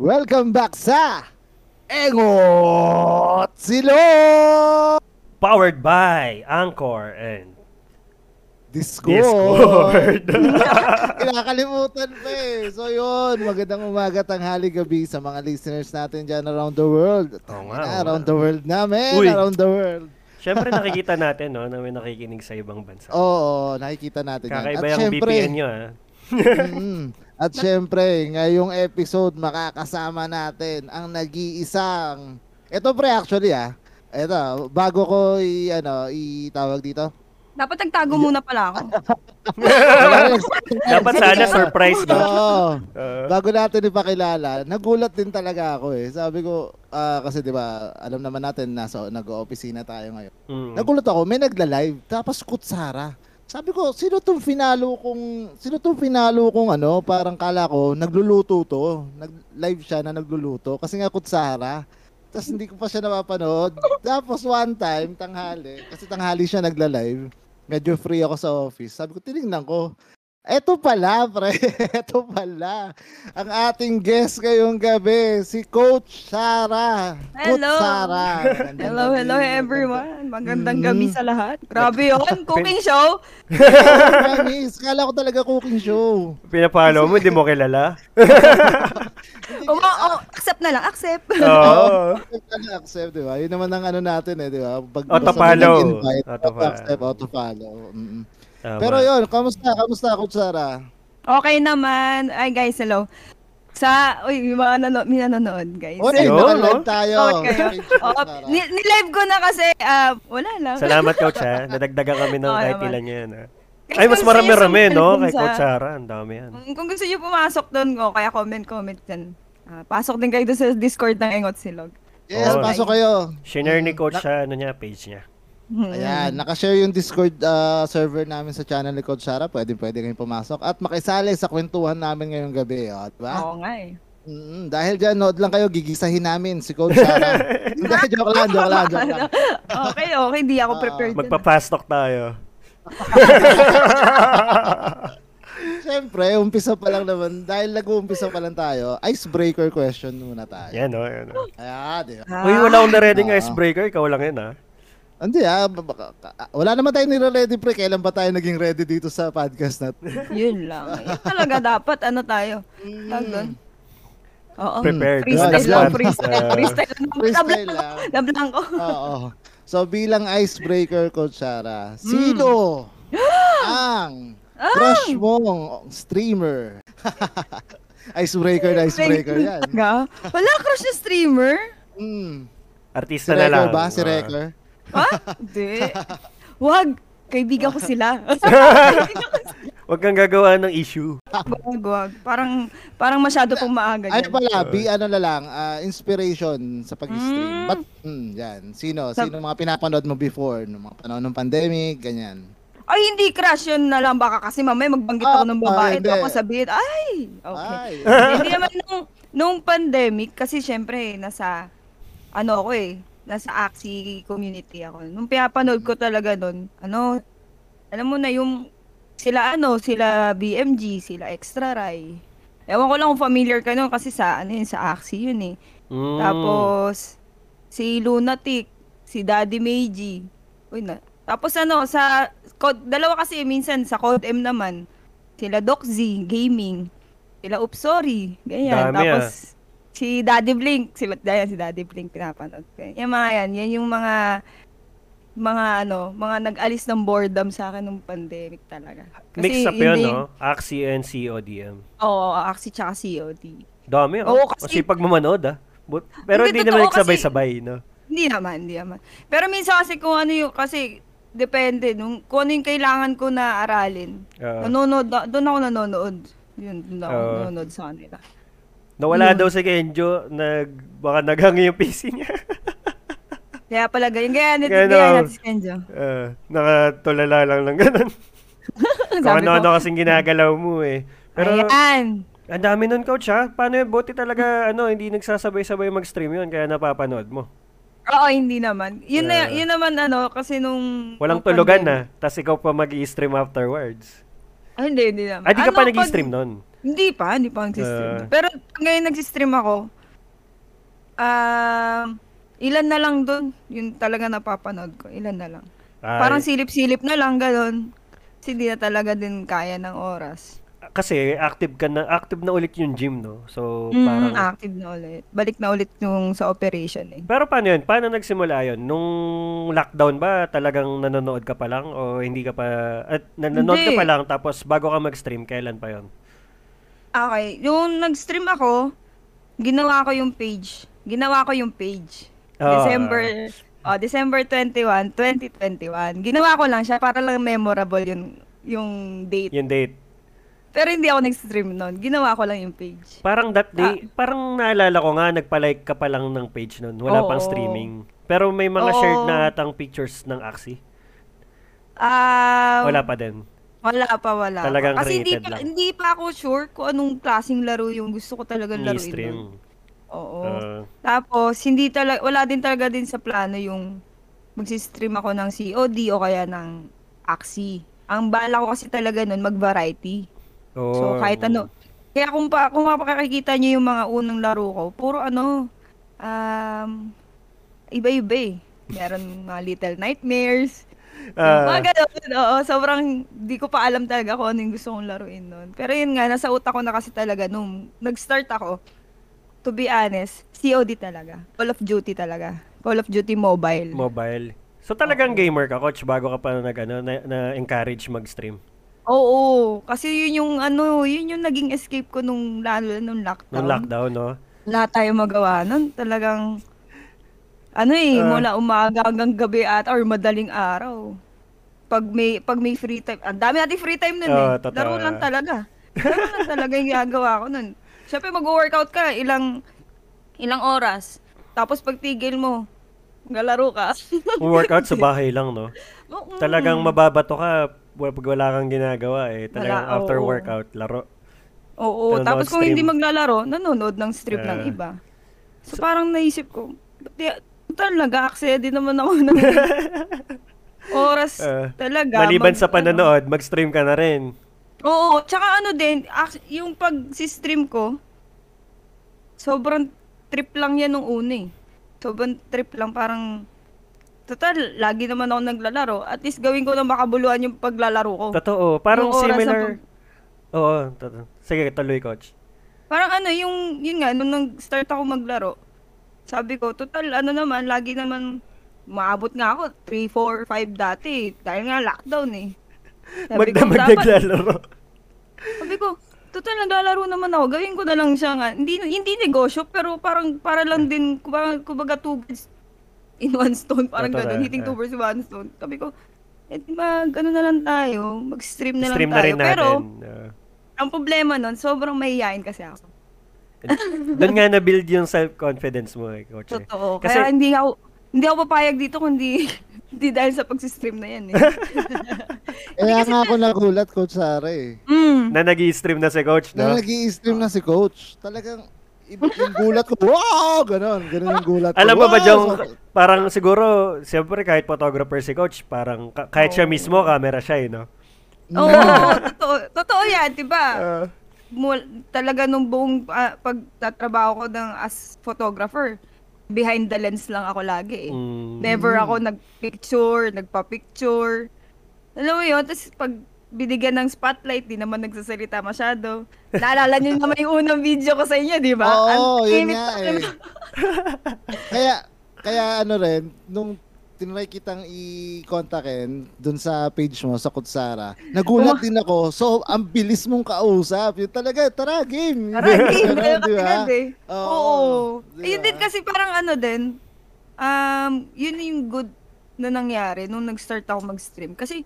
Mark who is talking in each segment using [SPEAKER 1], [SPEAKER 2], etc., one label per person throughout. [SPEAKER 1] Welcome back sa Engot Silog!
[SPEAKER 2] Powered by Anchor and
[SPEAKER 1] Discord.
[SPEAKER 2] Discord.
[SPEAKER 1] Kinakalimutan pa eh. So yun, magandang umaga, tanghali, gabi sa mga listeners natin dyan around the world.
[SPEAKER 2] Oo
[SPEAKER 1] Tama na,
[SPEAKER 2] nga, oo
[SPEAKER 1] around
[SPEAKER 2] nga.
[SPEAKER 1] the world namin,
[SPEAKER 2] Uy.
[SPEAKER 1] around the world.
[SPEAKER 2] Siyempre nakikita natin no, na may nakikinig sa ibang bansa.
[SPEAKER 1] Oo, nakikita natin
[SPEAKER 2] Kakaiba
[SPEAKER 1] yan. At
[SPEAKER 2] yung
[SPEAKER 1] syempre,
[SPEAKER 2] VPN nyo ah.
[SPEAKER 1] mm, at syempre, ngayong episode, makakasama natin ang nag-iisang... Ito pre, actually ah. Ito, bago ko i, ano, itawag dito.
[SPEAKER 3] Dapat nagtago muna pala ako.
[SPEAKER 2] Dapat sana surprise no.
[SPEAKER 1] Oo.
[SPEAKER 2] Uh,
[SPEAKER 1] Bago natin ipakilala, nagulat din talaga ako eh. Sabi ko, ah, kasi 'di ba, alam naman natin nasa nag-oopisina tayo ngayon.
[SPEAKER 2] mm.
[SPEAKER 1] Nagulat ako, may nagla-live tapos kutsara. Sabi ko, sino tong finalo kong sino tong finalo kong ano, parang kala ko nagluluto to. Nag-live siya na nagluluto kasi nga kutsara. Tapos hindi ko pa siya napapanood. Tapos one time, tanghali, kasi tanghali siya nagla-live. Medyo free ako sa office. Sabi ko, tinignan ko. Eto pala, pre. Eto pala. Ang ating guest ngayong gabi, si Coach Sara.
[SPEAKER 3] Hello.
[SPEAKER 1] Coach Sara. Magandang
[SPEAKER 3] Hello,
[SPEAKER 1] gabi.
[SPEAKER 3] hello everyone. Magandang gabi
[SPEAKER 1] Mm.
[SPEAKER 3] sa lahat. Grabe yun. Cooking show.
[SPEAKER 1] Promise, kala ko talaga cooking show.
[SPEAKER 2] Pinapalo mo, hindi mo kilala.
[SPEAKER 1] Hindi
[SPEAKER 3] Oh,
[SPEAKER 1] ka-
[SPEAKER 3] accept na lang. Accept.
[SPEAKER 2] Oo.
[SPEAKER 1] accept ka na accept, di ba? Yun naman ang ano natin eh, di ba? Pag basta
[SPEAKER 2] Auto-follow.
[SPEAKER 1] may invite,
[SPEAKER 2] Auto-follow.
[SPEAKER 1] Auto-accept, auto-follow. Mm-mm.
[SPEAKER 2] Tama.
[SPEAKER 1] Pero yun, kamusta? Kamusta, Coach Sara?
[SPEAKER 3] Okay naman. Ay guys, hello. Sa, uy, yung mga nanonood, may nanonood, guys.
[SPEAKER 1] Oy,
[SPEAKER 2] Yun,
[SPEAKER 1] naka-live
[SPEAKER 2] no?
[SPEAKER 1] tayo.
[SPEAKER 3] Okay.
[SPEAKER 1] oh. Thank you,
[SPEAKER 3] Oo,
[SPEAKER 1] Coach Sara.
[SPEAKER 3] ni- nilive ko na kasi, ah, wala lang.
[SPEAKER 2] Salamat coach ha. Nadagdagan kami ng
[SPEAKER 3] Oo,
[SPEAKER 2] kahit
[SPEAKER 3] naman.
[SPEAKER 2] ilan yan. ah.
[SPEAKER 3] Guys,
[SPEAKER 2] Ay, mas
[SPEAKER 3] kung gusto niyo
[SPEAKER 2] marami-rami, no?
[SPEAKER 3] sumunod
[SPEAKER 2] Kay
[SPEAKER 3] sa-
[SPEAKER 2] Coach Sarah, ang dami yan.
[SPEAKER 3] Mm, Kung gusto nyo pumasok doon, oh, kaya comment, comment dyan. Ah, pasok din kayo doon sa Discord ng Engot Silog.
[SPEAKER 1] Yes,
[SPEAKER 2] Oo.
[SPEAKER 1] pasok kayo.
[SPEAKER 2] Shinare ni Coach sa ano niya, page niya.
[SPEAKER 3] Mm.
[SPEAKER 1] Ayan, nakashare yung Discord ah, server namin sa channel ni Coach Sara. Pwede, pwede kayong pumasok. At makisali sa kwentuhan namin ngayong gabi. Oh, di ba?
[SPEAKER 3] Oo nga eh.
[SPEAKER 1] Mm, dahil dyan, nood lang kayo, gigisahin namin si Coach Sara. Hindi, joke lang, Ah, joke lang, joke lang.
[SPEAKER 3] okay, okay. Di ako
[SPEAKER 1] Ah,
[SPEAKER 3] prepared. dun.
[SPEAKER 2] Magpa-pastok tayo.
[SPEAKER 1] Siyempre, umpisa pa lang naman. Dahil nag-uumpisa pa lang tayo, icebreaker question muna tayo.
[SPEAKER 2] Yan, no? Yan, oh. no?
[SPEAKER 1] Ayan, di ba?
[SPEAKER 3] Ah.
[SPEAKER 2] Uy, wala akong na-ready ng
[SPEAKER 1] Ah.
[SPEAKER 2] icebreaker. Ikaw lang yun, ha?
[SPEAKER 1] Hindi ah, ba- baka- ah, wala naman tayo nire-ready pre. Kailan ba tayo naging ready dito sa podcast natin?
[SPEAKER 3] Yun lang. Yun talaga dapat ano tayo.
[SPEAKER 1] Mm.
[SPEAKER 3] Tag doon. Oo.
[SPEAKER 2] Prepared.
[SPEAKER 3] Freestyle
[SPEAKER 1] Yun,
[SPEAKER 3] lang,
[SPEAKER 1] yun.
[SPEAKER 3] freestyle.
[SPEAKER 2] Ah.
[SPEAKER 3] freestyle lang.
[SPEAKER 1] Freestyle
[SPEAKER 3] Nablang-
[SPEAKER 1] lang.
[SPEAKER 3] Nablang ko.
[SPEAKER 1] Oo. So bilang icebreaker, Coach Sara, sino ang crush mong streamer? icebreaker na icebreaker yan.
[SPEAKER 3] Talaga? Wala crush na streamer?
[SPEAKER 1] Mm. Si
[SPEAKER 2] Artista na
[SPEAKER 1] Recker
[SPEAKER 2] lang.
[SPEAKER 1] ba? Si
[SPEAKER 2] Ah.
[SPEAKER 1] Recker?
[SPEAKER 3] Ha? Hindi. Wag. Kaibigan ko sila.
[SPEAKER 2] Huwag kang gagawa ng issue.
[SPEAKER 3] wag, wag. Parang, parang masyado pong maaga
[SPEAKER 1] Ano
[SPEAKER 3] yan.
[SPEAKER 1] pala, be ano na lang, ah, inspiration sa pag-stream.
[SPEAKER 3] Mm.
[SPEAKER 1] But, mm, yan. Sino?
[SPEAKER 3] Sa-
[SPEAKER 1] Sino mga pinapanood mo before? Nung mga panahon ng pandemic, ganyan.
[SPEAKER 3] Ay, hindi crush yun na lang. Baka kasi mamaya magbanggit ako ng
[SPEAKER 1] Ah,
[SPEAKER 3] babae.
[SPEAKER 1] hindi.
[SPEAKER 3] Tapos sabihin, ay! Okay.
[SPEAKER 1] Ay.
[SPEAKER 3] Hindi naman nung, nung pandemic, kasi syempre, nasa, ano ako eh, nasa AXI community ako. Nung pinapanood ko talaga nun, ano, alam mo na yung, sila ano, sila BMG, sila Extra Rai. Ewan ko lang kung familiar ka nun kasi sa, ano yun, sa AXI yun eh.
[SPEAKER 2] Mm.
[SPEAKER 3] Tapos, si Lunatic, si Daddy Meiji. Uy, na. Tapos ano, sa, Cod- dalawa kasi minsan, sa Code M naman, sila Doxy, Gaming, sila Upsori, ganyan.
[SPEAKER 2] Dami,
[SPEAKER 3] Tapos,
[SPEAKER 2] ah.
[SPEAKER 3] si Daddy Blink, si, ayan, si Daddy Blink, pinapanood ko. yun. Yung mga yan, yan yung mga, mga ano, mga nag-alis ng boredom sa akin nung pandemic talaga.
[SPEAKER 2] Mix up yun,
[SPEAKER 3] hindi-
[SPEAKER 2] no? Axie and CODM.
[SPEAKER 3] Oo, Axie tsaka COD.
[SPEAKER 2] Dami, oh.
[SPEAKER 3] Oo,
[SPEAKER 2] kasi,
[SPEAKER 3] kasi-
[SPEAKER 2] pag mamanood, ah. Bu- Pero
[SPEAKER 3] Hindi,
[SPEAKER 2] hindi naman
[SPEAKER 3] totoo kasi-
[SPEAKER 2] nagsabay-sabay, no?
[SPEAKER 3] Hindi naman, hindi naman. Pero minsan kasi kung ano yung, kasi depende, nung, kung ano yung kailangan ko na aralin,
[SPEAKER 2] Ah.
[SPEAKER 3] nanonood, na- doon ako nanonood. Yun, doon ako
[SPEAKER 2] Ah.
[SPEAKER 3] nanonood sa kanila.
[SPEAKER 2] Nawala
[SPEAKER 3] Yun.
[SPEAKER 2] daw si Kenjo, nag, baka naghangi yung PC niya.
[SPEAKER 3] Kaya pala ganyan, kaya natin,
[SPEAKER 2] Ganun.
[SPEAKER 3] kaya natin si Kenjo.
[SPEAKER 2] Ah, nakatulala lang ng ganun. Kung
[SPEAKER 3] Sabi ko,
[SPEAKER 2] ano-ano kasing ginagalaw mo, eh. Pero,
[SPEAKER 3] ayan.
[SPEAKER 2] ang dami nun, coach, ha? Paano yun? Buti talaga, ano, hindi nagsasabay-sabay mag-stream yun, kaya napapanood mo.
[SPEAKER 3] Oo, hindi naman. Yun,
[SPEAKER 2] Ah.
[SPEAKER 3] na, yun naman ano, kasi nung...
[SPEAKER 2] Walang
[SPEAKER 3] nung
[SPEAKER 2] tulugan,
[SPEAKER 3] pandemic-
[SPEAKER 2] na Tapos ikaw pa mag-i-stream afterwards.
[SPEAKER 3] Ah, hindi, hindi naman.
[SPEAKER 2] Ah, di ka
[SPEAKER 3] Ano,
[SPEAKER 2] pa
[SPEAKER 3] pag-
[SPEAKER 2] nag-i-stream nun?
[SPEAKER 3] Hindi pa, hindi pa nagsistream.
[SPEAKER 2] Ah.
[SPEAKER 3] Pero ngayon nagsistream ako, um, ilan na lang doon, yun talaga napapanood ko, ilan na lang.
[SPEAKER 2] Ay,
[SPEAKER 3] Parang silip-silip na lang, ganun. Kasi di na talaga din kaya ng oras.
[SPEAKER 2] kasi active ka na, active na ulit yung gym, no? So, parang...
[SPEAKER 3] Mm, active na ulit. Balik na ulit yung sa operation eh.
[SPEAKER 2] Pero paano yun? Paano nagsimula yun? Nung lockdown ba, talagang nanonood ka pa lang? O hindi ka pa... At nanonood ka
[SPEAKER 3] Hindi.
[SPEAKER 2] pa lang, tapos bago ka mag-stream, kailan pa yun?
[SPEAKER 3] Okay, yung nag-stream ako, ginawa ko yung page. Ginawa ko yung page.
[SPEAKER 2] Ah.
[SPEAKER 3] December oh, December 21, 2021. Ginawa ko lang siya para lang memorable yung yung date.
[SPEAKER 2] Yung date.
[SPEAKER 3] Pero hindi ako nag-stream noon. Ginawa ko lang yung page.
[SPEAKER 2] Parang that
[SPEAKER 3] Ah.
[SPEAKER 2] day, parang naalala ko nga, nagpa-like ka pa lang ng page nun. Wala pang
[SPEAKER 3] Oo.
[SPEAKER 2] streaming. Pero may mga shared
[SPEAKER 3] Oo.
[SPEAKER 2] na atang pictures ng Axie.
[SPEAKER 3] Ah,
[SPEAKER 2] Wala pa din.
[SPEAKER 3] Wala pa, wala.
[SPEAKER 2] Talagang
[SPEAKER 3] pa. Kasi hindi
[SPEAKER 2] rated
[SPEAKER 3] pa,
[SPEAKER 2] lang.
[SPEAKER 3] hindi pa ako sure kung anong klaseng laro yung gusto ko talaga laruin. nun.
[SPEAKER 2] Ni-stream.
[SPEAKER 3] Oo.
[SPEAKER 2] Uh,
[SPEAKER 3] Tapos, hindi talaga, wala din talaga din sa plano yung magsistream ako ng COD o kaya ng Axie. Ang bala ko kasi talaga nun, mag-variety. So, kahit ano. Kaya kung, pa, kung mapakakikita nyo yung mga unang laro ko, puro ano, um, iba-iba eh. Meron mga Little Nightmares,
[SPEAKER 2] Ah.
[SPEAKER 3] mga ganun, oo, sobrang di ko pa alam talaga kung ano yung gusto kong laruin nun. Pero yun nga, nasa utak ko na kasi talaga nung nag-start ako, to be honest, COD talaga. Call of Duty talaga. Call of Duty Mobile.
[SPEAKER 2] Mobile. So talagang gamer ka, coach, bago ka pa nag, ano, na, na-encourage mag-stream.
[SPEAKER 3] oo, kasi yun yung ano, yun yung naging escape ko nung lalo na nung lockdown.
[SPEAKER 2] Nung lockdown, no?
[SPEAKER 3] Wala tayong magawa nun. Talagang, ano eh,
[SPEAKER 2] Ah.
[SPEAKER 3] mula umaga hanggang gabi at or madaling araw. Pag may pag may free time, ang dami nating free time nun
[SPEAKER 2] Oo,
[SPEAKER 3] eh.
[SPEAKER 2] Ah, totoo.
[SPEAKER 3] Laro lang talaga. Laro lang talaga yung ginagawa ko nun. Siyempre mag-workout ka ilang ilang oras. Tapos pag tigil mo, galaro ka.
[SPEAKER 2] Workout sa bahay lang, no?
[SPEAKER 3] Oo.
[SPEAKER 2] Talagang mababato ka wa- pag wala kang ginagawa eh. Talagang
[SPEAKER 3] Wala,
[SPEAKER 2] after
[SPEAKER 3] oo.
[SPEAKER 2] workout, laro.
[SPEAKER 3] Oo,
[SPEAKER 2] Nanonood
[SPEAKER 3] tapos kung
[SPEAKER 2] stream.
[SPEAKER 3] hindi maglalaro, nanonood ng strip ng
[SPEAKER 2] Ah.
[SPEAKER 3] iba. So, parang naisip ko, "Ba't- talaga, aksaya din naman ako ng oras
[SPEAKER 2] Ah,
[SPEAKER 3] talaga.
[SPEAKER 2] Maliban
[SPEAKER 3] mag-
[SPEAKER 2] sa panonood, mag-stream ka na rin.
[SPEAKER 3] ano. Oo, tsaka ano din, ac- yung pag stream ko, sobrang trip lang yan nung una eh. Sobrang trip lang, parang, total, lagi naman ako naglalaro. At least gawin ko na makabuluhan yung paglalaro ko.
[SPEAKER 2] Totoo. Parang
[SPEAKER 3] Oh. Yung oras na
[SPEAKER 2] similar. Oo, totoo. Sige, tuloy, coach.
[SPEAKER 3] Parang ano, yung, yun nga, nung nag-start ako maglaro, sabi ko, total, ano naman, lagi naman, maabot nga ako, 3, 4, 5 dati, dahil nga lockdown eh. Sabi ko,
[SPEAKER 2] Magdamag
[SPEAKER 3] dapat,
[SPEAKER 2] naglalaro.
[SPEAKER 3] sabi ko, total, naglalaro naman ako, gawin ko na lang siya nga, hindi, hindi negosyo, pero parang, para lang din, kumbaga, kumbaga two birds in one stone, parang
[SPEAKER 2] Totoo,
[SPEAKER 3] ganun,
[SPEAKER 2] eh.
[SPEAKER 3] hitting two birds in one stone. Sabi ko, eh di mag, ano na lang tayo, mag-stream na
[SPEAKER 2] Stream
[SPEAKER 3] lang
[SPEAKER 2] na
[SPEAKER 3] tayo.
[SPEAKER 2] rin natin. Ah,
[SPEAKER 3] pero,
[SPEAKER 2] Oo.
[SPEAKER 3] ang problema nun, sobrang mahihain kasi ako.
[SPEAKER 2] Doon nga na-build yung self-confidence mo eh, coach. eh.
[SPEAKER 3] Totoo.
[SPEAKER 2] Kasi-
[SPEAKER 3] Kaya hindi ako hindi ako papayag dito kundi hindi dahil sa pag-stream na yan eh.
[SPEAKER 1] Kaya nga ako nagulat, Coach Sara eh.
[SPEAKER 3] mm.
[SPEAKER 2] Na nag-i-stream na si coach,
[SPEAKER 1] Na
[SPEAKER 2] no?
[SPEAKER 1] nag stream na si Coach. Talagang i- yung gulat ko, wow! Ganon, ganon yung gulat ko.
[SPEAKER 2] Alam mo ba,
[SPEAKER 1] "Wow!"
[SPEAKER 2] Jong,
[SPEAKER 1] So,
[SPEAKER 2] parang siguro, siyempre kahit photographer si coach, parang ka- kahit siya
[SPEAKER 3] Oo.
[SPEAKER 2] mismo, camera siya eh, no?
[SPEAKER 3] Oo, oo, totoo, totoo yan, di
[SPEAKER 1] Uh,
[SPEAKER 3] ba?
[SPEAKER 2] Ah.
[SPEAKER 3] Mul- talaga nung buong ah, pagtatrabaho ko ng as photographer, behind the lens lang ako lagi eh.
[SPEAKER 2] Mm.
[SPEAKER 3] Never ako nagpicture, nagpa-picture. Alam mo yun, tapos pag binigyan ng spotlight, di naman nagsasalita masyado. Naalala niyo naman yung unang video ko sa inyo, di ba?
[SPEAKER 1] Oo,
[SPEAKER 3] Ang
[SPEAKER 1] yun
[SPEAKER 3] init
[SPEAKER 1] nga
[SPEAKER 3] ako
[SPEAKER 1] eh.
[SPEAKER 3] naman.
[SPEAKER 1] kaya, kaya ano rin, nung tinry kitang i-contactin dun sa page mo, sa Kutsara, nagulat
[SPEAKER 3] Oh.
[SPEAKER 1] din ako. So, ang bilis mong kausap. Yun talaga, tara, game.
[SPEAKER 3] Tara, game.
[SPEAKER 1] Ganun,
[SPEAKER 3] Ganun,
[SPEAKER 1] di ba?
[SPEAKER 3] agad eh.
[SPEAKER 1] Oo,
[SPEAKER 3] Oo.
[SPEAKER 1] di
[SPEAKER 3] Yun
[SPEAKER 1] ba?
[SPEAKER 3] din kasi parang ano din, um, yun yung good na nangyari nung nag-start ako mag-stream. Kasi,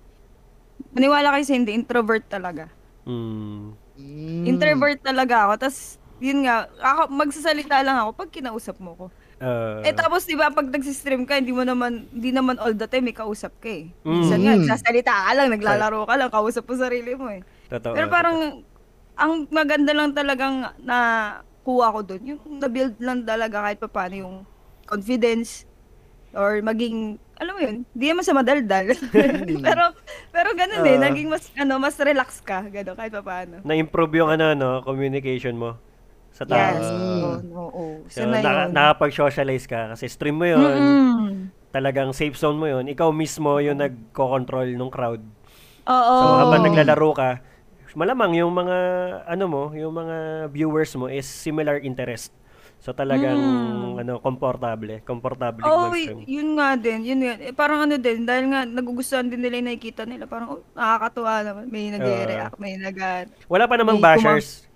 [SPEAKER 3] maniwala kayo sa hindi, introvert talaga.
[SPEAKER 2] Mm.
[SPEAKER 1] Mm.
[SPEAKER 3] Introvert talaga ako. Tapos, yun nga, ako, magsasalita lang ako pag kinausap mo ko.
[SPEAKER 2] Ah.
[SPEAKER 3] eh tapos, di ba, pag nagsistream ka, hindi mo naman, hindi naman all the time, may kausap ka eh. Minsan
[SPEAKER 1] Mm.
[SPEAKER 3] nga, nagsasalita ka lang, naglalaro ka lang, kausap mo sarili mo eh.
[SPEAKER 2] Totoo,
[SPEAKER 3] Pero parang, ang maganda lang talagang na kuha ko doon, yung na-build lang talaga kahit pa paano yung confidence or maging, alam mo yun, di naman sa madaldal. pero, pero ganun eh,
[SPEAKER 2] Ah.
[SPEAKER 3] naging mas, ano, mas relax ka, gano'n, kahit pa paano.
[SPEAKER 2] na-improve yung ano, no, communication mo sa tao.
[SPEAKER 3] Yes,
[SPEAKER 1] Ah.
[SPEAKER 3] oo, oo.
[SPEAKER 2] So,
[SPEAKER 3] Sa na
[SPEAKER 2] naka-
[SPEAKER 3] yun.
[SPEAKER 2] nakapag-socialize ka kasi stream mo yun,
[SPEAKER 3] Mm-mm.
[SPEAKER 2] talagang safe zone mo yun, ikaw mismo yung nagko-control ng crowd.
[SPEAKER 3] Oo.
[SPEAKER 1] Oh.
[SPEAKER 2] So habang naglalaro ka, malamang yung mga ano mo, yung mga viewers mo is similar interest. So talagang
[SPEAKER 1] Hmm.
[SPEAKER 3] Mm.
[SPEAKER 2] ano, komportable, komportable
[SPEAKER 1] Oh,
[SPEAKER 2] mag
[SPEAKER 3] Oo, y- yun nga din. Yun, yun. Eh, parang ano din, dahil nga nagugustuhan din nila yung nakikita nila. Parang, oh, nakakatuwa naman. May nag-react, may nag
[SPEAKER 2] Wala pa namang
[SPEAKER 3] May kumang-
[SPEAKER 2] bashers.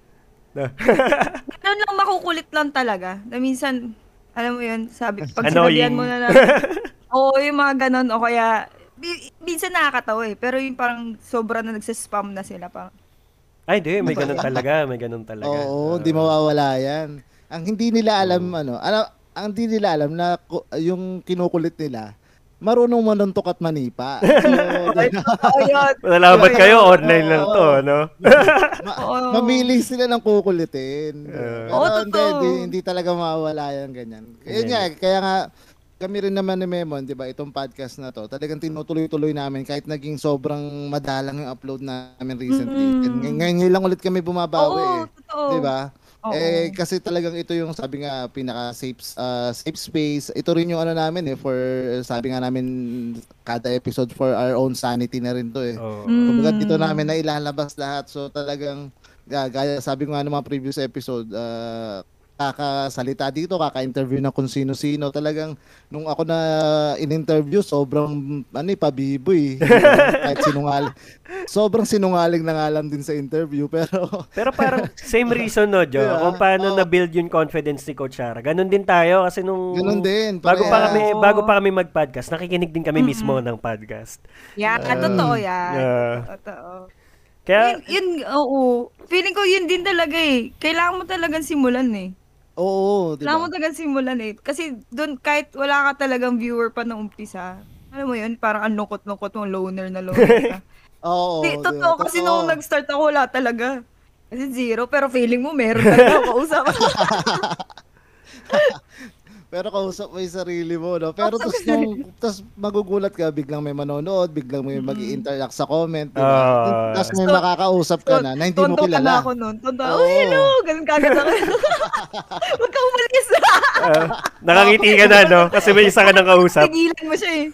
[SPEAKER 3] Ganun lang, makukulit lang talaga. Na minsan, alam mo yun, sabi, pag
[SPEAKER 2] Annoying.
[SPEAKER 3] sinabihan mo na lang, oo, yung mga ganun, o kaya, bi- minsan nakakatawa eh, pero yung parang sobra na nagsispam na sila, parang,
[SPEAKER 2] Ay, hindi, may ganun talaga, may ganun talaga.
[SPEAKER 1] Oo,
[SPEAKER 2] Ah.
[SPEAKER 1] hindi mawawala yan. Ang hindi nila alam, ano, alam, ang hindi nila alam na ku- yung kinukulit nila, marunong manuntok at manipa. So,
[SPEAKER 3] ay, totoo yun.
[SPEAKER 1] eh.
[SPEAKER 2] Malalabat
[SPEAKER 3] Totoo
[SPEAKER 2] kayo
[SPEAKER 3] yun.
[SPEAKER 2] online lang to, ano? no?
[SPEAKER 1] ma-
[SPEAKER 3] Oo.
[SPEAKER 1] mamili sila ng kukulitin.
[SPEAKER 2] Oo.
[SPEAKER 1] Pero
[SPEAKER 3] Oo,
[SPEAKER 1] hindi,
[SPEAKER 3] totoo.
[SPEAKER 1] hindi, hindi talaga mawawala yan ganyan. Kaya
[SPEAKER 2] Ganyan.
[SPEAKER 1] nga, kaya nga, kami rin naman ni Memon, di ba, itong podcast na to, talagang tinutuloy-tuloy namin kahit naging sobrang madalang yung upload namin recently.
[SPEAKER 3] Mm-mm.
[SPEAKER 1] And ngay- ngayon ngayon lang ulit kami bumabawi
[SPEAKER 3] Oo,
[SPEAKER 1] eh.
[SPEAKER 3] totoo.
[SPEAKER 1] Di ba?
[SPEAKER 3] Oo.
[SPEAKER 1] Eh kasi talagang ito yung sabi nga pinaka safe ah, safe space. Ito rin yung ano namin eh for sabi nga namin kada episode for our own sanity na rin to eh.
[SPEAKER 2] Oo.
[SPEAKER 3] Mm.
[SPEAKER 1] Kumbaga dito namin na ilalabas lahat. So talagang ga- gaya sabi ko nga ng mga previous episode, ah, kakasalita dito, kaka-interview na kung sino-sino. Talagang nung ako na in-interview, sobrang ano eh, pabiboy. Kahit sinungaling. Sobrang sinungaling na nga lang din sa interview. Pero
[SPEAKER 2] Pero parang same reason, no, Joe?
[SPEAKER 1] Yeah.
[SPEAKER 2] Kung paano
[SPEAKER 1] Oo.
[SPEAKER 2] na-build yung confidence ni Coach Sara. Ganun din tayo kasi nung...
[SPEAKER 1] ganun din.
[SPEAKER 2] Bago pa
[SPEAKER 1] Parehas.
[SPEAKER 2] kami
[SPEAKER 3] Oo.
[SPEAKER 2] bago pa kami mag-podcast, nakikinig din kami mismo ng podcast.
[SPEAKER 3] Yeah,
[SPEAKER 1] Ah,
[SPEAKER 3] totoo yan.
[SPEAKER 2] yeah.
[SPEAKER 3] Totoo.
[SPEAKER 2] Kaya
[SPEAKER 3] Yun, yun, oo. Feeling ko yun din talaga eh. Kailangan mo talagang simulan eh.
[SPEAKER 1] Oo, di
[SPEAKER 3] Kailangan
[SPEAKER 1] ba?
[SPEAKER 3] mo talagang simulan eh. Kasi doon kahit wala ka talagang viewer pa nung umpisa, alam mo yun, parang ang lungkot-lungkot mo, loner na loner ka.
[SPEAKER 1] Oo. di
[SPEAKER 3] Di,
[SPEAKER 1] ba?
[SPEAKER 3] totoo, kasi nung nag-start ako, wala talaga. Kasi zero, pero feeling mo meron talaga kausap.
[SPEAKER 1] Pero kausap mo yung sarili mo, no? Pero tapos nung, tas magugulat ka, biglang may manonood, biglang may
[SPEAKER 3] Mm-hmm.
[SPEAKER 1] mag interact sa comment, di ba?
[SPEAKER 2] Ah.
[SPEAKER 1] tapos may makakausap ka na, na hindi mo
[SPEAKER 3] Tonto ka na
[SPEAKER 1] kilala.
[SPEAKER 3] ako noon. Tonto,
[SPEAKER 1] Oo.
[SPEAKER 3] oh, hello! Ganun kagad ako. Huwag ka umalis.
[SPEAKER 2] ah, nakangiti ka na, no? Kasi may isa ka nang kausap.
[SPEAKER 3] Tigilan mo siya eh.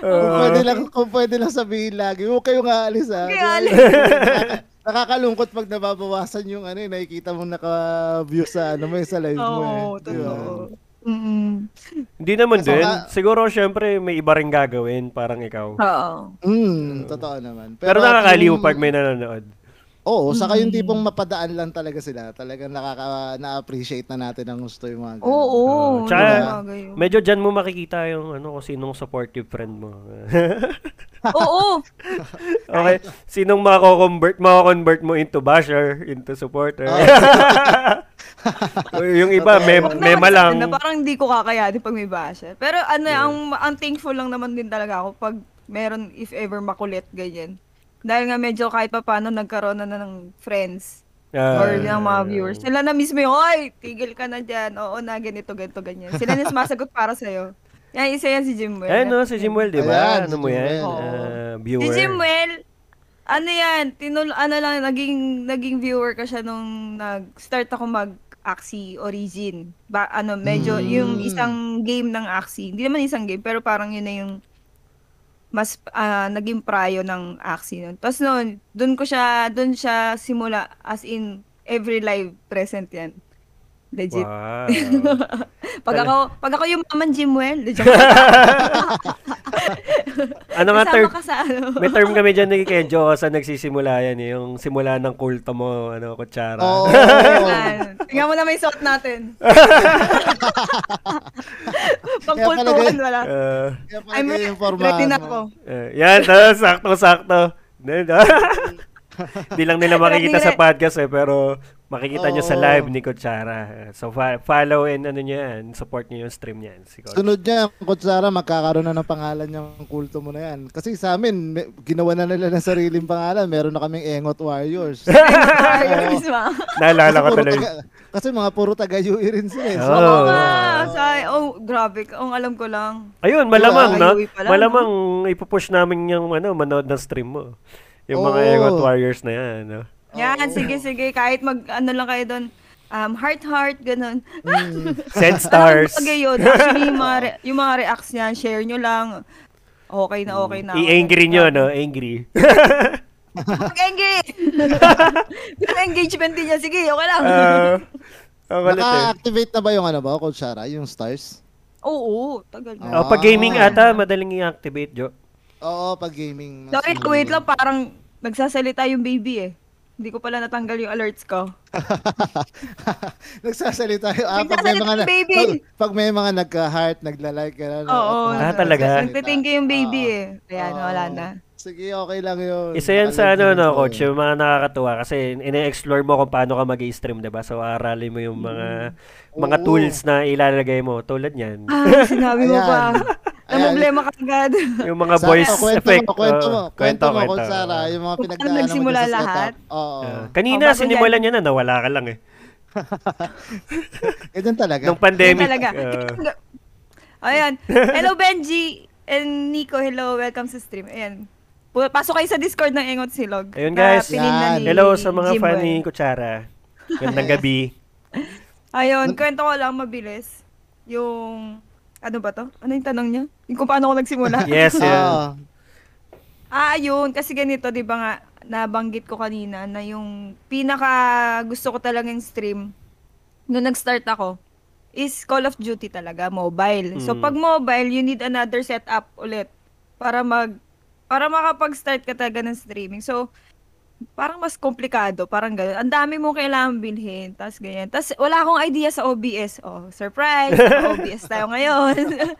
[SPEAKER 1] Kung
[SPEAKER 2] Ah,
[SPEAKER 1] pwede lang, kung pwede lang sabihin lagi, huwag kayong aalis, ha?
[SPEAKER 3] Huwag kayong aalis.
[SPEAKER 1] Nakaka- Nakakalungkot pag nababawasan yung ano, eh, nakikita mong naka-view sa ano mo, eh, sa live mo, eh.
[SPEAKER 3] Oo,
[SPEAKER 1] Di ba?
[SPEAKER 3] totoo. Mm-mm.
[SPEAKER 2] hindi naman
[SPEAKER 1] So,
[SPEAKER 2] din.
[SPEAKER 1] ka-
[SPEAKER 2] Siguro, syempre, may iba rin gagawin, parang ikaw.
[SPEAKER 3] Oo.
[SPEAKER 1] Mm, totoo naman.
[SPEAKER 2] Pero nakakaliw pag
[SPEAKER 1] may
[SPEAKER 2] may nanonood.
[SPEAKER 1] Oo, saka yung
[SPEAKER 3] Mm-hmm.
[SPEAKER 1] tipong mapadaan lang talaga sila. Talagang nakaka, na-appreciate na natin ang gusto yung mga ganun.
[SPEAKER 3] Oo.
[SPEAKER 2] Oo, tsaka,
[SPEAKER 3] yun ang bagay oh. yun.
[SPEAKER 2] Medyo dyan mo makikita yung ano, kung sinong supportive friend mo.
[SPEAKER 3] Oo.
[SPEAKER 2] okay, sinong mako-convert, mako-convert mo into basher, into supporter. yung iba,
[SPEAKER 1] Totoo.
[SPEAKER 2] may,
[SPEAKER 3] Huwag naman
[SPEAKER 2] mema
[SPEAKER 3] isa
[SPEAKER 2] lang.
[SPEAKER 3] Na parang hindi ko kakayanin pag may basher. Pero ano, ang, ang thankful lang naman din talaga ako pag meron, if ever, makulit, ganyan. Dahil nga medyo kahit pa paano nagkaroon na, na ng friends
[SPEAKER 2] Ah,
[SPEAKER 3] or ng mga viewers. Sila na mismo yung, oy, tigil ka na dyan. Oo na, ganito, ganito, ganyan. Sila na sumasagot para sa'yo. Yan, isa yan si Jimwell.
[SPEAKER 2] Ayan Eh, no, si Jimuel, di ba?
[SPEAKER 1] Ayan,
[SPEAKER 2] Ano
[SPEAKER 1] si
[SPEAKER 2] mo yan?
[SPEAKER 1] Jimuel.
[SPEAKER 2] Ah,
[SPEAKER 3] Si
[SPEAKER 2] viewer.
[SPEAKER 3] Jimwell, ano yan, tinul ano lang, naging, naging viewer ka siya nung nag-start ako mag Axie Origin. Ba, ano, medyo
[SPEAKER 2] Hmm.
[SPEAKER 1] Mm.
[SPEAKER 3] yung isang game ng Axie. Hindi naman isang game, pero parang yun na yung mas ah, naging prayo ng Axie nun. Tapos noon, doon ko siya, doon siya simula as in every live present yan. Legit.
[SPEAKER 2] Wow.
[SPEAKER 3] Pag
[SPEAKER 2] Tala-
[SPEAKER 3] ako, pag ako yung maman Jimwell, legit.
[SPEAKER 2] ano nga
[SPEAKER 3] Kasama
[SPEAKER 2] term?
[SPEAKER 3] ka sa ano.
[SPEAKER 2] May term kami dyan ni Kejo kasi nagsisimula yan eh. Yung simula ng kulto mo, ano, kutsara.
[SPEAKER 1] Oo.
[SPEAKER 3] Yan. Tingnan mo na may suot natin.
[SPEAKER 1] Kaya
[SPEAKER 3] Pangkultuhan
[SPEAKER 1] pala-
[SPEAKER 3] wala.
[SPEAKER 2] Ah,
[SPEAKER 1] Kaya pala
[SPEAKER 3] I'm
[SPEAKER 1] kaya
[SPEAKER 3] re-
[SPEAKER 1] yung formahan
[SPEAKER 3] ready na
[SPEAKER 1] mo.
[SPEAKER 3] ako.
[SPEAKER 2] eh, yan, ah, sakto-sakto. Di lang nila makikita sa podcast eh, pero makikita nyo sa
[SPEAKER 1] Oo.
[SPEAKER 2] live ni Kutsara. So, fa- follow and ano niyan, support niyo yung stream niyan. Si Coach.
[SPEAKER 1] Sunod niya, Coach Sara, magkakaroon na ng pangalan niyang kulto mo na yan. Kasi sa amin, may- ginawa na nila ng sariling pangalan. Meron na kaming Engot Warriors.
[SPEAKER 3] Ayos ma.
[SPEAKER 2] Naalala ko
[SPEAKER 1] puro
[SPEAKER 2] tuloy. Oh,
[SPEAKER 1] taga- kasi mga puro taga-UE rin sila. eh. So,
[SPEAKER 2] Oo.
[SPEAKER 3] Ah, sa- oh, grabe. Ang alam ko lang.
[SPEAKER 2] Ayun, malamang,
[SPEAKER 3] Diba?
[SPEAKER 2] no?
[SPEAKER 3] Highway pa lang,
[SPEAKER 2] Malamang ipupush namin yung ano, manood ng stream mo. Yung mga
[SPEAKER 1] Oo.
[SPEAKER 2] Egot Warriors na yan, no?
[SPEAKER 3] Yan, sige, sige. Kahit mag, ano lang kayo doon. um, heart-heart, ganun.
[SPEAKER 1] Mm.
[SPEAKER 2] Send stars.
[SPEAKER 3] Parang bagay yun. Actually, yung mga, re- yung mga reacts niyan, share nyo lang. Okay na, okay na.
[SPEAKER 2] Mm. I-angry nyo, no? Angry.
[SPEAKER 3] Mag-angry! yung engagement din niya, sige, okay lang.
[SPEAKER 2] Ah, ang kulit eh.
[SPEAKER 1] Naka-activate na ba yung ano ba, Coach Sarah, yung stars?
[SPEAKER 3] Oo, tagal na.
[SPEAKER 2] Oh, pag gaming
[SPEAKER 1] Ah.
[SPEAKER 2] ata, madaling i-activate, Jo.
[SPEAKER 1] Oo, pag gaming. mas-
[SPEAKER 3] Sorry, wait lang, parang nagsasalita yung baby eh. Hindi ko pala natanggal yung alerts ko.
[SPEAKER 1] Nagsasalita yun. Ah, pag may
[SPEAKER 3] Nagsasalita
[SPEAKER 1] mga,
[SPEAKER 3] yung baby.
[SPEAKER 1] Pag, pag may mga nagka-heart, nagla-like, gano'n.
[SPEAKER 3] Oo.
[SPEAKER 2] Ah, talaga? Ah,
[SPEAKER 3] Nagtitingka yung baby eh. Ayan,
[SPEAKER 1] Oo.
[SPEAKER 3] wala na.
[SPEAKER 1] Ah, Sige, okay lang yun.
[SPEAKER 2] Isa yan sa ano,
[SPEAKER 1] Nakalagay
[SPEAKER 2] no,
[SPEAKER 1] ko.
[SPEAKER 2] coach, yung mga nakakatuwa kasi ine-explore mo kung paano ka mag-i-stream, di ba? So, aralin mo yung mga mga
[SPEAKER 1] Mm. Oo.
[SPEAKER 2] tools na ilalagay mo. Tulad niyan.
[SPEAKER 3] Ah, sinabi mo
[SPEAKER 1] Ayan.
[SPEAKER 3] pa.
[SPEAKER 1] Ayan.
[SPEAKER 3] Ang problema ka agad.
[SPEAKER 2] Yung mga
[SPEAKER 1] Sarah,
[SPEAKER 2] voice
[SPEAKER 1] Ah, ano, kwento
[SPEAKER 2] effect.
[SPEAKER 1] Mo, kwento
[SPEAKER 2] Oo,
[SPEAKER 1] mo, kwento mo, Coach
[SPEAKER 2] kwento.
[SPEAKER 1] Sarah, yung mga
[SPEAKER 3] Kung
[SPEAKER 1] pinagdaanan
[SPEAKER 3] paano
[SPEAKER 1] mo dyan
[SPEAKER 3] nagsimula
[SPEAKER 1] sa setup.
[SPEAKER 3] lahat?
[SPEAKER 1] Oo.
[SPEAKER 2] Ah, kanina,
[SPEAKER 3] Oh, bago
[SPEAKER 2] sinimulan niya na, nawala ka lang eh.
[SPEAKER 1] Ganyan talaga.
[SPEAKER 2] Nung pandemic.
[SPEAKER 3] Yun talaga.
[SPEAKER 2] ah.
[SPEAKER 3] Ayan. Hello, Benji and Nico. Hello, welcome sa stream. Ayan. Pu- Pasok kayo sa Discord ng Engot Silog.
[SPEAKER 2] Ayun, guys.
[SPEAKER 3] Na pinignan
[SPEAKER 1] Yan.
[SPEAKER 3] ni
[SPEAKER 2] hello sa mga
[SPEAKER 3] Jimwell.
[SPEAKER 2] fan ni Kutsara. Gandang gabi.
[SPEAKER 3] Ayun, kwento ko lang mabilis. Yung, ano ba to? Ano yung tanong niya? Yung kung paano ko nagsimula?
[SPEAKER 2] Yes,
[SPEAKER 1] Oo.
[SPEAKER 2] yeah.
[SPEAKER 3] Ah, yun. Kasi ganito, di ba nga, nabanggit ko kanina na yung pinaka gusto ko talagang stream nung nag-start ako is Call of Duty talaga, mobile. So,
[SPEAKER 2] Mm.
[SPEAKER 3] pag mobile, you need another setup ulit para mag para makapag-start ka talaga ng streaming. So, parang mas komplikado, parang gano'n. Ang dami mo kailangan bilhin, tas ganyan. Tas wala akong idea sa OBS. Oh, surprise, sa OBS tayo ngayon.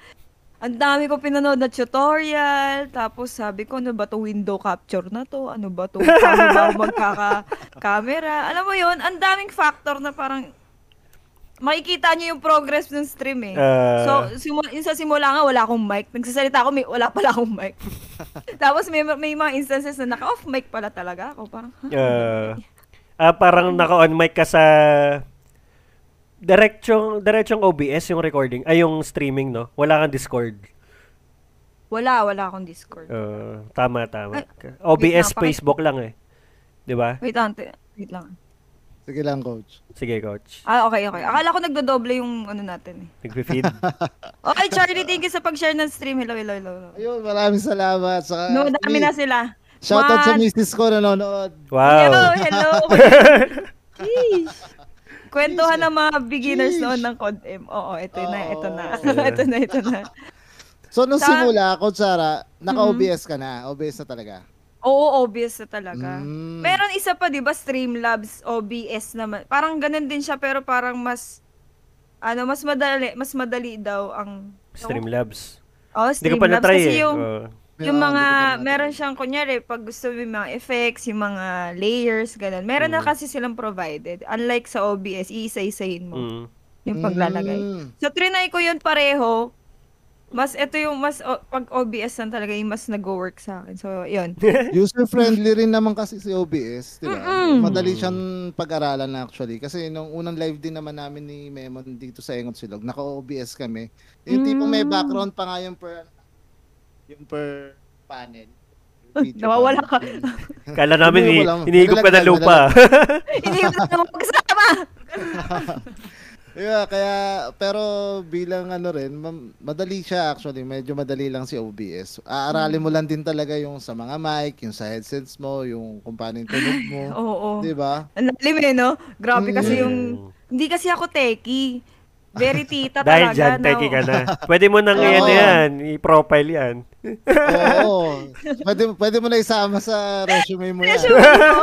[SPEAKER 3] Ang dami ko pinanood na tutorial, tapos sabi ko, ano ba to window capture na to? Ano ba to? Paano ba ako magkaka-camera? Alam mo yon ang daming factor na parang makikita niyo yung progress ng stream eh.
[SPEAKER 2] Ah.
[SPEAKER 3] so, simu- yung sa simula nga, wala akong mic. Nagsasalita ako, may, wala pala akong mic. tapos may, may mga instances na naka-off mic pala talaga ako. Parang, ha?
[SPEAKER 2] Ah, ah,
[SPEAKER 3] Um,
[SPEAKER 2] parang naka-on mic ka sa diretsong diretsong OBS yung recording ay yung streaming no wala kang Discord
[SPEAKER 3] Wala, wala akong Discord.
[SPEAKER 2] Ah, tama tama
[SPEAKER 3] Ay,
[SPEAKER 2] OBS
[SPEAKER 3] wait lang, paki-
[SPEAKER 2] Facebook lang eh 'di ba
[SPEAKER 3] Wait, ante. Wait lang.
[SPEAKER 1] Sige lang, Coach.
[SPEAKER 2] sige coach
[SPEAKER 3] Ah, okay, okay. Akala ko nagdodoble yung ano natin eh.
[SPEAKER 2] nagfe-feed
[SPEAKER 3] Okay, Charlie, thank you sa pag-share ng stream. Hello, hello, hello. hello.
[SPEAKER 1] Ayun, maraming salamat. Saka,
[SPEAKER 3] No, dami na sila.
[SPEAKER 1] Ah, Shoutout sa
[SPEAKER 3] Juan.
[SPEAKER 1] misis ko nanonood.
[SPEAKER 3] Hello,
[SPEAKER 2] wow
[SPEAKER 3] hello. Sheesh. Kwentuhan ng mga beginners
[SPEAKER 1] Sheesh.
[SPEAKER 3] noon ng COD-M. Oo, ito na, ito na.
[SPEAKER 2] Oo.
[SPEAKER 3] ito na, ito na.
[SPEAKER 1] So, nung
[SPEAKER 3] Sa-
[SPEAKER 1] simula, Coach Sarah, naka-OBS ka na. OBS na talaga.
[SPEAKER 3] Oo, obvious na talaga.
[SPEAKER 1] Mm.
[SPEAKER 3] Meron isa pa, di ba, Streamlabs, OBS naman. Parang ganun din siya, pero parang mas, ano, mas madali, mas madali daw ang...
[SPEAKER 2] Streamlabs
[SPEAKER 3] Oh,
[SPEAKER 2] hindi ko pa
[SPEAKER 3] Streamlabs.
[SPEAKER 2] na-try eh
[SPEAKER 3] Kasi yung,
[SPEAKER 2] Oo.
[SPEAKER 3] Yung
[SPEAKER 1] Oo,
[SPEAKER 3] mga,
[SPEAKER 1] hindi ko pa
[SPEAKER 3] meron siyang, kunyari, pag gusto mo yung mga effects, yung mga layers, ganun. Meron
[SPEAKER 1] Mm.
[SPEAKER 3] na kasi silang provided. Unlike sa OBS, iisa-isahin mo
[SPEAKER 2] Mm.
[SPEAKER 3] yung paglalagay.
[SPEAKER 1] Mm.
[SPEAKER 3] So, trinay ko yun pareho. Mas, ito yung mas, o- pag OBS lang talaga, yung mas nag-work sa akin. So, yun.
[SPEAKER 1] User-friendly rin naman kasi si OBS, di ba?
[SPEAKER 3] Mm-mm.
[SPEAKER 1] Madali siyang pag-aralan na actually. Kasi nung unang live din naman namin ni Memon dito sa Engot Silog, naka-OBS kami. Yung tipong may
[SPEAKER 3] Mm.
[SPEAKER 1] background pa nga yung per, yung per panel. Video
[SPEAKER 3] Nawawala ka.
[SPEAKER 1] panel.
[SPEAKER 2] Kala namin
[SPEAKER 1] Hindi ko
[SPEAKER 2] ni,
[SPEAKER 1] alam.
[SPEAKER 2] hinihigop ka ng
[SPEAKER 1] Madali-
[SPEAKER 2] lupa.
[SPEAKER 3] Hindi ko na naman magsama!
[SPEAKER 1] Yeah, kaya, pero bilang ano rin, ma- madali siya actually. Medyo madali lang si OBS. Aaralin mo lang din talaga yung sa mga mic, yung sa headsets mo, yung kung paano yung tunog mo.
[SPEAKER 3] Oo.
[SPEAKER 1] Di ba?
[SPEAKER 3] Ang lalim eh, no? Grabe kasi
[SPEAKER 2] Mm.
[SPEAKER 3] yung, hindi kasi ako techie. Very tita
[SPEAKER 2] Dahil
[SPEAKER 3] talaga.
[SPEAKER 2] dyan,
[SPEAKER 3] na-
[SPEAKER 2] teki ka na. Pwede mo nang
[SPEAKER 1] Oo.
[SPEAKER 2] ano yan, i-profile yan.
[SPEAKER 1] Oo. Pwede, pwede mo na isama sa resume mo yan.
[SPEAKER 3] Resume ko.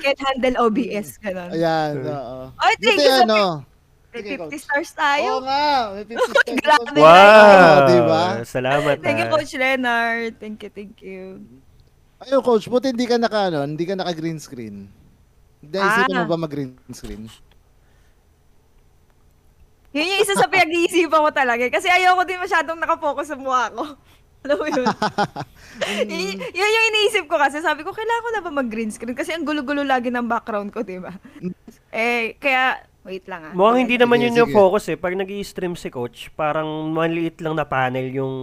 [SPEAKER 3] Can't handle OBS. Ganun.
[SPEAKER 1] Ayan, oo.
[SPEAKER 3] Ay, thank
[SPEAKER 1] Buti
[SPEAKER 3] you sa
[SPEAKER 1] ano.
[SPEAKER 3] May
[SPEAKER 1] Sige,
[SPEAKER 3] 50
[SPEAKER 1] coach.
[SPEAKER 3] stars
[SPEAKER 1] Oo
[SPEAKER 3] tayo.
[SPEAKER 1] nga, may 50 cents.
[SPEAKER 3] Grabe.
[SPEAKER 2] Wow!
[SPEAKER 1] Oo, diba?
[SPEAKER 2] Salamat
[SPEAKER 3] Thank you,
[SPEAKER 2] ah.
[SPEAKER 3] Coach Leonard. Thank you, thank you.
[SPEAKER 1] Ayun, coach, buti hindi ka naka, ano, hindi ka naka green screen. Naisipan
[SPEAKER 3] Ah.
[SPEAKER 1] mo ba mag green screen?
[SPEAKER 3] Yun yung isa sa pinag-iisipan ko talaga. eh. Kasi ayoko din masyadong nakapokus sa mukha ko. Alam mo yun? yun, yun yung iniisip ko kasi. Sabi ko, kailangan ko na ba mag-green screen? Kasi ang gulo-gulo lagi ng background ko, di ba? Eh, kaya, wait lang ah.
[SPEAKER 2] Mukhang hindi naman
[SPEAKER 1] Sige,
[SPEAKER 2] yun yung
[SPEAKER 1] sige.
[SPEAKER 2] focus eh. Pag nag stream si coach, parang maliit lang na panel yung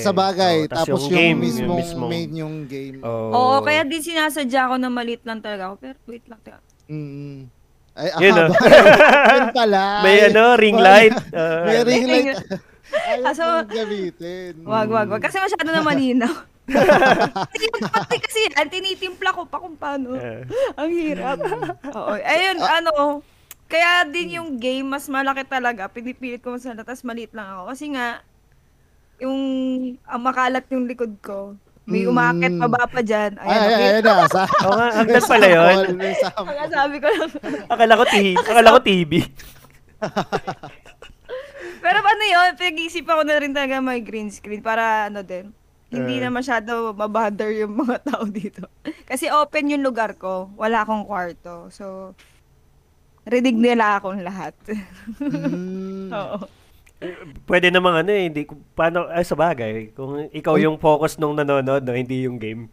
[SPEAKER 1] Ah, sa bagay.
[SPEAKER 2] eh. Oo, tas
[SPEAKER 1] Tapos yung,
[SPEAKER 2] game,
[SPEAKER 1] mismong,
[SPEAKER 2] yung
[SPEAKER 1] main yung game.
[SPEAKER 2] Oo.
[SPEAKER 3] Oo, kaya din sinasadya ko na malit lang talaga ako. Pero wait lang. Teka.
[SPEAKER 1] Mm. Ay,
[SPEAKER 2] Oh. Yun,
[SPEAKER 1] akaba.
[SPEAKER 2] oh.
[SPEAKER 1] Yun pala.
[SPEAKER 2] May ano, ring light. Ah,
[SPEAKER 1] May ring
[SPEAKER 3] Ring
[SPEAKER 1] light. Ayaw
[SPEAKER 3] Kaso-
[SPEAKER 1] kong gamitin.
[SPEAKER 3] Ah, Wag, wag, wag. Kasi masyado na malinaw. kasi yung pati kasi yan, tinitimpla ko pa kung paano.
[SPEAKER 2] ah.
[SPEAKER 3] Ang hirap. Oo. Ayun,
[SPEAKER 1] Ah.
[SPEAKER 3] ano, kaya din yung game, mas malaki talaga. Pinipilit ko mas malaki, tapos maliit lang ako. Kasi nga, yung ang makalat yung likod ko. May
[SPEAKER 1] Mm.
[SPEAKER 3] umakit baba pa dyan.
[SPEAKER 1] Ay, ay, ay,
[SPEAKER 3] Ayan,
[SPEAKER 1] ayun na. Sa,
[SPEAKER 2] Oo nga, hagdan pala yun.
[SPEAKER 1] May sample.
[SPEAKER 3] okay. sabi ko lang.
[SPEAKER 2] Akala ko TV. Akala ko TV.
[SPEAKER 3] Pero ano yun, pinag-iisipan ko na rin talaga may green screen para ano din. Hindi
[SPEAKER 2] Eh.
[SPEAKER 3] na masyado mabother yung mga tao dito. Kasi open yung lugar ko. Wala akong kwarto. So, rinig nila akong lahat.
[SPEAKER 1] Mm.
[SPEAKER 3] Oo.
[SPEAKER 2] Pwede namang ano eh, hindi ko- paano ay sa bagay kung ikaw
[SPEAKER 1] Hmm.
[SPEAKER 2] yung focus nung nanonood, no, hindi yung game.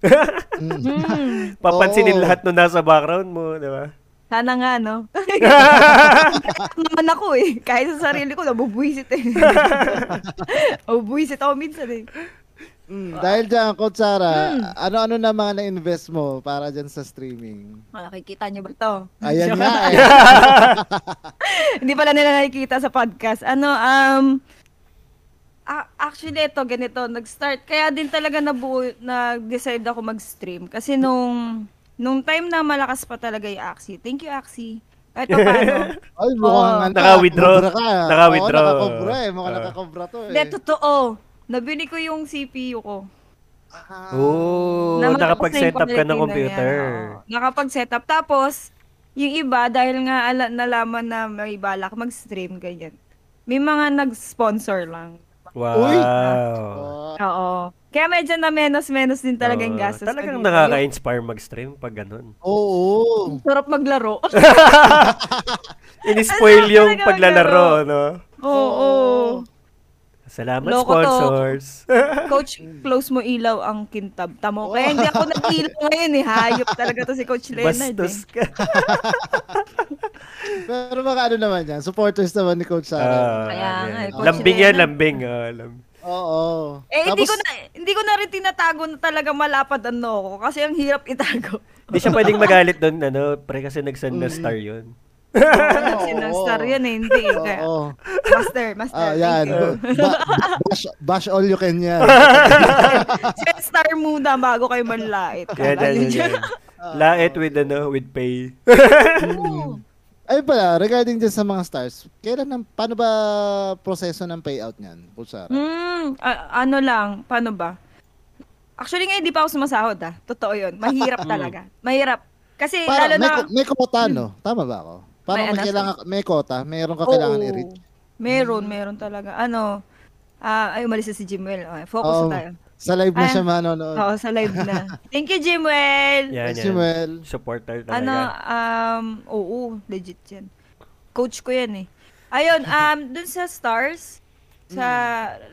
[SPEAKER 2] Papansinin
[SPEAKER 1] Oo.
[SPEAKER 2] lahat nung nasa background mo, di ba?
[SPEAKER 3] Sana nga, no? Takot naman ako eh. Kahit sa sarili ko, nabubuisit eh. Nabubuisit ako minsan eh.
[SPEAKER 1] Mm, Dahil dyan, Coach Sara,
[SPEAKER 3] Mm.
[SPEAKER 1] ano-ano na mga na-invest mo para dyan sa streaming?
[SPEAKER 3] Nakikita niyo ba to?
[SPEAKER 1] Ayan nga eh.
[SPEAKER 3] Hindi pala nila nakikita sa podcast. Ano, um, a- actually, ito, ganito, nag-start. Kaya din talaga nabuo, nag-decide ako mag-stream. Kasi nung, nung time na malakas pa talaga yung Axie. Thank you, Axie. Kahit pa paano.
[SPEAKER 1] Ay, mukhang
[SPEAKER 3] Oo.
[SPEAKER 1] ano,
[SPEAKER 2] Naka-withdraw.
[SPEAKER 1] nakakobra ka.
[SPEAKER 2] Naka-withdraw. Ah.
[SPEAKER 1] Oo, nakakobra eh. Mukhang
[SPEAKER 2] Oo.
[SPEAKER 1] nakakobra to eh.
[SPEAKER 3] Hindi, totoo. Nabili ko yung CPU ko.
[SPEAKER 1] Ah.
[SPEAKER 2] Oo,
[SPEAKER 3] Na malakas
[SPEAKER 2] nakapag-set
[SPEAKER 3] na
[SPEAKER 2] up ka
[SPEAKER 3] yung
[SPEAKER 2] ng
[SPEAKER 3] quality
[SPEAKER 2] computer.
[SPEAKER 3] na yan, oo. Nakapag-set up. Tapos, yung iba, dahil nga ala- nalaman na may balak mag-stream, ganyan. May mga nag-sponsor lang.
[SPEAKER 2] Wow.
[SPEAKER 1] Uy!
[SPEAKER 2] Oo,
[SPEAKER 1] Oo.
[SPEAKER 3] Oo. Kaya medyo na menos-menos din talaga yung gastos. ko
[SPEAKER 2] Talagang
[SPEAKER 3] dito.
[SPEAKER 2] nakaka-inspire mag-stream pag ganun.
[SPEAKER 1] Oo.
[SPEAKER 3] Yung Sarap maglaro. Oo.
[SPEAKER 2] Ini-spoil
[SPEAKER 3] Ano,
[SPEAKER 2] yung
[SPEAKER 3] talaga
[SPEAKER 2] paglalaro, no?
[SPEAKER 3] oo.
[SPEAKER 2] Salamat,
[SPEAKER 3] Loko to.
[SPEAKER 2] sponsors.
[SPEAKER 3] Coach, close mo ilaw ang kintab. Tamo. Kaya hindi ako nag-ilaw ngayon eh. Hayop talaga to si Coach Leonard eh.
[SPEAKER 2] Bastos ka.
[SPEAKER 1] Pero mga ano naman yan, supporters naman ni Coach Sara.
[SPEAKER 2] Ah,
[SPEAKER 3] Kaya nga,
[SPEAKER 2] yan.
[SPEAKER 3] eh, kung
[SPEAKER 2] Lambing
[SPEAKER 3] sila
[SPEAKER 2] yan,
[SPEAKER 3] na-
[SPEAKER 2] lambing. ah, lam-
[SPEAKER 1] Oo.
[SPEAKER 3] Eh, hindi ko na hindi ko na rin tinatago na talaga malapad ano ako kasi ang hirap itago.
[SPEAKER 2] Hindi siya pwedeng magalit doon, ano, pre, kasi nag-send na star yun.
[SPEAKER 1] Oo.
[SPEAKER 3] Sinastar yun eh, hindi. eh. Kaya,
[SPEAKER 1] Oo.
[SPEAKER 3] master, master.
[SPEAKER 1] Ah,
[SPEAKER 3] thank
[SPEAKER 1] yan.
[SPEAKER 3] you.
[SPEAKER 1] Ba- ba- bash, bash all you can yan.
[SPEAKER 3] Star muna bago kayo manlait.
[SPEAKER 2] Kaya eh.
[SPEAKER 3] Kala
[SPEAKER 2] yan,
[SPEAKER 3] nyo
[SPEAKER 2] yan,
[SPEAKER 3] dyan.
[SPEAKER 2] yan. Lait with, ano, with pay.
[SPEAKER 3] Oo.
[SPEAKER 1] Ay pala, regarding dyan sa mga stars, kailan ang, paano ba proseso ng payout niyan, Coach Sara?
[SPEAKER 3] Hmm, a- ano lang, paano ba? Actually ngayon, di pa ako sumasahod ah. Totoo yun. Mahirap talaga. Mahirap. Kasi Eh, lalo
[SPEAKER 1] Para, may,
[SPEAKER 3] na... Hmm.
[SPEAKER 1] ko- may kota, no? Tama ba ako? Parang may,
[SPEAKER 3] May ano,
[SPEAKER 1] kailangan, may kota, mayroon ka kailangan
[SPEAKER 3] Oo.
[SPEAKER 1] i-reach. Mm.
[SPEAKER 3] Meron, meron talaga. Ano, ah ay, umalis na si Jimwell. Okay, focus
[SPEAKER 1] Oo.
[SPEAKER 3] na tayo.
[SPEAKER 1] Sa live na
[SPEAKER 3] Ah.
[SPEAKER 1] siya manonood.
[SPEAKER 3] Oo, sa live na. Thank you, Jimwell!
[SPEAKER 2] Yan,
[SPEAKER 1] Yes,
[SPEAKER 2] yan.
[SPEAKER 1] Jimel.
[SPEAKER 2] Supporter
[SPEAKER 3] Ano,
[SPEAKER 2] talaga.
[SPEAKER 3] um, oo, legit yan. Coach ko yan eh. Ayun, um, dun sa Stars, sa,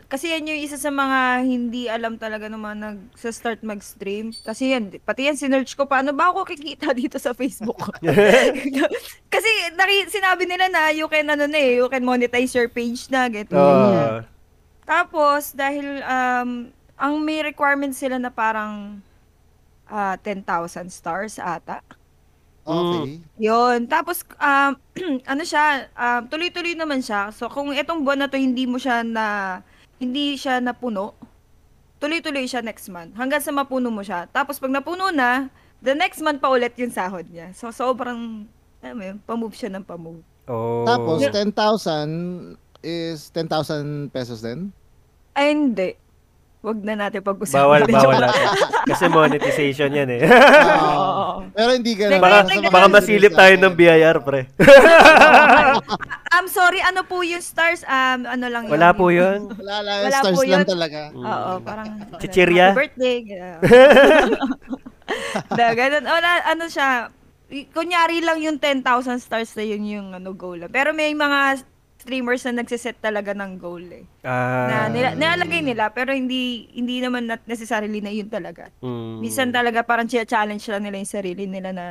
[SPEAKER 3] kasi yan yung isa sa mga hindi alam talaga ng mga nag, sa start mag-stream. Kasi yan, pati yan, sinerch ko, paano ba ako kikita dito sa Facebook ko? kasi naki, sinabi nila na, you can, ano na eh, you can monetize your page na,
[SPEAKER 2] Ah.
[SPEAKER 3] ganito. ganyan.
[SPEAKER 2] Oo.
[SPEAKER 3] Tapos, dahil um, ang may requirement sila na parang ah, 10,000 stars ata.
[SPEAKER 1] Okay.
[SPEAKER 2] Hmm.
[SPEAKER 3] Yun. Tapos, um, ano siya, um, tuloy-tuloy naman siya. So, kung itong buwan na to hindi mo siya na, hindi siya napuno, tuloy-tuloy siya next month. Hanggang sa mapuno mo siya. Tapos, pag napuno na, the next month pa ulit yung sahod niya. So, sobrang, alam mo yun, pamove siya ng pamove.
[SPEAKER 2] Oh.
[SPEAKER 1] Tapos, 10,000 is 10,000 pesos din?
[SPEAKER 3] Ay, hindi. Wag na natin pag-usapan.
[SPEAKER 2] bawal,
[SPEAKER 3] Joke
[SPEAKER 2] bawal
[SPEAKER 3] lang.
[SPEAKER 2] natin. Kasi monetization yan eh.
[SPEAKER 1] Oo.
[SPEAKER 3] Oo.
[SPEAKER 1] Ah. Pero hindi ganun.
[SPEAKER 2] baka,
[SPEAKER 3] Teka, teka.
[SPEAKER 2] baka masilip tayo ng BIR, pre.
[SPEAKER 3] I'm sorry, ano po yung stars? Um, ano lang yun?
[SPEAKER 2] Wala po yun.
[SPEAKER 1] Wala lang,
[SPEAKER 3] Wala po
[SPEAKER 1] stars
[SPEAKER 3] yun.
[SPEAKER 1] lang talaga.
[SPEAKER 2] Mm.
[SPEAKER 3] Oo, parang... ano,
[SPEAKER 2] Chichirya?
[SPEAKER 3] Happy birthday. gano'n. Da, ganun. Wala, ano siya, y- kunyari lang yung 10,000 stars na yun yung ano, goal. lang. Pero may mga streamers na nagsiset talaga ng goal eh.
[SPEAKER 2] Ah.
[SPEAKER 3] Na nila, nilalagay nila pero hindi hindi naman nat- necessarily na yun talaga.
[SPEAKER 2] Mm.
[SPEAKER 3] Minsan talaga parang challenge lang nila yung sarili nila na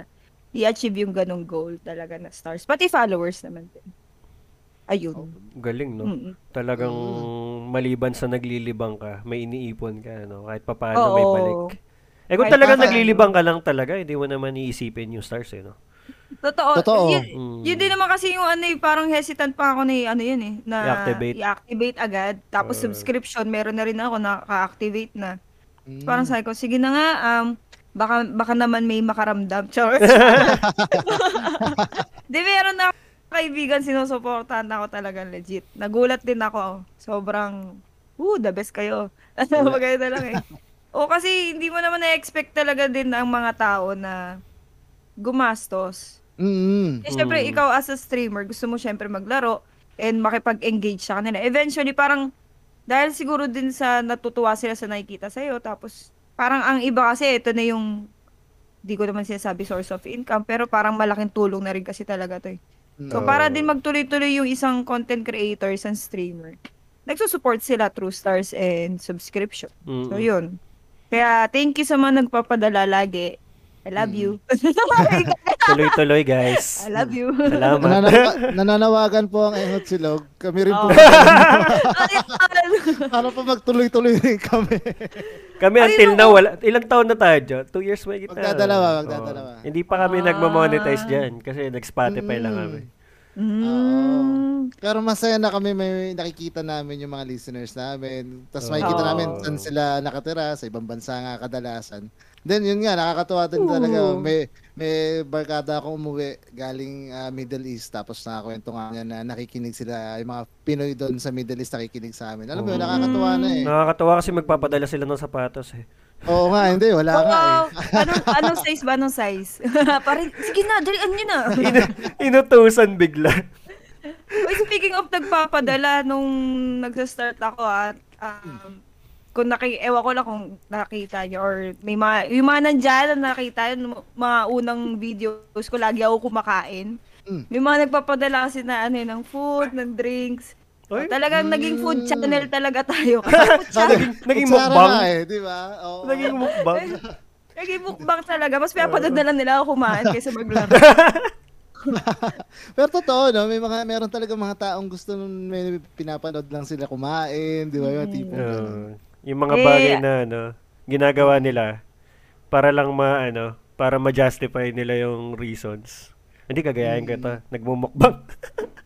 [SPEAKER 3] i-achieve yung ganong goal talaga na stars. Pati followers naman din. Ayun.
[SPEAKER 2] hmm, Galing, Oh, no?
[SPEAKER 3] Mm-mm.
[SPEAKER 2] Talagang
[SPEAKER 3] Hmm.
[SPEAKER 2] maliban sa naglilibang ka, may iniipon ka, no? Kahit papaano
[SPEAKER 3] Oo.
[SPEAKER 2] may balik. Eh kung
[SPEAKER 3] Kahit
[SPEAKER 2] talagang
[SPEAKER 3] papaano.
[SPEAKER 2] naglilibang ka lang talaga, hindi mo naman iisipin yung stars, eh, no?
[SPEAKER 3] Totoo.
[SPEAKER 1] Totoo.
[SPEAKER 3] Yun,
[SPEAKER 2] Mm.
[SPEAKER 3] yun din naman kasi yung ano eh, parang hesitant pa ako na eh, ano yun eh, na
[SPEAKER 2] I-activate.
[SPEAKER 3] i-activate agad. Tapos
[SPEAKER 2] Oo.
[SPEAKER 3] subscription, meron na rin ako naka-activate na.
[SPEAKER 1] Hmm.
[SPEAKER 3] Parang sabi ko, sige na nga, um, baka, baka naman may makaramdam. Charles. Di, meron na ako kaibigan, sinusuportahan ako talaga legit. Nagulat din ako. Sobrang, woo, the best kayo. Ano ba na lang eh. O kasi hindi mo naman na-expect talaga din ang mga tao na gumastos.
[SPEAKER 1] Mm.
[SPEAKER 3] Eh, syempre,
[SPEAKER 2] Mm.
[SPEAKER 3] ikaw as a streamer, gusto mo syempre maglaro and makipag-engage sa kanila. Eventually, parang, dahil siguro din sa natutuwa sila sa nakikita sa'yo, tapos, parang ang iba kasi, ito na yung, di ko naman sinasabi source of income, pero parang malaking tulong na rin kasi talaga to eh. So,
[SPEAKER 2] Oo.
[SPEAKER 3] para din magtuloy-tuloy yung isang content creators and streamer, nagsusupport sila through stars and subscription.
[SPEAKER 2] Mm.
[SPEAKER 3] So, yun. Kaya, thank you sa mga nagpapadala lagi. I love
[SPEAKER 2] Mm.
[SPEAKER 3] you.
[SPEAKER 2] Tuloy-tuloy, guys.
[SPEAKER 3] I love you.
[SPEAKER 1] Ano?
[SPEAKER 2] Salamat.
[SPEAKER 1] Nananawa- nananawagan po ang Engot Silog. Kami rin po.
[SPEAKER 3] Oo. Ayun.
[SPEAKER 1] Para po magtuloy-tuloy rin kami.
[SPEAKER 2] Kami
[SPEAKER 3] Ay,
[SPEAKER 2] until
[SPEAKER 3] no.
[SPEAKER 2] now, wala, ilang taon na tayo dyan? Two years may kita.
[SPEAKER 1] Magdadalawa,
[SPEAKER 2] Oo.
[SPEAKER 1] magdadalawa.
[SPEAKER 2] Hindi pa kami
[SPEAKER 3] Ah.
[SPEAKER 2] nagmamonetize dyan kasi nag-Spotify lang
[SPEAKER 1] Mm.
[SPEAKER 2] kami.
[SPEAKER 3] Mm.
[SPEAKER 1] Pero masaya na kami may nakikita namin yung mga listeners namin. Tapos makikita
[SPEAKER 3] Oo.
[SPEAKER 2] Oh.
[SPEAKER 1] namin saan sila nakatira, sa ibang bansa nga kadalasan. Then yun nga, nakakatuwa din
[SPEAKER 3] Oo.
[SPEAKER 1] talaga. May, may barkada akong umuwi galing ah, Middle East. Tapos nakakwento nga niya na nakikinig sila, yung mga Pinoy doon sa Middle East nakikinig sa amin. Alam mo yun,
[SPEAKER 2] Oo.
[SPEAKER 1] nakakatuwa na
[SPEAKER 3] Hmm.
[SPEAKER 1] eh.
[SPEAKER 2] Nakakatawa kasi magpapadala sila ng sapatos eh.
[SPEAKER 1] Oo nga, hindi, wala
[SPEAKER 3] Oh,
[SPEAKER 1] nga eh.
[SPEAKER 3] wow. Anong, anong size ba? Anong size? Parang, sige na, ano dalian nyo na.
[SPEAKER 2] In- inutusan bigla.
[SPEAKER 3] Uy, speaking of nagpapadala, nung nagsa-start ako at um, kung naki, ewan ko lang kung nakita nyo or may mga, yung mga nandyan na nakita yun, mga unang videos ko, lagi ako kumakain.
[SPEAKER 1] Mm.
[SPEAKER 3] May mga nagpapadala kasi na ano yun, ng food, ng drinks. O,
[SPEAKER 2] Oy.
[SPEAKER 3] talagang naging
[SPEAKER 1] hmm.
[SPEAKER 3] food channel talaga tayo. Kasi food channel.
[SPEAKER 2] naging, naging
[SPEAKER 1] Kutsara
[SPEAKER 2] mukbang.
[SPEAKER 1] nga eh, di ba? Oo.
[SPEAKER 2] Naging mukbang.
[SPEAKER 3] Eh, Naging mukbang talaga. Mas pinapanood na lang nila ako kumain kaysa maglaro.
[SPEAKER 1] Pero totoo, no? May mga, meron talaga mga taong gusto nun, may pinapanood lang sila kumain, di ba?
[SPEAKER 2] Mm.
[SPEAKER 1] Yung tipo. ganun.
[SPEAKER 2] Oo. yung mga
[SPEAKER 3] Eh,
[SPEAKER 2] bagay na ano, ginagawa nila para lang ma ano, para ma-justify nila yung reasons. Hindi kagayahin ko ito.
[SPEAKER 3] Mm.
[SPEAKER 2] Nagmumukbang.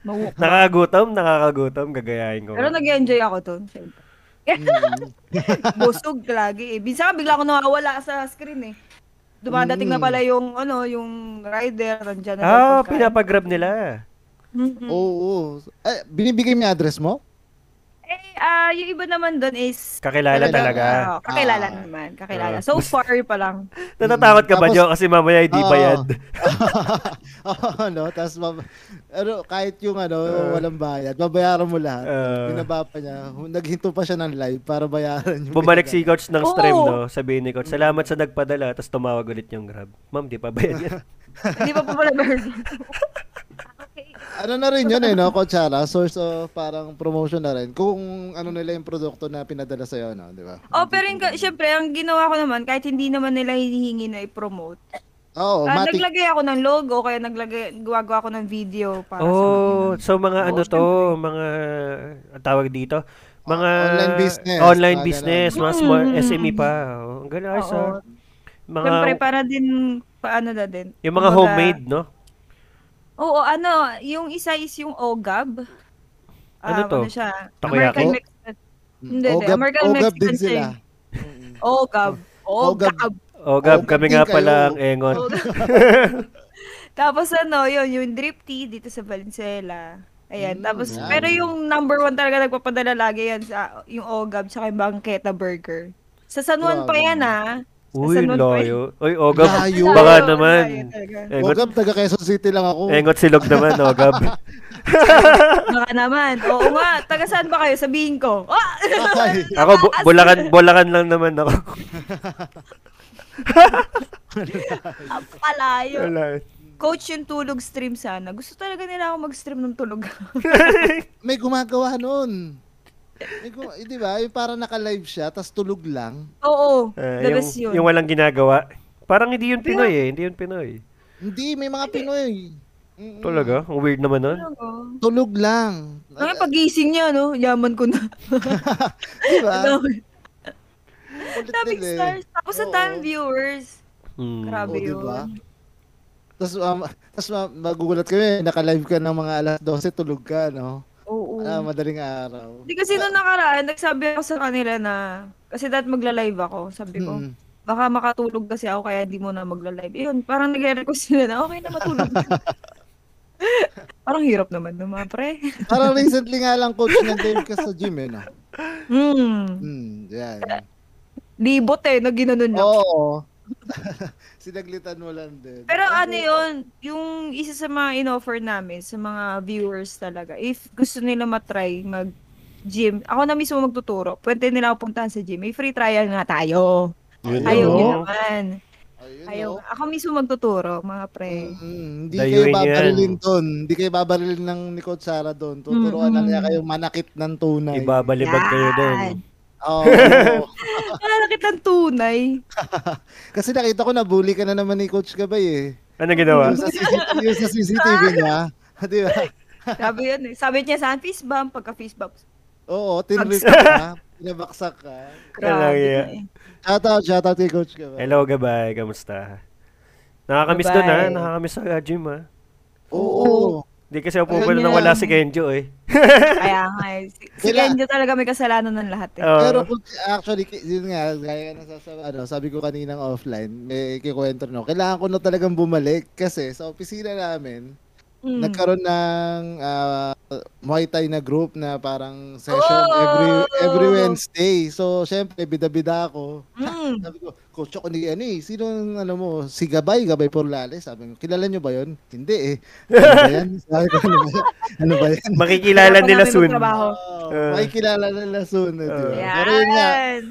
[SPEAKER 3] Mawu-
[SPEAKER 2] nakakagutom, nakakagutom, gagayahin ko.
[SPEAKER 3] Pero nag-enjoy ako to. syempre. Busog lagi eh. Minsan bigla ako nawawala sa screen eh. Dumadating na pala yung ano, yung rider nandiyan na.
[SPEAKER 2] Mm. ah,
[SPEAKER 3] nagpagkain.
[SPEAKER 2] pinapag-grab nila.
[SPEAKER 3] Mhm.
[SPEAKER 1] Oo. Eh, binibigay mo yung address mo?
[SPEAKER 3] Eh, ah, yung iba naman doon is
[SPEAKER 1] Kakilala.
[SPEAKER 2] Kakilala talaga.
[SPEAKER 3] Ah, kakilala
[SPEAKER 1] Ah.
[SPEAKER 3] naman, kakilala.
[SPEAKER 2] Ah.
[SPEAKER 3] So far pa lang.
[SPEAKER 2] Natatakot ka ba,
[SPEAKER 1] Tapos-
[SPEAKER 2] Jo? Kasi mamaya hindi
[SPEAKER 1] Oo.
[SPEAKER 2] bayad.
[SPEAKER 3] Ah.
[SPEAKER 1] Oo, no? Tapos, mab- ano, kahit yung ano,
[SPEAKER 3] Uh.
[SPEAKER 1] walang bayad, babayaran mo lahat.
[SPEAKER 2] Ah.
[SPEAKER 1] Binaba pa niya. Hu- Naghinto pa siya ng live para bayaran yung
[SPEAKER 2] Bumalik si coach ng stream,
[SPEAKER 3] Oo.
[SPEAKER 2] no? Sabihin ni coach, salamat sa nagpadala, tapos tumawag ulit yung grab. Ma'am, di pa bayad yan.
[SPEAKER 3] Hindi pa po pala version.
[SPEAKER 1] Ano na rin yun eh, no, Coachella? Source of parang promotion na rin. Kung ano nila yung produkto na pinadala sa'yo, no? Di ba?
[SPEAKER 3] oh, pero yung, syempre, ang ginawa ko naman, kahit hindi naman nila hinihingi na i-promote,
[SPEAKER 1] Oo,
[SPEAKER 3] Ah,
[SPEAKER 1] matik.
[SPEAKER 3] naglagay ako ng logo, kaya naglagay, gumagawa ako ng video para
[SPEAKER 2] Oh, so mga
[SPEAKER 3] Oo,
[SPEAKER 2] ano to, mga ang tawag dito, mga
[SPEAKER 1] online business,
[SPEAKER 2] online
[SPEAKER 1] mga
[SPEAKER 2] business,
[SPEAKER 3] ganun.
[SPEAKER 2] mas more
[SPEAKER 3] Mm.
[SPEAKER 2] SME pa. Oh, ang galing
[SPEAKER 3] Oo.
[SPEAKER 2] sa mga
[SPEAKER 3] Siyempre, para din, paano na din.
[SPEAKER 2] yung mga
[SPEAKER 3] Kumbaga-
[SPEAKER 2] homemade, no?
[SPEAKER 3] Oo, ano, yung isa is yung OGAB.
[SPEAKER 2] Ano
[SPEAKER 3] Ah,
[SPEAKER 2] to?
[SPEAKER 3] ano siya?
[SPEAKER 2] Takoyaki?
[SPEAKER 3] American Mexican. Hindi, hindi.
[SPEAKER 1] Mm. Ogab,
[SPEAKER 3] American
[SPEAKER 1] ogab
[SPEAKER 3] Mexican eh.
[SPEAKER 1] din sila.
[SPEAKER 3] OGAB.
[SPEAKER 1] OGAB.
[SPEAKER 3] OGAB.
[SPEAKER 2] Oh, Gab,
[SPEAKER 1] Oo,
[SPEAKER 2] kami
[SPEAKER 1] ganun
[SPEAKER 2] nga
[SPEAKER 1] kayo.
[SPEAKER 2] pala ang engon.
[SPEAKER 3] Oh, Tapos ano, yun, yung drip tea dito sa Valenzuela. Ayan,
[SPEAKER 1] Mm,
[SPEAKER 3] tapos,
[SPEAKER 1] yan.
[SPEAKER 3] pero yung number one talaga nagpapadala lagi yan sa, yung OGAB, tsaka yung Banqueta Burger. Sa San Juan pa
[SPEAKER 1] Grabe.
[SPEAKER 3] yan, ha? Sa
[SPEAKER 2] Uy,
[SPEAKER 3] San Juan pa yan.
[SPEAKER 2] layo. Uy, oh, Gab,
[SPEAKER 1] Layo.
[SPEAKER 2] baka
[SPEAKER 3] Layo,
[SPEAKER 2] naman.
[SPEAKER 3] layo talaga.
[SPEAKER 2] Engot,
[SPEAKER 1] Ogab, taga Quezon City lang ako.
[SPEAKER 2] engot silog naman, oh, Gab.
[SPEAKER 3] Baka naman. Oo nga, taga saan ba kayo? Sabihin ko. Ah!
[SPEAKER 1] Ay,
[SPEAKER 2] Ako, bu- bulakan, bulakan lang naman ako.
[SPEAKER 3] Palayo.
[SPEAKER 2] Wala.
[SPEAKER 3] Coach yung tulog stream sana. Gusto talaga nila ako mag-stream ng tulog.
[SPEAKER 2] Eh,
[SPEAKER 1] may gumagawa nun. May gum- eh, di ba? Yung parang naka-live siya, tapos tulog lang.
[SPEAKER 3] Oo,
[SPEAKER 2] Ah,
[SPEAKER 3] the
[SPEAKER 2] yung,
[SPEAKER 3] best yun. Ano
[SPEAKER 2] yung walang ginagawa. Parang hindi yun Pinoy eh, hindi yun Pinoy.
[SPEAKER 1] Hindi, may mga Pinoy. Mm-mm.
[SPEAKER 2] Talaga, ang weird naman nun.
[SPEAKER 3] Oo.
[SPEAKER 1] Tulog lang.
[SPEAKER 3] Ang pagising niya, no? Yaman ko na.
[SPEAKER 1] Di ba?
[SPEAKER 3] Ang
[SPEAKER 1] Kulit
[SPEAKER 3] Daming
[SPEAKER 1] nila eh.
[SPEAKER 3] stars. Tapos sa
[SPEAKER 1] Oo.
[SPEAKER 3] daming viewers.
[SPEAKER 2] Hmm.
[SPEAKER 1] Oo,
[SPEAKER 3] Grabe
[SPEAKER 1] diba?
[SPEAKER 3] yun.
[SPEAKER 1] Tapos um, tas ma- magugulat kami, naka-live ka ng mga alas 12, tulog ka, no?
[SPEAKER 3] Oo.
[SPEAKER 1] Ah, madaling araw.
[SPEAKER 3] Hindi kasi nung nakaraan, nagsabi ako sa kanila na, kasi dahil magla-live ako, sabi ko,
[SPEAKER 1] Mm.
[SPEAKER 3] baka makatulog kasi ako kaya di mo na magla-live. Yun, parang nagre-request sila na, okay na matulog. na." parang hirap naman ng mga pre.
[SPEAKER 1] Parang recently nga lang, coach, nag-live ka sa gym, eh, no?
[SPEAKER 3] Hmm,
[SPEAKER 1] Hmm, yan.
[SPEAKER 3] libot eh, na ginanon niya.
[SPEAKER 1] Oo. Sinaglitan mo lang din.
[SPEAKER 3] Pero ano yun, yung isa sa mga in-offer namin sa mga viewers talaga, if gusto nila matry mag gym, ako na mismo magtuturo, pwede nila ako puntahan sa gym. May free trial nga tayo.
[SPEAKER 2] Yun,
[SPEAKER 3] Ayaw
[SPEAKER 2] no?
[SPEAKER 3] nyo naman.
[SPEAKER 1] oh. Ayun,
[SPEAKER 3] Ayaw. eh.
[SPEAKER 1] no?
[SPEAKER 3] Ako mismo magtuturo, mga pre.
[SPEAKER 1] Mm, hindi kayo
[SPEAKER 2] Dayuhin yan.
[SPEAKER 1] babarilin doon. Hindi kayo babarilin ng ni Coach Sara doon. Tuturuan lang
[SPEAKER 3] Mm-mm.
[SPEAKER 1] niya kayo manakit ng tunay.
[SPEAKER 2] Ibabalibag kayo doon.
[SPEAKER 1] Oo. Mm.
[SPEAKER 3] Malakit ng tunay.
[SPEAKER 1] Kasi nakita ko na bully ka na naman ni Coach Gabay eh.
[SPEAKER 2] Ano ginawa?
[SPEAKER 1] Yung sa CCTV, yung sa CCTV niya. Di ba?
[SPEAKER 3] Sabi yun eh. Sabi niya sa akin, fist bump, pagka fist bump.
[SPEAKER 1] Oo, tinrip ka. Pinabaksak ka.
[SPEAKER 2] Talaga.
[SPEAKER 3] na eh.
[SPEAKER 1] Shoutout, shoutout kay Coach Gabay.
[SPEAKER 2] Hello, gabay. Kamusta? Nakakamiss doon ha.
[SPEAKER 3] Gabay.
[SPEAKER 2] Nakakamiss sa ah, gym ha.
[SPEAKER 1] Oo.
[SPEAKER 2] Hindi kasi ako
[SPEAKER 1] Ayun
[SPEAKER 2] pupunta nang
[SPEAKER 1] yan.
[SPEAKER 2] wala si Kenjo eh.
[SPEAKER 3] Kaya nga eh. Si, si
[SPEAKER 1] Kailan-
[SPEAKER 3] Kenjo talaga may kasalanan ng lahat eh.
[SPEAKER 2] Oo.
[SPEAKER 1] Pero kung- actually, ki- yun nga, gaya na sa, ano, sabi ko kaninang offline, may kikwento no. Kailangan ko na talagang bumalik kasi sa opisina namin,
[SPEAKER 2] Uh,
[SPEAKER 3] Mm.
[SPEAKER 1] nagkaroon ng ah, Muay Thai na group na parang session
[SPEAKER 3] Oh!
[SPEAKER 1] every every Wednesday. So, syempre, bida-bida ako.
[SPEAKER 3] Mm.
[SPEAKER 1] Sabi ko, coach ako ni ano eh, sino ang ano mo, si Gabay, Gabay Porlales. Sabi ko, kilala nyo ba yon? Hindi eh. Ano ba yan? Sabi ko, ano ba yan? Ano ba yan?
[SPEAKER 2] Makikilala
[SPEAKER 3] Kailangan
[SPEAKER 2] nila
[SPEAKER 3] namin
[SPEAKER 2] soon.
[SPEAKER 3] magtrabaho.
[SPEAKER 1] Oh,
[SPEAKER 3] Uh.
[SPEAKER 2] Ah.
[SPEAKER 1] may kilala nila soon. eh, di ba?
[SPEAKER 2] Ah.
[SPEAKER 1] Pero yun nga,
[SPEAKER 3] Yan.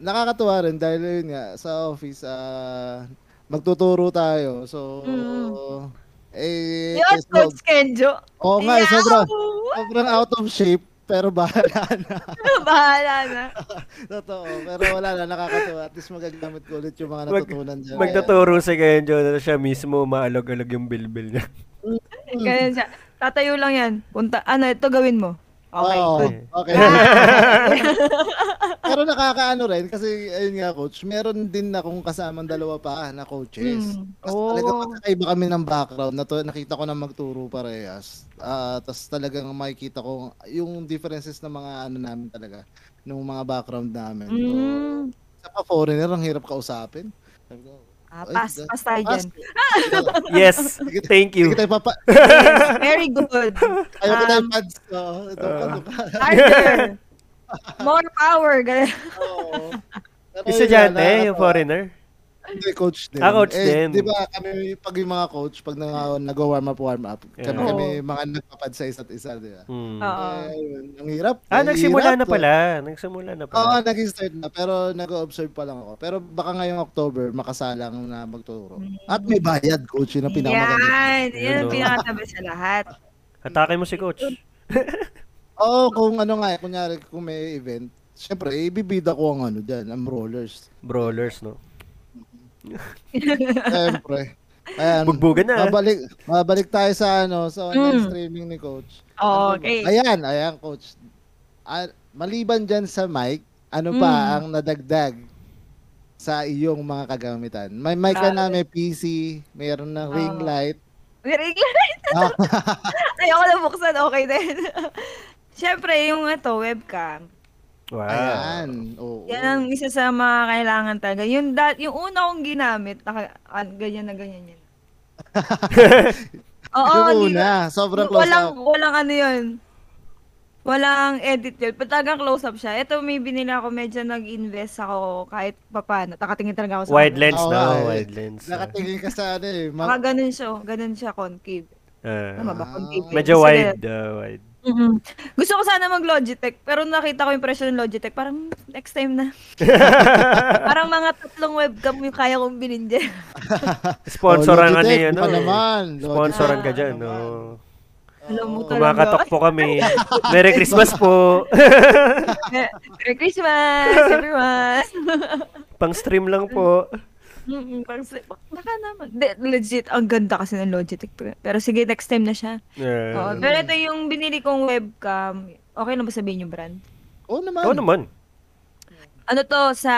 [SPEAKER 1] nakakatuwa rin dahil yun nga, sa office, ah, magtuturo tayo. So,
[SPEAKER 3] Mm.
[SPEAKER 1] eh,
[SPEAKER 3] Yun,
[SPEAKER 1] eh, so-
[SPEAKER 3] Coach Kenjo.
[SPEAKER 1] Oo nga, eh,
[SPEAKER 3] Yaw!
[SPEAKER 1] sobrang, sobrang out of shape, pero bahala na.
[SPEAKER 3] Ano, Bahala na.
[SPEAKER 1] Totoo, pero wala na, nakakatuwa. At least magagamit ko ulit yung mga
[SPEAKER 2] Mag-
[SPEAKER 1] natutunan dyan.
[SPEAKER 2] Magtuturo si Kenjo na siya mismo maalog-alog yung bilbil niya.
[SPEAKER 3] Ganyan siya. Tatayo lang yan. Punta, ano, ito gawin mo. Okay.
[SPEAKER 1] Oo,
[SPEAKER 2] good.
[SPEAKER 1] Oh, okay. pero nakakaano rin, kasi ayun nga coach, meron din na akong kasamang dalawa pa na coaches.
[SPEAKER 3] Mm.
[SPEAKER 1] Tapos
[SPEAKER 3] Oo.
[SPEAKER 1] talaga magkakaiba kami ng background. Nato, nakita ko na magturo parehas. Ah, Tapos talagang makikita ko yung differences ng mga ano namin talaga. Nung mga background namin. So,
[SPEAKER 3] Mm.
[SPEAKER 1] sa pa foreigner, ang hirap kausapin. Sabi ko,
[SPEAKER 3] Ah,
[SPEAKER 1] Ay,
[SPEAKER 3] pass,
[SPEAKER 1] da-
[SPEAKER 3] pass tayo
[SPEAKER 1] "Pas-
[SPEAKER 3] dyan.
[SPEAKER 2] Yes, thank
[SPEAKER 1] Sige
[SPEAKER 2] you.
[SPEAKER 1] tayo papa.
[SPEAKER 3] Very good.
[SPEAKER 1] Ayaw ko tayo
[SPEAKER 3] Um,
[SPEAKER 1] pads ko. Ito ka, ito ka.
[SPEAKER 3] Harder. More power. Ganun.
[SPEAKER 1] Oo. Pero yun
[SPEAKER 2] Yung estudyante,
[SPEAKER 1] nga,
[SPEAKER 2] eh, yung foreigner.
[SPEAKER 1] Hindi, coach din.
[SPEAKER 2] Ah, coach
[SPEAKER 1] eh,
[SPEAKER 2] din.
[SPEAKER 1] Di ba, kami, pag yung mga coach, pag nag- nag-warm up, warm up, kami,
[SPEAKER 2] Yeah.
[SPEAKER 1] kami mga nagpapad sa isa't isa, di ba?
[SPEAKER 2] Hmm.
[SPEAKER 3] Oo.
[SPEAKER 1] Eh, yun, ang hirap.
[SPEAKER 2] Ah,
[SPEAKER 1] ang
[SPEAKER 2] nagsimula
[SPEAKER 1] hirap.
[SPEAKER 2] na pala. Nagsimula
[SPEAKER 1] Oo,
[SPEAKER 2] na pala.
[SPEAKER 1] nag-start na, pero nag-observe pa lang ako. Pero baka ngayong October, makasalang na magturo. At may bayad, coach, yun ang pinakamaganda.
[SPEAKER 3] Yan. Yan ang
[SPEAKER 2] Ayun, oh.
[SPEAKER 3] pinakatabi sa lahat. Oh.
[SPEAKER 2] Atake mo si coach.
[SPEAKER 1] Oo, kung ano nga, eh, kunyari, kung may event, syempre, ibibida ko ang ano dyan, ang rollers.
[SPEAKER 2] Brawlers, no?
[SPEAKER 1] Syempre. Ayan.
[SPEAKER 2] Bugbugan na. ah.
[SPEAKER 1] Mabalik, mabalik tayo sa ano, sa online
[SPEAKER 3] Mm.
[SPEAKER 1] streaming ni coach. Ano ba?
[SPEAKER 3] Okay.
[SPEAKER 1] Ayan, ayan coach. Ah, maliban dyan sa mic, ano pa
[SPEAKER 3] Mm.
[SPEAKER 1] ang nadagdag sa iyong mga kagamitan? May mic ka
[SPEAKER 3] Ah.
[SPEAKER 1] na, may PC, mayroon na ring
[SPEAKER 3] Oo.
[SPEAKER 1] light.
[SPEAKER 3] Very good.
[SPEAKER 1] Ah,
[SPEAKER 3] Ayoko na buksan. Okay na yun. Siyempre, yung ito, webcam.
[SPEAKER 2] Ah. Wow.
[SPEAKER 1] ayan. Oo.
[SPEAKER 3] Yan ang isa sa mga kailangan talaga. Yung, dat, yung una kong ginamit, naka, ah, ganyan na ganyan yan. Oo,
[SPEAKER 1] Yung
[SPEAKER 3] di ba?
[SPEAKER 1] una, sobrang close
[SPEAKER 3] walang,
[SPEAKER 1] up.
[SPEAKER 3] walang ano yun. Walang edit yun. Pero Talagang close up siya. Ito may binila ako, medyo nag-invest ako kahit papano. Nakatingin talaga ako sa
[SPEAKER 2] Wide
[SPEAKER 3] camera.
[SPEAKER 2] lens
[SPEAKER 1] Oo,
[SPEAKER 2] na,
[SPEAKER 1] eh.
[SPEAKER 2] wide lens. ah.
[SPEAKER 1] Nakatingin ka sa ano eh.
[SPEAKER 3] Saka
[SPEAKER 1] Ma-
[SPEAKER 3] ganun siya, oh. ganun siya concave.
[SPEAKER 2] Ah.
[SPEAKER 3] Tama ba? Concave. eh.
[SPEAKER 2] medyo
[SPEAKER 3] Gusto nila-
[SPEAKER 2] wide, ah, wide.
[SPEAKER 3] Mhm. Gusto ko sana mag Logitech, pero nakita ko yung presyo ng Logitech, parang next time na. parang mga tatlong webcam yung kaya kong bilhin dyan.
[SPEAKER 2] Sponsor
[SPEAKER 1] Oh,
[SPEAKER 2] ang ano
[SPEAKER 1] Logitech,
[SPEAKER 2] yan, no?
[SPEAKER 1] pa naman.
[SPEAKER 2] Sponsoran ka
[SPEAKER 1] Logitech,
[SPEAKER 2] dyan,
[SPEAKER 1] pa
[SPEAKER 2] no?
[SPEAKER 1] naman.
[SPEAKER 3] Alam mo
[SPEAKER 1] Oo.
[SPEAKER 3] talaga.
[SPEAKER 2] Kumakatok po kami. Merry Christmas po.
[SPEAKER 3] Merry Christmas, everyone!
[SPEAKER 2] Pang-stream lang po.
[SPEAKER 3] Mm, parang sa- Baka naman. De, legit, ang ganda kasi ng Logitech. Pero sige, next time na siya. Oo,
[SPEAKER 2] Yeah.
[SPEAKER 3] pero ito yung binili kong webcam. Okay na ba sabihin yung brand?
[SPEAKER 1] Oo naman.
[SPEAKER 2] Oo naman.
[SPEAKER 3] Ano to sa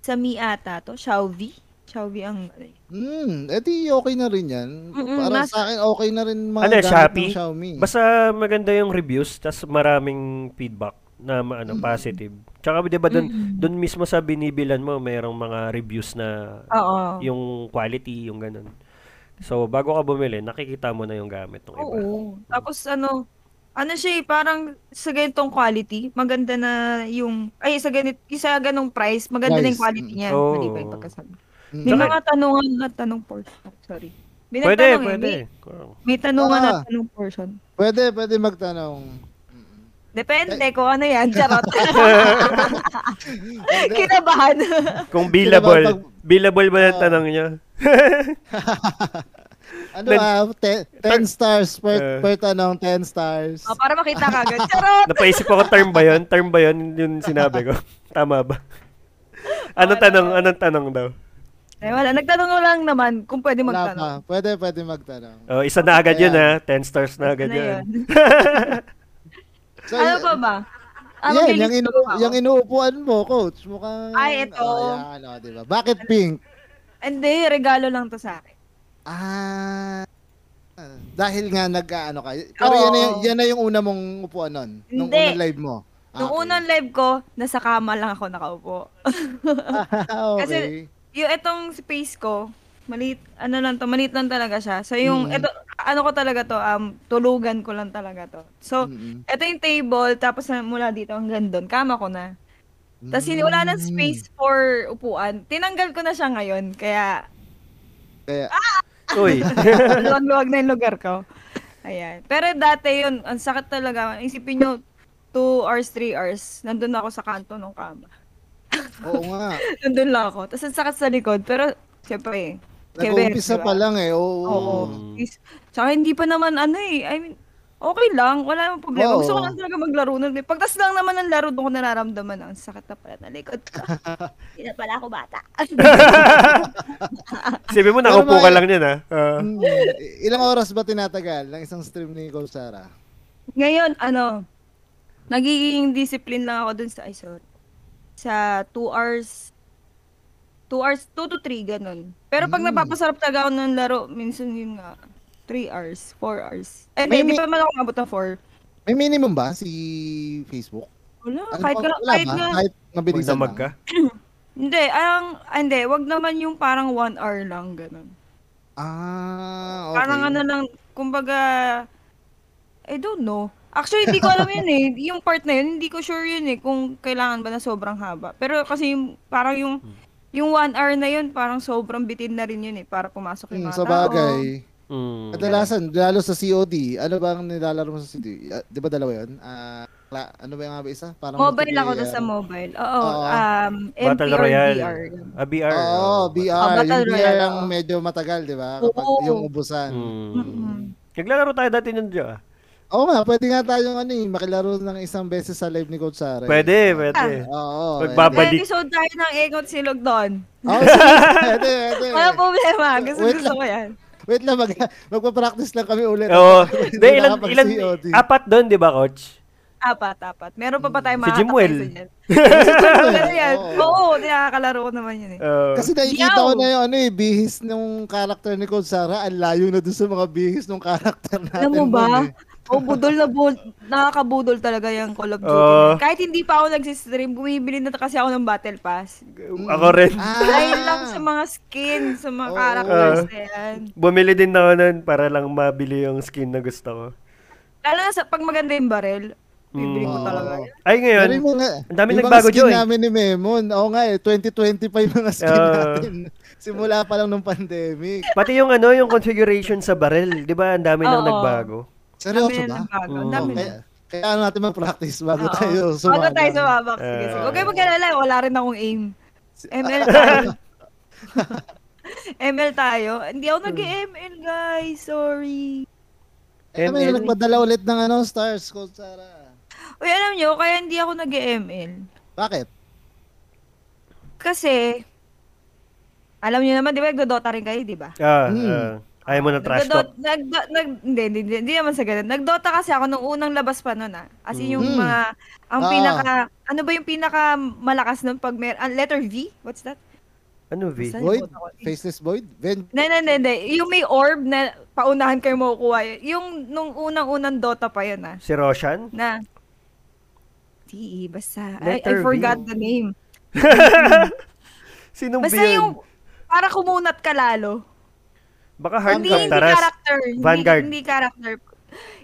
[SPEAKER 3] sa Mi ata to? Xiaomi? Shopee ang...
[SPEAKER 1] Hmm, edi okay na rin yan.
[SPEAKER 3] Mm-mm,
[SPEAKER 1] Parang
[SPEAKER 3] mas-
[SPEAKER 1] sa akin okay na rin mga
[SPEAKER 2] Ano,
[SPEAKER 1] gamit ng
[SPEAKER 2] Shopee?
[SPEAKER 1] Xiaomi.
[SPEAKER 2] Basta maganda yung reviews, tas maraming feedback na ma- ano, positive. Tsaka 'di ba doon doon mismo sa binibilan mo, mayroong mga reviews na
[SPEAKER 3] Oo.
[SPEAKER 2] yung quality, yung ganun. So, bago ka bumili, nakikita mo na yung gamit ng iba.
[SPEAKER 3] Oo. Tapos ano, ano siya eh, parang sa ganitong quality, maganda na yung, ay sa ganit, sa ganong price, maganda na yung
[SPEAKER 1] Price,
[SPEAKER 3] quality niya.
[SPEAKER 2] oo.
[SPEAKER 3] Mali ba yung pagkasabi?
[SPEAKER 1] Mm.
[SPEAKER 3] May
[SPEAKER 2] Tsaka-
[SPEAKER 3] mga tanungan na tanong portion. Sorry. May
[SPEAKER 2] Pwede,
[SPEAKER 3] nagtanong eh,
[SPEAKER 2] pwede.
[SPEAKER 3] May, may tanungan na
[SPEAKER 1] Ah.
[SPEAKER 3] tanong portion.
[SPEAKER 1] Pwede, pwede magtanong.
[SPEAKER 3] Depende kung ano yan, charot. Kinabahan.
[SPEAKER 2] Kung billable,
[SPEAKER 1] Sino ba
[SPEAKER 2] billable ba yung
[SPEAKER 1] Oo.
[SPEAKER 2] tanong niya?
[SPEAKER 1] Ano
[SPEAKER 2] Then-
[SPEAKER 1] ah, te- 10 stars
[SPEAKER 2] Eh.
[SPEAKER 1] per, per tanong, 10 stars.
[SPEAKER 3] O, Oh, para makita ka agad, charot.
[SPEAKER 2] Napaisip ako, term ba yun? Term ba yun yung sinabi ko? Tama ba? Anong
[SPEAKER 1] Ano?
[SPEAKER 3] Wala.
[SPEAKER 2] tanong? Anong tanong daw?
[SPEAKER 3] Eh, wala. Nagtanong lang naman kung pwede
[SPEAKER 1] Wala pa.
[SPEAKER 3] magtanong.
[SPEAKER 1] Pwede, pwede magtanong.
[SPEAKER 2] Oh, isa na agad yun ha.
[SPEAKER 1] Ayan.
[SPEAKER 2] 10 stars na agad
[SPEAKER 3] Ano
[SPEAKER 2] yun.
[SPEAKER 3] yun?
[SPEAKER 1] So,
[SPEAKER 3] ano pa ba? Ano
[SPEAKER 1] yan,
[SPEAKER 3] bilis
[SPEAKER 1] yung, inu-
[SPEAKER 3] ko pa ako?
[SPEAKER 1] yung inuupuan mo, coach. Mukhang...
[SPEAKER 3] Ay, Ano? ito.
[SPEAKER 1] Oh, yan, oh, diba? Bakit pink?
[SPEAKER 3] Hindi, regalo lang to sa akin.
[SPEAKER 1] Ah... Dahil nga nag-ano ka. Pero yan, na yung,
[SPEAKER 3] Oo.
[SPEAKER 1] yan na yung una mong upuan nun. Nung
[SPEAKER 3] Hindi.
[SPEAKER 1] unang live mo. Ah,
[SPEAKER 3] Nung unang live ko, nasa kama lang ako nakaupo.
[SPEAKER 1] ah, okay.
[SPEAKER 3] kasi- yung itong space ko, maliit, ano lang to, maliit lang talaga siya. So yung,
[SPEAKER 1] Mm.
[SPEAKER 3] eto, ano ko talaga to, um, tulugan ko lang talaga to. So,
[SPEAKER 1] Mm-mm.
[SPEAKER 3] eto yung table, tapos na- mula dito hanggang doon, kama ko na. Tapos yun, wala nang
[SPEAKER 1] Mm.
[SPEAKER 3] space for upuan. Tinanggal ko na siya ngayon, kaya
[SPEAKER 1] Kaya,
[SPEAKER 3] Ah!
[SPEAKER 2] Uy.
[SPEAKER 3] luwag-luwag na yung lugar ko. Ayan. Pero dati yun, ang sakit talaga. Isipin nyo, 2 hours, 3 hours, nandun ako sa kanto ng kama.
[SPEAKER 1] oo nga.
[SPEAKER 3] Nandun lang ako. Tapos ang sakit sa likod, pero syempre,
[SPEAKER 1] Nag-uumpisa
[SPEAKER 3] diba?
[SPEAKER 1] pa lang eh. Oo.
[SPEAKER 3] Oo.
[SPEAKER 2] Mm.
[SPEAKER 3] Is- Tsaka hindi pa naman ano eh. I mean, okay lang. Wala namang problema.
[SPEAKER 1] Oo.
[SPEAKER 3] Gusto ko lang talaga maglaro nun. eh. Pagtas lang naman ng laro, doon ko nararamdaman na ang sakit na pala na likod ko. Hindi na pala ako bata.
[SPEAKER 2] Sabi mo,
[SPEAKER 1] Pero
[SPEAKER 2] nakaupo ka
[SPEAKER 1] may-
[SPEAKER 2] lang yun ha. Ah.
[SPEAKER 1] Mm. Ilang oras ba tinatagal ng isang stream ni Coach Sara?
[SPEAKER 3] Ngayon, ano, nagiging discipline lang ako dun sa, ay sorry, sa 2 hours, 2 hours, 2 to 3, ganun. Pero pag
[SPEAKER 1] Mm.
[SPEAKER 3] napapasarap talaga ako ng laro, minsan yun nga, 3 hours, 4 hours. Eh,
[SPEAKER 1] May-
[SPEAKER 3] hindi
[SPEAKER 1] may-
[SPEAKER 3] pa man ako umabot ng 4.
[SPEAKER 1] May minimum ba si Facebook?
[SPEAKER 3] Wala,
[SPEAKER 1] Ano
[SPEAKER 3] Ah, kahit,
[SPEAKER 1] pa-
[SPEAKER 3] ka,
[SPEAKER 1] wala
[SPEAKER 3] kahit
[SPEAKER 1] ba?
[SPEAKER 3] nga,
[SPEAKER 1] Kahit
[SPEAKER 2] Huwag
[SPEAKER 1] mabilisan
[SPEAKER 2] damag
[SPEAKER 1] lang.
[SPEAKER 2] ka.
[SPEAKER 3] Hindi, ang ah, hindi, wag naman yung parang one hour lang ganun.
[SPEAKER 1] Ah, okay.
[SPEAKER 3] Parang ano lang, kumbaga I don't know. Actually, hindi ko alam yun eh. Yung part na yun, hindi ko sure yun eh kung kailangan ba na sobrang haba. Pero kasi yung, parang yung yung one hour na yun, parang sobrang bitin na rin yun eh para pumasok
[SPEAKER 1] Hmm,
[SPEAKER 3] yung mga
[SPEAKER 1] sa
[SPEAKER 3] tao.
[SPEAKER 1] bagay.
[SPEAKER 2] Mm.
[SPEAKER 1] Kadalasan, lalo sa COD, ano ba ang nilalaro mo sa COD? Ah, di ba dalawa yun? Ah, cla- ano ba yung nga ba isa? Parang ah.
[SPEAKER 3] Mobile ako doon
[SPEAKER 1] multiplayer.
[SPEAKER 3] sa mobile. Oo,
[SPEAKER 1] Oo.
[SPEAKER 3] um,
[SPEAKER 2] Battle
[SPEAKER 3] MP or
[SPEAKER 2] Royale.
[SPEAKER 3] VR.
[SPEAKER 2] Ah, BR.
[SPEAKER 1] Oo,
[SPEAKER 2] Oh,
[SPEAKER 1] BR.
[SPEAKER 3] Oh, Battle
[SPEAKER 1] yung BR
[SPEAKER 3] Royale,
[SPEAKER 1] ang
[SPEAKER 3] oo.
[SPEAKER 1] medyo matagal, di ba? Kapag
[SPEAKER 3] Oo.
[SPEAKER 1] yung ubusan.
[SPEAKER 2] Mm.
[SPEAKER 3] Mm-mm.
[SPEAKER 2] Naglalaro tayo dati nun dyan. ah.
[SPEAKER 1] Oo nga, pwede nga tayong ano eh, makilaro ng isang beses sa live ni Coach Sara. eh.
[SPEAKER 2] Pwede,
[SPEAKER 1] Ah.
[SPEAKER 2] pwede.
[SPEAKER 1] Oo.
[SPEAKER 2] Magbabalik. Balik.
[SPEAKER 3] Episode tayo ng Egot Silog doon.
[SPEAKER 1] pwede. Oo, sige, pwede, pwede.
[SPEAKER 3] Wala problema. Gusto,
[SPEAKER 1] Eh. Wait
[SPEAKER 3] gusto
[SPEAKER 1] lang.
[SPEAKER 3] ko yan.
[SPEAKER 1] Wait lang, mag, magpa-practice lang kami ulit.
[SPEAKER 2] Oo.
[SPEAKER 1] Hindi
[SPEAKER 2] Hindi, ilan,
[SPEAKER 1] nakapag-
[SPEAKER 2] ilan,
[SPEAKER 1] COD.
[SPEAKER 2] apat doon, di ba, coach?
[SPEAKER 3] Apat, apat. Meron pa ba tayong
[SPEAKER 2] Si
[SPEAKER 3] mga
[SPEAKER 2] Jimuel.
[SPEAKER 3] katakaisan yan? Si Jimuel. Ano yan?
[SPEAKER 1] Oo.
[SPEAKER 3] Oo, nakakalaro ko naman yun eh.
[SPEAKER 2] Oo.
[SPEAKER 1] Kasi nakikita
[SPEAKER 3] Yaw!
[SPEAKER 1] ko na yung ano eh, bihis ng karakter ni Coach Sara. Ang layo na doon sa mga bihis ng karakter natin.
[SPEAKER 3] Alam mo
[SPEAKER 1] nun
[SPEAKER 3] ba?
[SPEAKER 1] eh.
[SPEAKER 3] Oo, budol na budol. Nakakabudol talaga yung Call of Duty.
[SPEAKER 2] Oo.
[SPEAKER 3] na yun. Kahit hindi pa ako nagsistream, bumibili na kasi ako ng Battle Pass.
[SPEAKER 2] Ako rin.
[SPEAKER 1] Ah,
[SPEAKER 3] Dahil lang sa mga skin, sa mga
[SPEAKER 1] Oo.
[SPEAKER 3] characters na yan.
[SPEAKER 2] Bumili din ako nun para lang mabili yung skin na gusto ko.
[SPEAKER 3] Lalo na sa, pag maganda yung barrel, bibili ko
[SPEAKER 1] Mm.
[SPEAKER 3] talaga
[SPEAKER 1] Oo.
[SPEAKER 3] yan.
[SPEAKER 2] Ay, ngayon,
[SPEAKER 1] Pero yung mga,
[SPEAKER 2] Ang daming
[SPEAKER 1] yung mga
[SPEAKER 2] nagbago,
[SPEAKER 1] skin
[SPEAKER 2] Joy.
[SPEAKER 1] namin ni Memon. Oo nga eh, 2020 pa yung mga skin
[SPEAKER 2] Oo.
[SPEAKER 1] natin. Simula pa lang nung pandemic.
[SPEAKER 2] pati yung ano, yung configuration sa barrel, di ba, ang dami nang
[SPEAKER 3] Oo.
[SPEAKER 2] nagbago.
[SPEAKER 3] Dami
[SPEAKER 1] Seryoso ba?
[SPEAKER 3] na ng bago.
[SPEAKER 2] Oo.
[SPEAKER 3] Ang dami na.
[SPEAKER 1] Kaya, kaya ano natin mag-practice bago
[SPEAKER 3] Oo.
[SPEAKER 1] tayo
[SPEAKER 3] Bago tayo
[SPEAKER 1] sumabak.
[SPEAKER 3] sumabak. Sige, sige.
[SPEAKER 2] Eh.
[SPEAKER 3] Huwag kayo mag-alala. Wala rin akong aim. ML tayo. ML tayo. Hindi ako nag-ML, guys. Sorry.
[SPEAKER 1] Kami
[SPEAKER 2] ML.
[SPEAKER 1] nagpadala ulit ng ano, stars, Coach Sara.
[SPEAKER 3] Uy, alam nyo, kaya hindi ako nag-ML.
[SPEAKER 1] Bakit?
[SPEAKER 3] Kasi, alam nyo naman, di ba, nagdodota rin kayo, di ba?
[SPEAKER 2] Ah,
[SPEAKER 1] Hmm.
[SPEAKER 2] ah. ayaw mo na trash talk.
[SPEAKER 3] Nagdodot- nagdo- nag, hindi, hindi, hindi, hindi naman sa ganun. Nagdota kasi ako nung unang labas pa nun, ah. As in, yung
[SPEAKER 1] Mm.
[SPEAKER 3] mga, ang
[SPEAKER 1] Ah.
[SPEAKER 3] pinaka, ano ba yung pinaka malakas nun pag may, ah, letter V? What's that?
[SPEAKER 2] Ano, V?
[SPEAKER 3] Basta-
[SPEAKER 1] Void?
[SPEAKER 3] Ay, ako-
[SPEAKER 1] Faceless Void? Ven-
[SPEAKER 3] Hindi, hindi, hindi. Yung may orb na paunahan kayo makukuha. Yung nung unang-unang Dota pa yun ah.
[SPEAKER 2] Si Roshan?
[SPEAKER 3] Na. Di, basta. I, I
[SPEAKER 2] Letter V.
[SPEAKER 3] forgot the name.
[SPEAKER 2] Sinong
[SPEAKER 3] Basta
[SPEAKER 2] V yun?
[SPEAKER 3] yung para kumunat ka lalo.
[SPEAKER 2] Baka hard
[SPEAKER 3] hindi,
[SPEAKER 2] cap
[SPEAKER 3] hindi
[SPEAKER 2] taras.
[SPEAKER 3] character. Hindi,
[SPEAKER 2] Vanguard.
[SPEAKER 3] hindi character.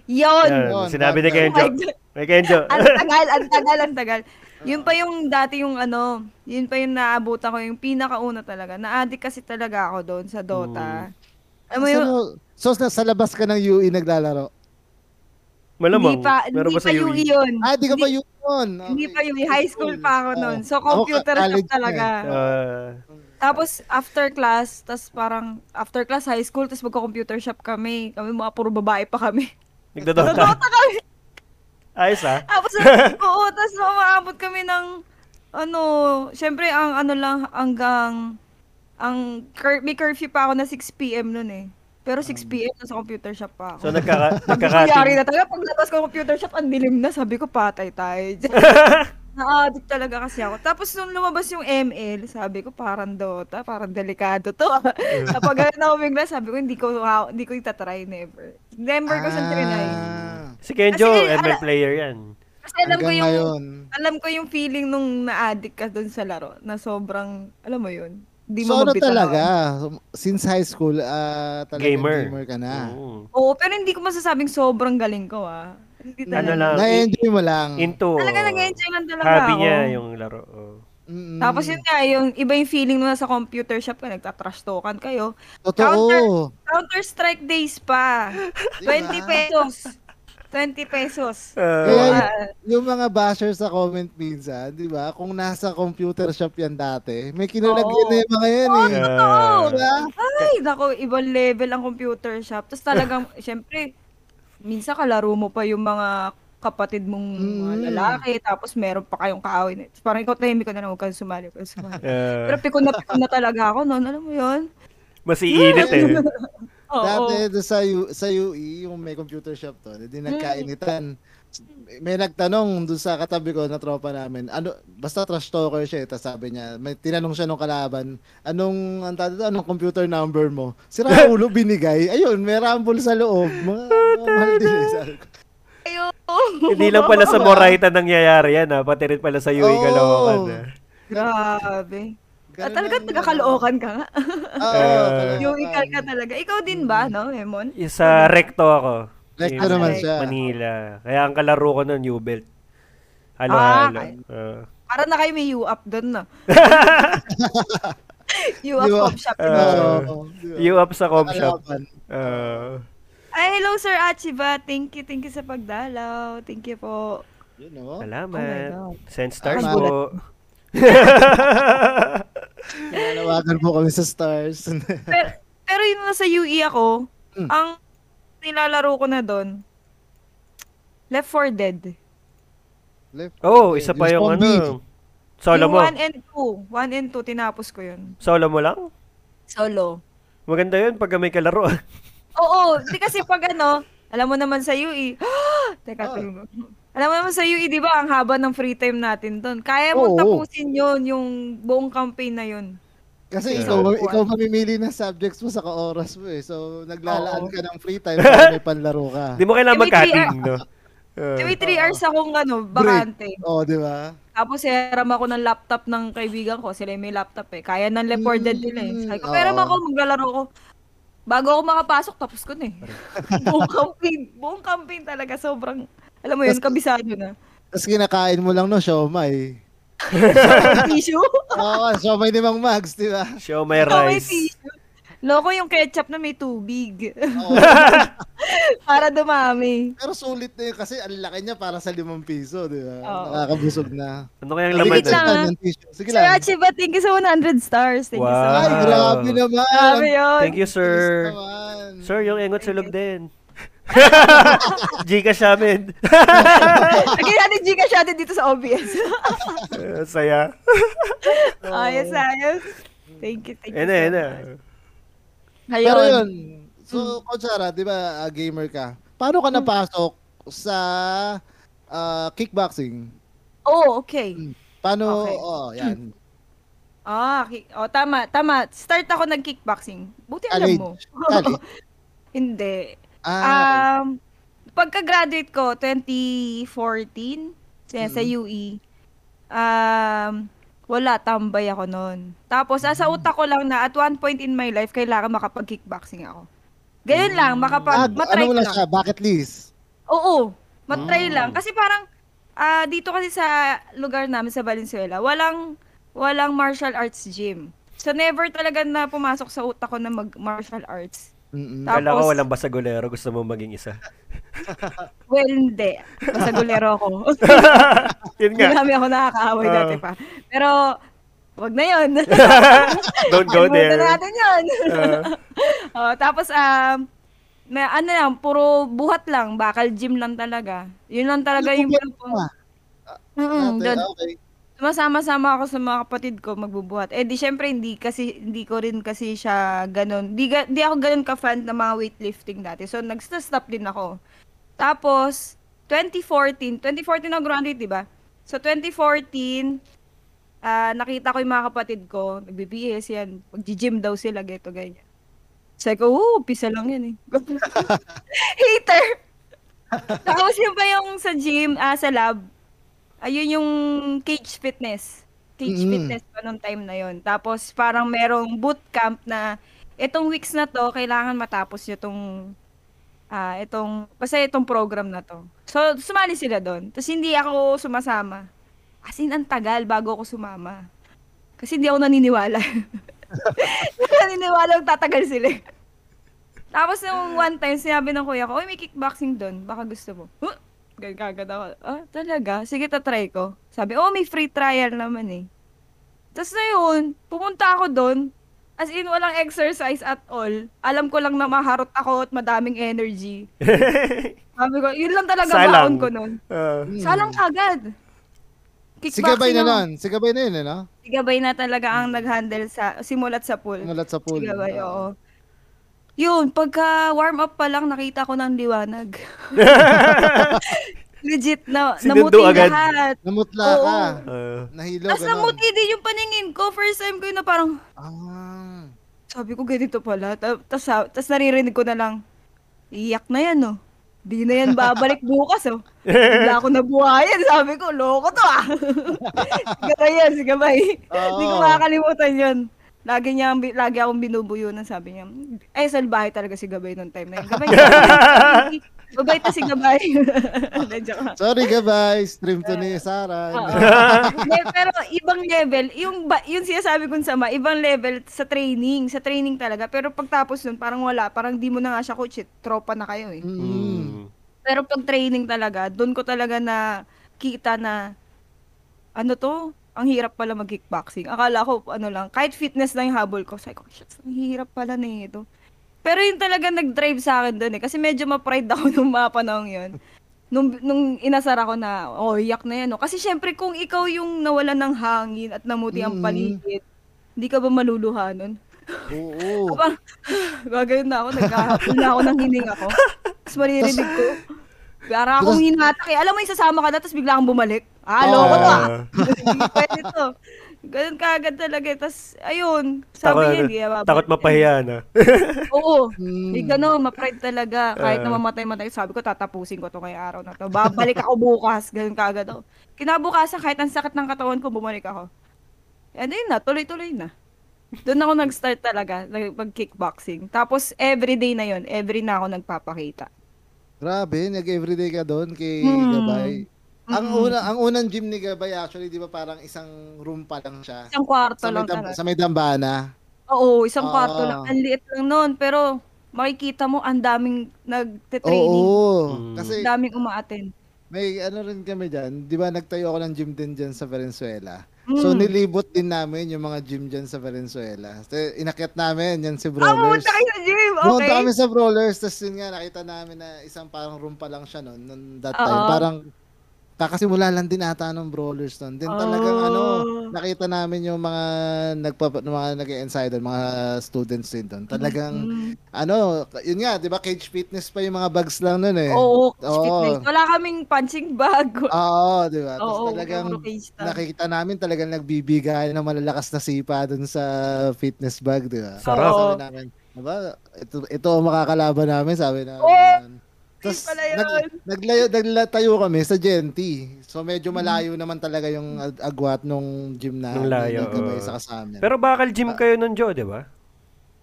[SPEAKER 3] Yun.
[SPEAKER 2] Yan,
[SPEAKER 1] Yun,
[SPEAKER 2] sinabi ni
[SPEAKER 1] bad
[SPEAKER 3] Oh
[SPEAKER 2] Kenjo.
[SPEAKER 3] my God.
[SPEAKER 2] May Kenjo.
[SPEAKER 3] ang tagal, ang tagal, ang tagal. Yun pa yung dati yung ano, yun pa yung naabutan ko, yung pinakauna talaga. Na-addict kasi talaga ako doon sa Dota.
[SPEAKER 2] Hmm.
[SPEAKER 3] Alam mo
[SPEAKER 1] Sa-
[SPEAKER 3] yun,
[SPEAKER 1] so, na, sa labas ka ng UE naglalaro.
[SPEAKER 2] Malamang.
[SPEAKER 3] hindi pa,
[SPEAKER 2] meron
[SPEAKER 3] hindi
[SPEAKER 2] ba sa
[SPEAKER 3] pa yung
[SPEAKER 2] UE?
[SPEAKER 3] yun.
[SPEAKER 1] Ah, di ka pa
[SPEAKER 3] Hindi-
[SPEAKER 1] UE yun. Okay.
[SPEAKER 3] Hindi pa yung high school pa ako
[SPEAKER 1] Oo.
[SPEAKER 3] noon. So
[SPEAKER 1] Oh. Ako,
[SPEAKER 3] computer shop
[SPEAKER 1] college na eh.
[SPEAKER 3] talaga.
[SPEAKER 2] Ah,
[SPEAKER 3] Tapos after class, tas parang after class high school, tas magko-computer shop kami. Kami mga puro babae pa kami. Sa
[SPEAKER 2] nagdodota.
[SPEAKER 3] Dota kami.
[SPEAKER 2] Ayos ah.
[SPEAKER 3] Tapos, oo, tapos mamaabot kami ng, ano, syempre, ang ano lang, hanggang, ang, cur- may curfew pa ako na 6pm nun eh. Pero
[SPEAKER 1] Mm.
[SPEAKER 3] 6pm na sa computer shop pa
[SPEAKER 2] So
[SPEAKER 3] ako. So,
[SPEAKER 2] nagkaka
[SPEAKER 3] Nangyari
[SPEAKER 2] nagkakating.
[SPEAKER 3] na talaga, paglabas ko ng computer shop, ang dilim na, sabi ko, patay tayo. dyan." Na-addict talaga kasi ako. Tapos nung lumabas yung ML, sabi ko, parang Dota, parang delikado to. Kapag ganun ako bigla, sabi ko, hindi ko, hindi ko itatry, never. Never ko siyang trinay.
[SPEAKER 1] Ah,
[SPEAKER 2] Si Kenjo,
[SPEAKER 3] Kasi,
[SPEAKER 2] ML
[SPEAKER 3] ala-
[SPEAKER 2] player yan.
[SPEAKER 3] Kasi alam ko
[SPEAKER 1] hanggang
[SPEAKER 3] yung,
[SPEAKER 1] ngayon.
[SPEAKER 3] alam ko yung feeling nung na-addict ka dun sa laro na sobrang, alam mo yun, di
[SPEAKER 1] So ano
[SPEAKER 3] mo mabitawan.
[SPEAKER 1] talaga? Since high school, ah, talaga gamer.
[SPEAKER 2] Gamer.
[SPEAKER 1] ka na.
[SPEAKER 2] Oo.
[SPEAKER 3] Oo, pero hindi ko masasabing sobrang galing ko ah. Hindi
[SPEAKER 2] Ano
[SPEAKER 3] talaga.
[SPEAKER 2] lang,
[SPEAKER 1] Na-enjoy mo lang.
[SPEAKER 2] into
[SPEAKER 3] Talaga
[SPEAKER 2] oh,
[SPEAKER 3] nag-enjoy lang talaga
[SPEAKER 2] hobby
[SPEAKER 3] ako.
[SPEAKER 2] niya yung laro. oh.
[SPEAKER 1] Mm-mm.
[SPEAKER 3] Tapos yun nga, yung iba yung feeling nung nasa computer shop ka, nagtatrash token kayo.
[SPEAKER 1] Totoo.
[SPEAKER 3] Counter-Strike days pa. 20 pesos. 20 pesos.
[SPEAKER 2] Ah,
[SPEAKER 1] Kaya
[SPEAKER 3] Ah,
[SPEAKER 1] yung mga basher sa comment minsan, di ba? Kung nasa computer shop yan dati, may kinalagyan
[SPEAKER 3] Ah, Oo.
[SPEAKER 1] na yung mga yan eh.
[SPEAKER 3] totoo.
[SPEAKER 1] Diba?
[SPEAKER 3] Ay, nako, ibang level ang computer shop. Tapos talagang, syempre, minsan kalaro mo pa yung mga kapatid mong mga
[SPEAKER 1] Mm.
[SPEAKER 3] lalaki, tapos meron pa kayong kaawin. Tapos Parang ikaw tahimik ka na lang, huwag kang sumali, huwag kang sumali.
[SPEAKER 2] ah,
[SPEAKER 3] Pero pikon na pikon na talaga ako noon, alam mo yun?
[SPEAKER 2] mas iinit eh.
[SPEAKER 3] Oo.
[SPEAKER 1] Dati doon sa, U- sa UE, yung may computer shop to, hindi nagkainitan. May nagtanong doon sa katabi ko na tropa namin, ano, basta trash talker siya eh, tas sabi niya, may tinanong siya nung kalaban, anong, ang tawag dito, anong computer number mo? Si Raulo binigay, ayun, may rumble sa loob, mga, mga maldives. Sabi ko,
[SPEAKER 3] Ayun.
[SPEAKER 2] Hindi lang pala sa Moraita nangyayari yan ah. Pati rin pala sa UE
[SPEAKER 1] Oo.
[SPEAKER 2] Caloocan. ah.
[SPEAKER 3] Grabe. At
[SPEAKER 1] ganun
[SPEAKER 3] Ah, talaga
[SPEAKER 1] ang-
[SPEAKER 3] taga-kalookan ka nga.
[SPEAKER 1] Oo,
[SPEAKER 2] Ah.
[SPEAKER 1] talaga.
[SPEAKER 3] yung ikal ka talaga. Ikaw din
[SPEAKER 1] Mm.
[SPEAKER 3] ba, no, Emon?
[SPEAKER 2] Isa recto ako.
[SPEAKER 1] Recto
[SPEAKER 2] Yung
[SPEAKER 1] Ano? naman
[SPEAKER 3] Correct.
[SPEAKER 1] siya.
[SPEAKER 2] Manila. Kaya ang kalaro ko nun, U-Belt.
[SPEAKER 3] Ah,
[SPEAKER 2] Halo-halo.
[SPEAKER 3] ay.
[SPEAKER 2] Ah.
[SPEAKER 3] Para na kayo may U-up doon, no? U-up
[SPEAKER 1] Di ba?
[SPEAKER 3] pop shop.
[SPEAKER 2] Ah.
[SPEAKER 1] Oo, di ba?
[SPEAKER 2] U-up sa com shop.
[SPEAKER 1] Kalaban.
[SPEAKER 2] Ah.
[SPEAKER 3] Ay, hello Sir Achiba. Thank you, thank you sa pagdalaw. Thank you po.
[SPEAKER 1] Yun, no?
[SPEAKER 2] Salamat.
[SPEAKER 3] Oh my
[SPEAKER 2] Send stars
[SPEAKER 1] Ang
[SPEAKER 2] po.
[SPEAKER 1] Nalawagan po kami sa stars.
[SPEAKER 3] Pero, pero yun na sa UE ako,
[SPEAKER 1] Hmm.
[SPEAKER 3] ang nilalaro ko na doon, Left 4 Dead.
[SPEAKER 2] oh, isa pa
[SPEAKER 1] Yung
[SPEAKER 2] yung ano. Solo
[SPEAKER 3] Yung
[SPEAKER 2] mo.
[SPEAKER 3] 1 and 2. 1 and 2, tinapos ko yun.
[SPEAKER 2] Solo mo lang?
[SPEAKER 3] Solo.
[SPEAKER 2] Maganda yun pag may kalaro. ah.
[SPEAKER 3] Oo, di kasi pag ano, alam mo naman sa UE, Teka,
[SPEAKER 1] Oh.
[SPEAKER 3] tulog ako. Alam mo naman sa UE, di ba, ang haba ng free time natin doon. Kaya mo
[SPEAKER 1] Oo.
[SPEAKER 3] tapusin yun, yung buong campaign na yun.
[SPEAKER 1] Kasi
[SPEAKER 2] Yeah.
[SPEAKER 1] ikaw,
[SPEAKER 3] Isang
[SPEAKER 1] ikaw mamimili ng subjects mo sa kaoras mo eh. So, naglalaan
[SPEAKER 3] Oo.
[SPEAKER 1] ka ng free time para may panlaro ka.
[SPEAKER 2] Di mo kailangan
[SPEAKER 3] Eh, may three
[SPEAKER 2] mag-cutting, no? Ah.
[SPEAKER 3] May 3 hours akong ano, bakante.
[SPEAKER 1] Oo, di ba?
[SPEAKER 3] Tapos hiram ako ng laptop ng kaibigan ko. Sila yung may laptop eh. Kaya ng Left 4 Dead nila eh. Sabi ko,
[SPEAKER 1] Mm,
[SPEAKER 3] pero
[SPEAKER 1] oo.
[SPEAKER 3] ako, maglalaro ko. Bago ako makapasok, tapos ko na eh. buong campaign. Buong campaign talaga. Sobrang, alam mo yun,
[SPEAKER 1] Tas-
[SPEAKER 3] kabisado na.
[SPEAKER 1] Tapos kinakain mo lang no, siomay.
[SPEAKER 3] Tissue?
[SPEAKER 1] Oo, siomay ni Mang Mags, di ba?
[SPEAKER 2] Ah. Show my
[SPEAKER 3] Ikaw Oh, may
[SPEAKER 2] rice.
[SPEAKER 3] tissue. Loko yung ketchup na may tubig.
[SPEAKER 1] Oo.
[SPEAKER 3] Para dumami.
[SPEAKER 1] Pero sulit na yun kasi ang laki niya para sa limang piso, di ba?
[SPEAKER 3] Oo.
[SPEAKER 1] Nakakabusog na.
[SPEAKER 2] Ano kaya ang laman
[SPEAKER 3] Ligit
[SPEAKER 1] Sige
[SPEAKER 2] na?
[SPEAKER 3] lang, ah.
[SPEAKER 1] lang. Sige
[SPEAKER 3] Sir
[SPEAKER 1] lang.
[SPEAKER 3] Achiba, thank you sa 100 stars. Thank you so
[SPEAKER 2] Wow.
[SPEAKER 1] Ay,
[SPEAKER 3] much.
[SPEAKER 1] grabe naman.
[SPEAKER 3] Grabe yun.
[SPEAKER 2] Thank you, sir.
[SPEAKER 1] Bilis naman.
[SPEAKER 2] Sir, yung engot sulog din. Gcash namin.
[SPEAKER 3] Lagyan natin Gcash natin dito sa OBS.
[SPEAKER 2] Ah, Saya.
[SPEAKER 3] ayos, ayos. Thank you, thank you.
[SPEAKER 2] Ena,
[SPEAKER 3] so
[SPEAKER 2] ena.
[SPEAKER 3] much.
[SPEAKER 1] Pero
[SPEAKER 3] Ayun. Hmm.
[SPEAKER 1] yun, so, Coach Ara, di ba, ah, gamer ka. Paano ka napasok sa ah, kickboxing?
[SPEAKER 3] Oh, okay.
[SPEAKER 1] Paano,
[SPEAKER 3] Okay.
[SPEAKER 1] oo, yan.
[SPEAKER 3] Ah, ki- oh, tama, tama. Start ako nag-kickboxing. Buti alam
[SPEAKER 1] College.
[SPEAKER 3] mo.
[SPEAKER 1] College.
[SPEAKER 3] Hindi.
[SPEAKER 1] Ah,
[SPEAKER 3] Um, pagka-graduate ko, 2014, sa, sa
[SPEAKER 1] Mm-hmm.
[SPEAKER 3] UE, um, wala, tambay ako noon. Tapos, ah,
[SPEAKER 1] Mm-hmm.
[SPEAKER 3] sa utak ko lang na at one point in my life, kailangan makapag-kickboxing ako. Ganyan lang,
[SPEAKER 1] ah,
[SPEAKER 3] makapag, matry
[SPEAKER 1] ano
[SPEAKER 3] ko
[SPEAKER 1] wala
[SPEAKER 3] lang.
[SPEAKER 1] siya, bucket list.
[SPEAKER 3] Oo, matry
[SPEAKER 2] Mm.
[SPEAKER 3] lang. Kasi parang, ah, dito kasi sa lugar namin sa Valenzuela, walang, walang martial arts gym. So, never talaga na pumasok sa utak ko na mag-martial arts.
[SPEAKER 1] Mm-mm.
[SPEAKER 3] Tap-
[SPEAKER 2] Kala ko
[SPEAKER 3] Tapos-
[SPEAKER 2] walang basagulero, gusto mo maging isa.
[SPEAKER 3] Well, hindi. Masagulero ako.
[SPEAKER 2] Yun
[SPEAKER 3] Hindi
[SPEAKER 2] nga.
[SPEAKER 3] namin ako nakakaaway
[SPEAKER 2] Oo.
[SPEAKER 3] dati pa. Pero, wag na yun.
[SPEAKER 2] Don't go
[SPEAKER 3] Alimutan
[SPEAKER 2] there.
[SPEAKER 3] na natin yun.
[SPEAKER 2] Ah.
[SPEAKER 3] oh, tapos, um, may, ano lang, puro buhat lang. Bakal gym lang talaga. Yun lang talaga yung...
[SPEAKER 1] Ah,
[SPEAKER 3] Mm,
[SPEAKER 1] dati, ah.
[SPEAKER 3] doon.
[SPEAKER 1] okay.
[SPEAKER 3] Sumasama-sama ako sa mga kapatid ko magbubuhat. Eh di syempre hindi kasi hindi ko rin kasi siya ganun. Di, ga- di ako ganun ka-fan ng mga weightlifting dati. So nag-stop din ako. Tapos 2014, 2014 ako graduate, 'di ba? So 2014 ah, nakita ko yung mga kapatid ko, nagbe-BS yan, magji-gym daw sila, geto ganyan. Sabi ko, oh, pisa lang yan eh. Hater! Tapos yun pa yung sa gym, ah, sa lab, ayun yung cage fitness. Cage
[SPEAKER 1] Mm.
[SPEAKER 3] fitness pa nung time na yun. Tapos parang merong boot camp na itong weeks na to, kailangan matapos nyo itong, ah, itong, basta itong program na to. So, sumali sila doon. Tapos hindi ako sumasama. As in, ang tagal bago ako sumama. Kasi hindi ako naniniwala. naniniwala ang tatagal sila. eh. Tapos nung one time, sinabi ng kuya ko, Uy, may kickboxing doon. Baka gusto mo. Huh? Ganun kagad ako. Ah, talaga? Sige, tatry ko. Sabi, oh, may free trial naman eh. Tapos na yun, pumunta ako doon. As in, walang exercise at all. Alam ko lang na maharot ako at madaming energy. Sabi ko, yun lang talaga
[SPEAKER 2] Salang.
[SPEAKER 3] baon ko nun.
[SPEAKER 2] Ah.
[SPEAKER 1] Mm.
[SPEAKER 3] Salang kagad.
[SPEAKER 1] Sigabay na
[SPEAKER 3] ako.
[SPEAKER 1] nun. Sigabay na yun, ano?
[SPEAKER 3] Sigabay na talaga ang nag-handle sa, simulat sa pool.
[SPEAKER 1] Nalat sa pool.
[SPEAKER 3] Sigabay,
[SPEAKER 1] Ah.
[SPEAKER 3] oo. Yun, pagka warm up pa lang, nakita ko ng liwanag. Legit na,
[SPEAKER 2] Sinundo
[SPEAKER 3] namuti
[SPEAKER 2] agad.
[SPEAKER 3] lahat.
[SPEAKER 1] Namutla
[SPEAKER 3] Oo.
[SPEAKER 1] ka.
[SPEAKER 2] Ah.
[SPEAKER 1] Nahilo,
[SPEAKER 3] Tapos
[SPEAKER 1] ganun.
[SPEAKER 3] namuti din yung paningin ko. First time ko yun na parang,
[SPEAKER 1] Ah.
[SPEAKER 3] sabi ko ganito pala. Tapos, tapos naririnig ko na lang, iyak na yan oh. Di na yan babalik bukas oh. Bigla ako nabuhayan. Sabi ko, loko to ah. Gabay yan, si Gabay.
[SPEAKER 1] Oo.
[SPEAKER 3] Hindi ko makakalimutan yun. Lagi niya, ang bi- lagi akong binubuyo na sabi niya. Ay, salbahe talaga si Gabay noong time na yun. Gabay, Gabay to si Gabay. Hindi, joke lang.
[SPEAKER 1] Sorry, gabay. Stream to ni Sarah.
[SPEAKER 3] Oo. Hindi, pero ibang level, yung ba, yung sinasabi kong sama, ibang level sa training, sa training talaga. Pero pagtapos nun, parang wala, parang di mo na nga siya coach, eh, tropa na kayo eh.
[SPEAKER 1] Mm.
[SPEAKER 2] Mm.
[SPEAKER 3] Pero pag training talaga, doon ko talaga na kita na ano to, ang hirap pala mag-kickboxing. Akala ko ano lang, kahit fitness lang yung habol ko, sabi ko, shit, ang hirap pala na ito. Pero yun talaga nag-drive sa akin doon eh, kasi medyo ma-pride ako nung mga panahon yun. Nung, nung inasar ako na, oh, yak na yan. No? Kasi syempre kung ikaw yung nawalan ng hangin at namuti
[SPEAKER 1] Mm.
[SPEAKER 3] ang paligid, hindi ka ba maluluha nun?
[SPEAKER 1] Oo.
[SPEAKER 3] Parang, gagawin na ako, nagkahapon na ako ng hininga ko. Tapos maririnig ko. Para akong hinatak eh. Alam mo, yung sasama ka na, tapos bigla kang bumalik. Ah,
[SPEAKER 1] Oo.
[SPEAKER 3] loko to ah.
[SPEAKER 2] Ah.
[SPEAKER 3] Hindi pwede to. Ganun kaagad talaga. eh. Tapos, ayun. Sabi niya, hindi.
[SPEAKER 2] Takot,
[SPEAKER 3] ah, ababalik
[SPEAKER 2] takot
[SPEAKER 3] yan.
[SPEAKER 2] mapahiya na.
[SPEAKER 3] Oo.
[SPEAKER 1] Mm.
[SPEAKER 3] Hindi gano'n, ma-pride talaga.
[SPEAKER 1] Ah.
[SPEAKER 3] Kahit na mamatay-matay, sabi ko, tatapusin ko to kay araw na to. Babalik ako bukas. Ganun kaagad ako. Kinabukasan, kahit ang sakit ng katawan ko, bumalik ako. And yun na, tuloy-tuloy na. Doon ako nag-start talaga, mag-kickboxing. Tapos, everyday na yon every na ako nagpapakita.
[SPEAKER 1] Grabe, nag-everyday ka doon kay
[SPEAKER 3] Mm.
[SPEAKER 1] Gabay. Ang
[SPEAKER 3] Mm.
[SPEAKER 1] una, ang unang gym ni Gabay actually, 'di ba, parang isang room pa lang siya.
[SPEAKER 3] Isang kwarto
[SPEAKER 1] Sa may,
[SPEAKER 3] lang
[SPEAKER 1] dam-
[SPEAKER 3] talaga.
[SPEAKER 1] sa may dambana.
[SPEAKER 3] Oo, isang kwarto
[SPEAKER 1] Ah.
[SPEAKER 3] lang. Ang liit lang noon, pero makikita mo, ang daming nagte-training.
[SPEAKER 1] Oo.
[SPEAKER 2] Mm.
[SPEAKER 1] Kasi
[SPEAKER 3] Ang daming umaattend.
[SPEAKER 1] may ano rin kami diyan, 'di ba, nagtayo ako ng gym din diyan sa Valenzuela. So
[SPEAKER 3] Mm.
[SPEAKER 1] nilibot din namin yung mga gym diyan sa Valenzuela. So, inakyat namin yan si
[SPEAKER 3] Ah,
[SPEAKER 1] Brawlers.
[SPEAKER 3] pumunta kayo sa gym,
[SPEAKER 1] Pumunta
[SPEAKER 3] okay?
[SPEAKER 1] kami sa Brawlers, tapos yun nga, nakita namin na isang parang room pa lang siya noon, noon that time.
[SPEAKER 3] Oo.
[SPEAKER 1] Parang kakasimula lang din ata ng Brawlers noon. Then talagang ano,
[SPEAKER 3] Oh.
[SPEAKER 1] nakita namin yung mga nagpa ng mga nag-ensayo doon, mga students din doon. Talagang
[SPEAKER 3] Mm.
[SPEAKER 1] ano, yun nga, 'di ba? Cage fitness pa yung mga bags lang noon eh. Oo.
[SPEAKER 3] Oo, fitness. Wala kaming punching bag.
[SPEAKER 1] Oo, 'di ba? Tapos
[SPEAKER 3] Oo,
[SPEAKER 1] talagang
[SPEAKER 3] puro cage tag.
[SPEAKER 1] nakikita namin talagang nagbibigay ng malalakas na sipa doon sa fitness bag, 'di ba?
[SPEAKER 2] Sarap.
[SPEAKER 1] Sabi namin, "Aba, ito ito ang makakalaban namin," sabi namin.
[SPEAKER 3] Oo,
[SPEAKER 1] ganun.
[SPEAKER 3] yun
[SPEAKER 1] Tas
[SPEAKER 3] pala yun.
[SPEAKER 1] naglayo, naglatayo kami sa Genti. So medyo
[SPEAKER 3] Mm-hmm.
[SPEAKER 1] malayo naman talaga yung ag- agwat nung gym na.
[SPEAKER 2] Nung layo,
[SPEAKER 1] Nagkabay
[SPEAKER 2] oo.
[SPEAKER 1] sa kasamin.
[SPEAKER 2] Pero bakal gym kayo nun, Joe, di ba? Ah,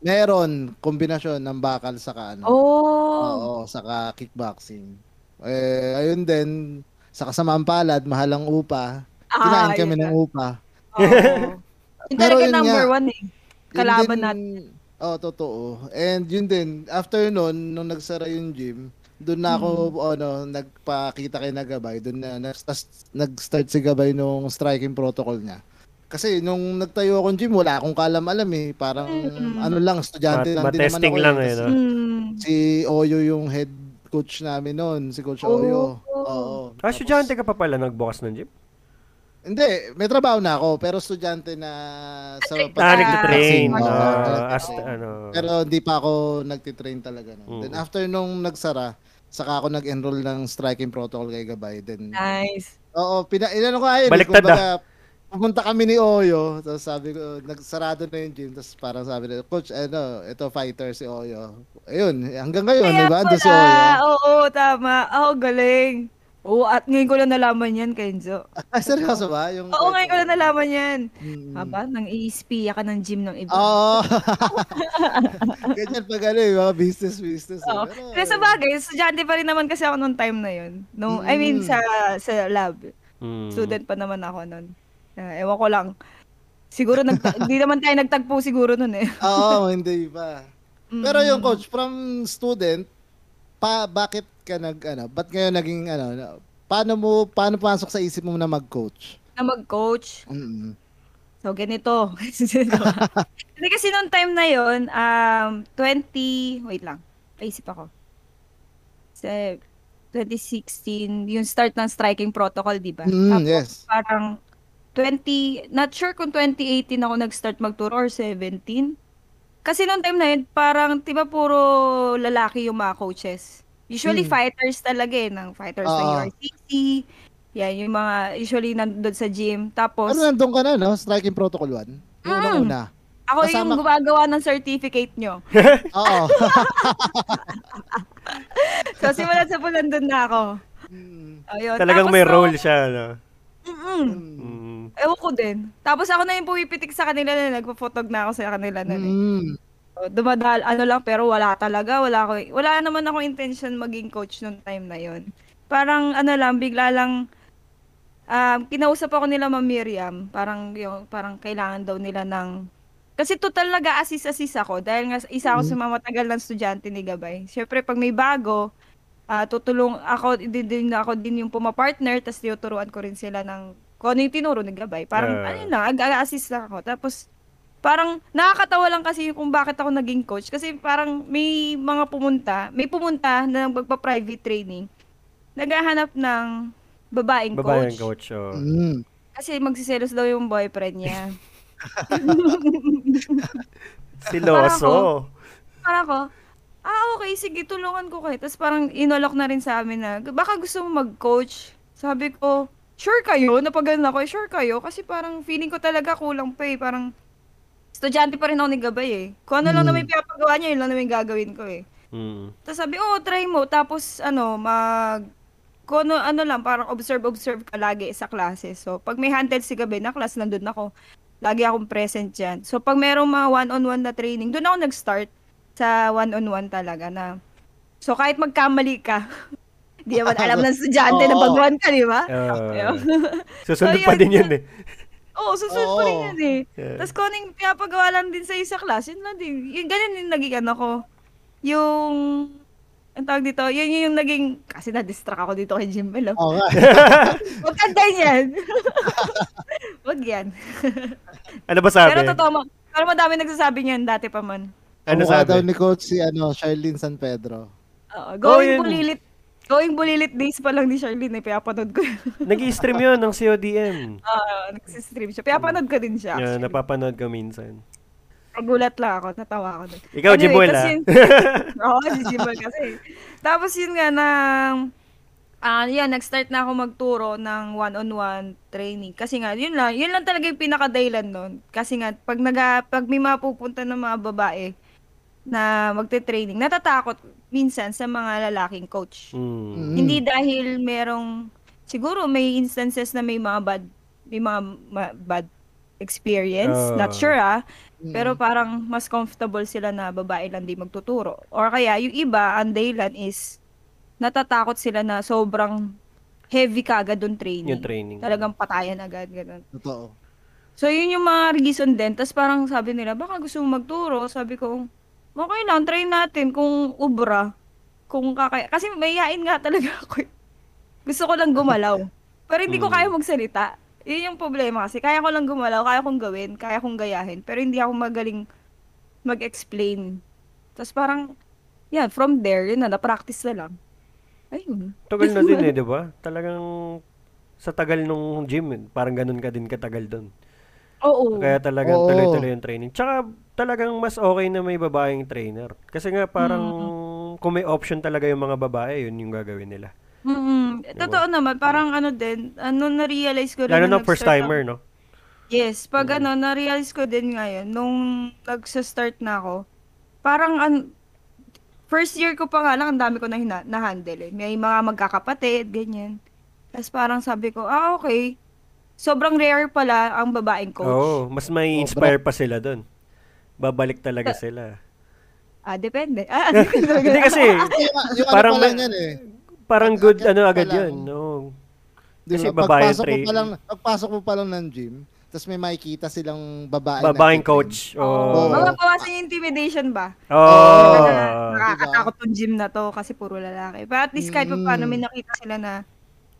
[SPEAKER 1] Meron kombinasyon ng bakal sa ano.
[SPEAKER 3] Oh.
[SPEAKER 1] Oo, saka kickboxing. Eh, ayun din, sa kasamaang palad, mahal ang upa.
[SPEAKER 3] Ah,
[SPEAKER 1] Kinain kami ng upa.
[SPEAKER 3] Yung
[SPEAKER 1] Pero
[SPEAKER 3] talaga
[SPEAKER 1] yun
[SPEAKER 3] number
[SPEAKER 1] nga.
[SPEAKER 3] one eh.
[SPEAKER 1] Yun
[SPEAKER 3] Kalaban
[SPEAKER 1] din-
[SPEAKER 3] natin.
[SPEAKER 1] Oo, totoo. And yun din, after nun, nung nagsara yung gym, doon na ako,
[SPEAKER 3] Mm.
[SPEAKER 1] ano, nagpakita kay Nagabay. Doon na, nas- nag-start si Gabay nung striking protocol niya. Kasi nung nagtayo akong gym, wala akong kalam-alam eh. Parang,
[SPEAKER 3] Mm.
[SPEAKER 1] ano lang, estudyante
[SPEAKER 2] Ma-
[SPEAKER 1] lang din naman
[SPEAKER 2] matesting
[SPEAKER 1] ako. eh.
[SPEAKER 2] lang eh,
[SPEAKER 1] Tas
[SPEAKER 2] no?
[SPEAKER 3] Mm.
[SPEAKER 1] Si Oyo yung head coach namin noon, si Coach
[SPEAKER 3] Oh.
[SPEAKER 1] Oyo. Oo.
[SPEAKER 2] Ah,
[SPEAKER 1] Tapos-
[SPEAKER 2] estudyante ka pa pala nagbukas ng gym?
[SPEAKER 1] Hindi, may trabaho na ako, pero estudyante na sa
[SPEAKER 2] Ah,
[SPEAKER 3] Ah,
[SPEAKER 2] nagtitrain.
[SPEAKER 1] Oo,
[SPEAKER 2] Ah,
[SPEAKER 1] nagtitrain.
[SPEAKER 2] as, ano.
[SPEAKER 1] Pero hindi pa ako nagtitrain talaga. No.
[SPEAKER 2] Mm.
[SPEAKER 1] Then after nung nagsara, saka ako nag-enroll ng striking protocol kay Gabay. Then,
[SPEAKER 3] Ah. Nice.
[SPEAKER 1] oo, pina, inano ko ayun. eh,
[SPEAKER 2] Baliktad
[SPEAKER 1] kumbaga, Pumunta kami ni Oyo, tapos sabi ko, nagsarado na yung gym, tapos parang sabi nila, Coach, ano, ito fighter si Oyo. Ayun, hanggang ngayon,
[SPEAKER 3] Kaya
[SPEAKER 1] di ba? Doon si
[SPEAKER 3] pala.
[SPEAKER 1] Oyo.
[SPEAKER 3] Oo, tama. Oo, galing. Oo, at ngayon ko lang nalaman yan, Kenzo.
[SPEAKER 1] Ah, seryoso ba? Yung
[SPEAKER 3] Oo, ngayon ko lang nalaman yan.
[SPEAKER 1] Mm.
[SPEAKER 3] Aba, nang iispiya ka ng gym ng iba.
[SPEAKER 1] Oo. Ganyan pag ano, yung mga business, business. eh.
[SPEAKER 3] Oo.
[SPEAKER 1] Pero-
[SPEAKER 3] Pero sa bagay, estudyante pa rin naman kasi ako nung time na yun. No, I mean,
[SPEAKER 1] Mm.
[SPEAKER 3] sa sa lab.
[SPEAKER 2] Mm.
[SPEAKER 3] Student pa naman ako nun. Ah, ewan ko lang. Siguro, nagta- hindi naman tayo nagtagpo siguro nun eh.
[SPEAKER 1] Oo, hindi pa.
[SPEAKER 3] Mm.
[SPEAKER 1] Pero yung coach, from student, pa, bakit ka nag, ano, ba't ngayon naging, ano, na- paano mo, paano pasok sa isip mo na mag-coach?
[SPEAKER 3] Na mag-coach.
[SPEAKER 1] Mm-mm.
[SPEAKER 3] So, ganito. Hindi kasi nung time na yon um, 20, wait lang, paisip ako. Kasi 2016, yung start ng striking protocol, di ba?
[SPEAKER 1] Mm,
[SPEAKER 3] Tapos
[SPEAKER 1] yes.
[SPEAKER 3] parang 20, not sure kung 2018 ako nag-start magturo or 17. Kasi nung time na yun, parang, di ba, puro lalaki yung mga coaches. Usually,
[SPEAKER 1] Mm.
[SPEAKER 3] fighters talaga eh, ng fighters ng
[SPEAKER 1] Ah.
[SPEAKER 3] URCC. Yan, yung mga, usually, nandun sa gym. Tapos,
[SPEAKER 1] Ano, nandun ka na, no? Striking Protocol 1? Yung
[SPEAKER 3] Mm.
[SPEAKER 1] unang-una.
[SPEAKER 3] ako yung
[SPEAKER 1] Kasama-
[SPEAKER 3] gumagawa ng certificate nyo.
[SPEAKER 1] Oo.
[SPEAKER 3] So, simulan sa po nandun na ako.
[SPEAKER 1] Mm,
[SPEAKER 3] Ayun.
[SPEAKER 2] Talagang
[SPEAKER 3] Tapos
[SPEAKER 2] may
[SPEAKER 3] nung-
[SPEAKER 2] role siya, ano.
[SPEAKER 3] Mm-mm.
[SPEAKER 1] mm,
[SPEAKER 2] Mm.
[SPEAKER 3] Ewan ko din. Tapos ako na yung pumipitik sa kanila na nagpo-photog na ako sa kanila na eh.
[SPEAKER 1] mm.
[SPEAKER 3] So, dumadal, ano lang, pero wala talaga. Wala, ako, wala naman akong intention maging coach nung time na yon. Parang ano lang, bigla lang, um, kinausap ako nila ma Miriam. Parang, yung, parang kailangan daw nila ng kasi total nag-assist-assist ako dahil nga isa ako sa mga matagal ng estudyante ni Gabay. Siyempre, pag may bago, ah, tutulong ako, din, din ako din yung pumapartner, tapos tinuturuan ko rin sila ng kung ano yung tinuro ni Gabay. Parang,
[SPEAKER 2] Ah.
[SPEAKER 3] ano yun lang, ag-assist lang ako. Tapos, parang nakakatawa lang kasi kung bakit ako naging coach. Kasi parang may mga pumunta, may pumunta na magpa-private training, naghahanap ng babaeng,
[SPEAKER 2] Babae ang
[SPEAKER 3] coach.
[SPEAKER 2] coach, oh.
[SPEAKER 1] mm.
[SPEAKER 3] Kasi magsiselos daw yung boyfriend niya.
[SPEAKER 2] Siloso.
[SPEAKER 3] Parang ako, ah okay, sige, tulungan ko kayo. Tapos parang inolok na rin sa amin na, baka gusto mo mag-coach. Sabi ko, sure kayo? Napagano ako, eh, sure kayo? Kasi parang feeling ko talaga kulang pa eh. Parang, estudyante pa rin ako ni Gabay eh. Kung ano lang na may pinapagawa niya, yun lang naman gagawin ko eh.
[SPEAKER 2] Mm.
[SPEAKER 3] Tapos sabi, oo, try mo. Tapos, ano, mag... Kung ano, ano lang, parang observe-observe ka lagi sa klase. So, pag may handle si gabi na class, nandun ako. Lagi akong present dyan. So, pag merong mga one-on-one na training, doon ako nag-start sa one-on-one talaga na... So, kahit magkamali ka, di naman alam ng estudyante na
[SPEAKER 1] Oo.
[SPEAKER 3] baguhan ka, di ba?
[SPEAKER 2] Ah.
[SPEAKER 3] Ayun.
[SPEAKER 2] susunod
[SPEAKER 3] So,
[SPEAKER 2] pa
[SPEAKER 3] yun,
[SPEAKER 2] din yun, eh.
[SPEAKER 3] Oo, susunod pa rin
[SPEAKER 1] Oo.
[SPEAKER 3] yun eh. Tapos kung anong pinapagawa lang din sa isa class, yun lang din. Yung ganun yung naging ano ko. Yung, ang tawag dito, yun yun yung naging, kasi na-distract ako dito kay Jim Melo.
[SPEAKER 1] Okay.
[SPEAKER 3] Huwag kanday niyan. Huwag yan.
[SPEAKER 2] Ano ba sabi?
[SPEAKER 3] Pero totoo, ma- pero madami nagsasabi niyan dati pa man.
[SPEAKER 2] ano
[SPEAKER 1] Mukha
[SPEAKER 2] sabi?
[SPEAKER 1] daw ni coach si, ano, Charlene San Pedro.
[SPEAKER 3] Oo,
[SPEAKER 2] Oh,
[SPEAKER 3] going
[SPEAKER 2] yun.
[SPEAKER 3] pulilit. Going Bulilit Days pa lang ni Charlene, eh, pinapanood ko. yun.
[SPEAKER 2] Nag-i-stream yun ng CODM.
[SPEAKER 3] Ah, nagsistream siya. Pinapanood ko din siya.
[SPEAKER 2] Yeah,
[SPEAKER 3] actually.
[SPEAKER 2] napapanood ko minsan.
[SPEAKER 3] Nagulat lang ako, natawa ako doon.
[SPEAKER 2] Ikaw, Jibol, ah.
[SPEAKER 3] tas yun- Oo, si Jibol kasi. Tapos yun nga, nang, ah yan, nag-start na ako magturo ng one-on-one training. Kasi nga, yun lang, yun lang talaga yung pinakadaylan nun. Kasi nga, pag, naga, pag may mapupunta ng mga babae na magte-training, natatakot minsan sa mga lalaking coach.
[SPEAKER 2] Mm.
[SPEAKER 1] Mm.
[SPEAKER 3] Hindi dahil merong siguro may instances na may mga bad may mga ma- bad experience,
[SPEAKER 2] Oo.
[SPEAKER 3] not sure ah,
[SPEAKER 1] Mm.
[SPEAKER 3] pero parang mas comfortable sila na babae lang di magtuturo. Or kaya yung iba, ang dahilan is natatakot sila na sobrang heavy kagad yung training.
[SPEAKER 2] Yung training.
[SPEAKER 3] Talagang patayan agad ganun.
[SPEAKER 1] Totoo.
[SPEAKER 3] So yun yung mga reason din. Tapos parang sabi nila, baka gusto mo magturo. Sabi ko, okay lang, try natin kung ubra. Kung kakaya. Kasi mayayain nga talaga ako. eh. Gusto ko lang gumalaw. Pero hindi
[SPEAKER 2] Mm.
[SPEAKER 3] ko kaya magsalita. Yun yung problema kasi. Kaya ko lang gumalaw, kaya kong gawin, kaya kong gayahin. Pero hindi ako magaling mag-explain. Tapos parang, yeah, from there, yun na, na-practice na lang. Ayun.
[SPEAKER 2] Tagal na din eh, di ba? Talagang sa tagal nung gym, eh, parang ganun ka din katagal doon.
[SPEAKER 3] Oo.
[SPEAKER 2] Kaya talagang
[SPEAKER 1] Oo.
[SPEAKER 2] tuloy-tuloy yung training. Tsaka talagang mas okay na may babaeng trainer. Kasi nga parang kung may option talaga yung mga babae, yun yung gagawin nila.
[SPEAKER 3] mm Totoo naman, parang ano din, ano na-realize ko rin.
[SPEAKER 2] Lalo
[SPEAKER 3] na
[SPEAKER 2] na first
[SPEAKER 3] nag-start ako-
[SPEAKER 2] timer, no?
[SPEAKER 3] Yes, pag ano, na-realize ko din ngayon, nung nagsa-start na ako, parang an- first year ko pa nga lang, ang dami ko na hina- na-handle eh. May mga magkakapatid, ganyan. Tapos parang sabi ko, ah okay, sobrang rare pala ang babaeng coach.
[SPEAKER 2] Oo, mas may inspire pa sila doon. Babalik talaga sila.
[SPEAKER 3] Ah, depende. Ah, depende talaga.
[SPEAKER 2] Hindi kasi,
[SPEAKER 1] Yung, yung
[SPEAKER 2] Parang
[SPEAKER 1] ano pala
[SPEAKER 2] may-
[SPEAKER 1] yan eh.
[SPEAKER 2] parang good
[SPEAKER 1] Agad
[SPEAKER 2] ano
[SPEAKER 1] pa
[SPEAKER 2] agad
[SPEAKER 1] lang.
[SPEAKER 2] yun. No.
[SPEAKER 1] Di
[SPEAKER 2] Kasi
[SPEAKER 1] ba?
[SPEAKER 2] babae
[SPEAKER 1] pagpasok mo
[SPEAKER 2] train-
[SPEAKER 1] pa lang, pagpasok mo pa lang ng gym, tapos may makikita silang babae. na
[SPEAKER 2] Babaeng
[SPEAKER 1] train.
[SPEAKER 2] coach.
[SPEAKER 1] Oo.
[SPEAKER 2] Oo.
[SPEAKER 3] Mababawasan yung intimidation ba?
[SPEAKER 2] Oo.
[SPEAKER 3] Kaya nakakatakot tong gym na to kasi puro lalaki. But at least kahit pa paano may nakita sila na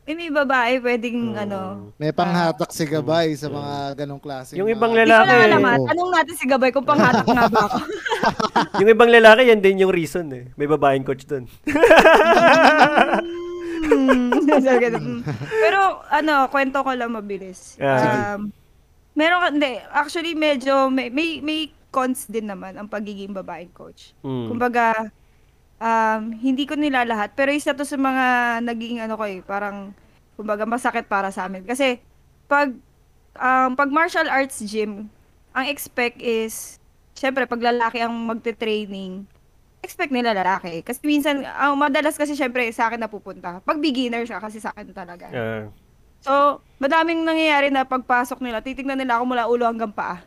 [SPEAKER 3] eh, may babae pwedeng ano.
[SPEAKER 1] May panghatak
[SPEAKER 3] Ah.
[SPEAKER 1] si Gabay sa mga ganong klase.
[SPEAKER 2] Yung ibang
[SPEAKER 3] Hindi ko lang
[SPEAKER 2] Lalaki.
[SPEAKER 3] alam ah.
[SPEAKER 1] Oo.
[SPEAKER 3] Tanong natin si Gabay kung panghatak nga ba ako.
[SPEAKER 2] Yung ibang lalaki, yan din yung reason eh. May babaeng coach doon.
[SPEAKER 3] Hmm. Sabi ko, hmm. Pero ano, kwento ko lang mabilis.
[SPEAKER 2] Ah. Sige.
[SPEAKER 3] Um, meron ka, hindi, actually medyo may, may, may cons din naman ang pagiging babaeng coach.
[SPEAKER 2] Mm.
[SPEAKER 3] Kumbaga, um, hindi ko nila lahat, pero isa to sa mga naging ano ko eh, parang, kumbaga masakit para sa amin. Kasi, pag, um, pag martial arts gym, ang expect is, syempre, pag lalaki ang magte-training, expect nila lalaki. Kasi minsan, ang madalas kasi syempre sa akin napupunta. Pag beginner siya, kasi sa akin talaga.
[SPEAKER 2] Ah.
[SPEAKER 3] So, madaming nangyayari na pagpasok nila, titignan nila ako mula ulo hanggang paa.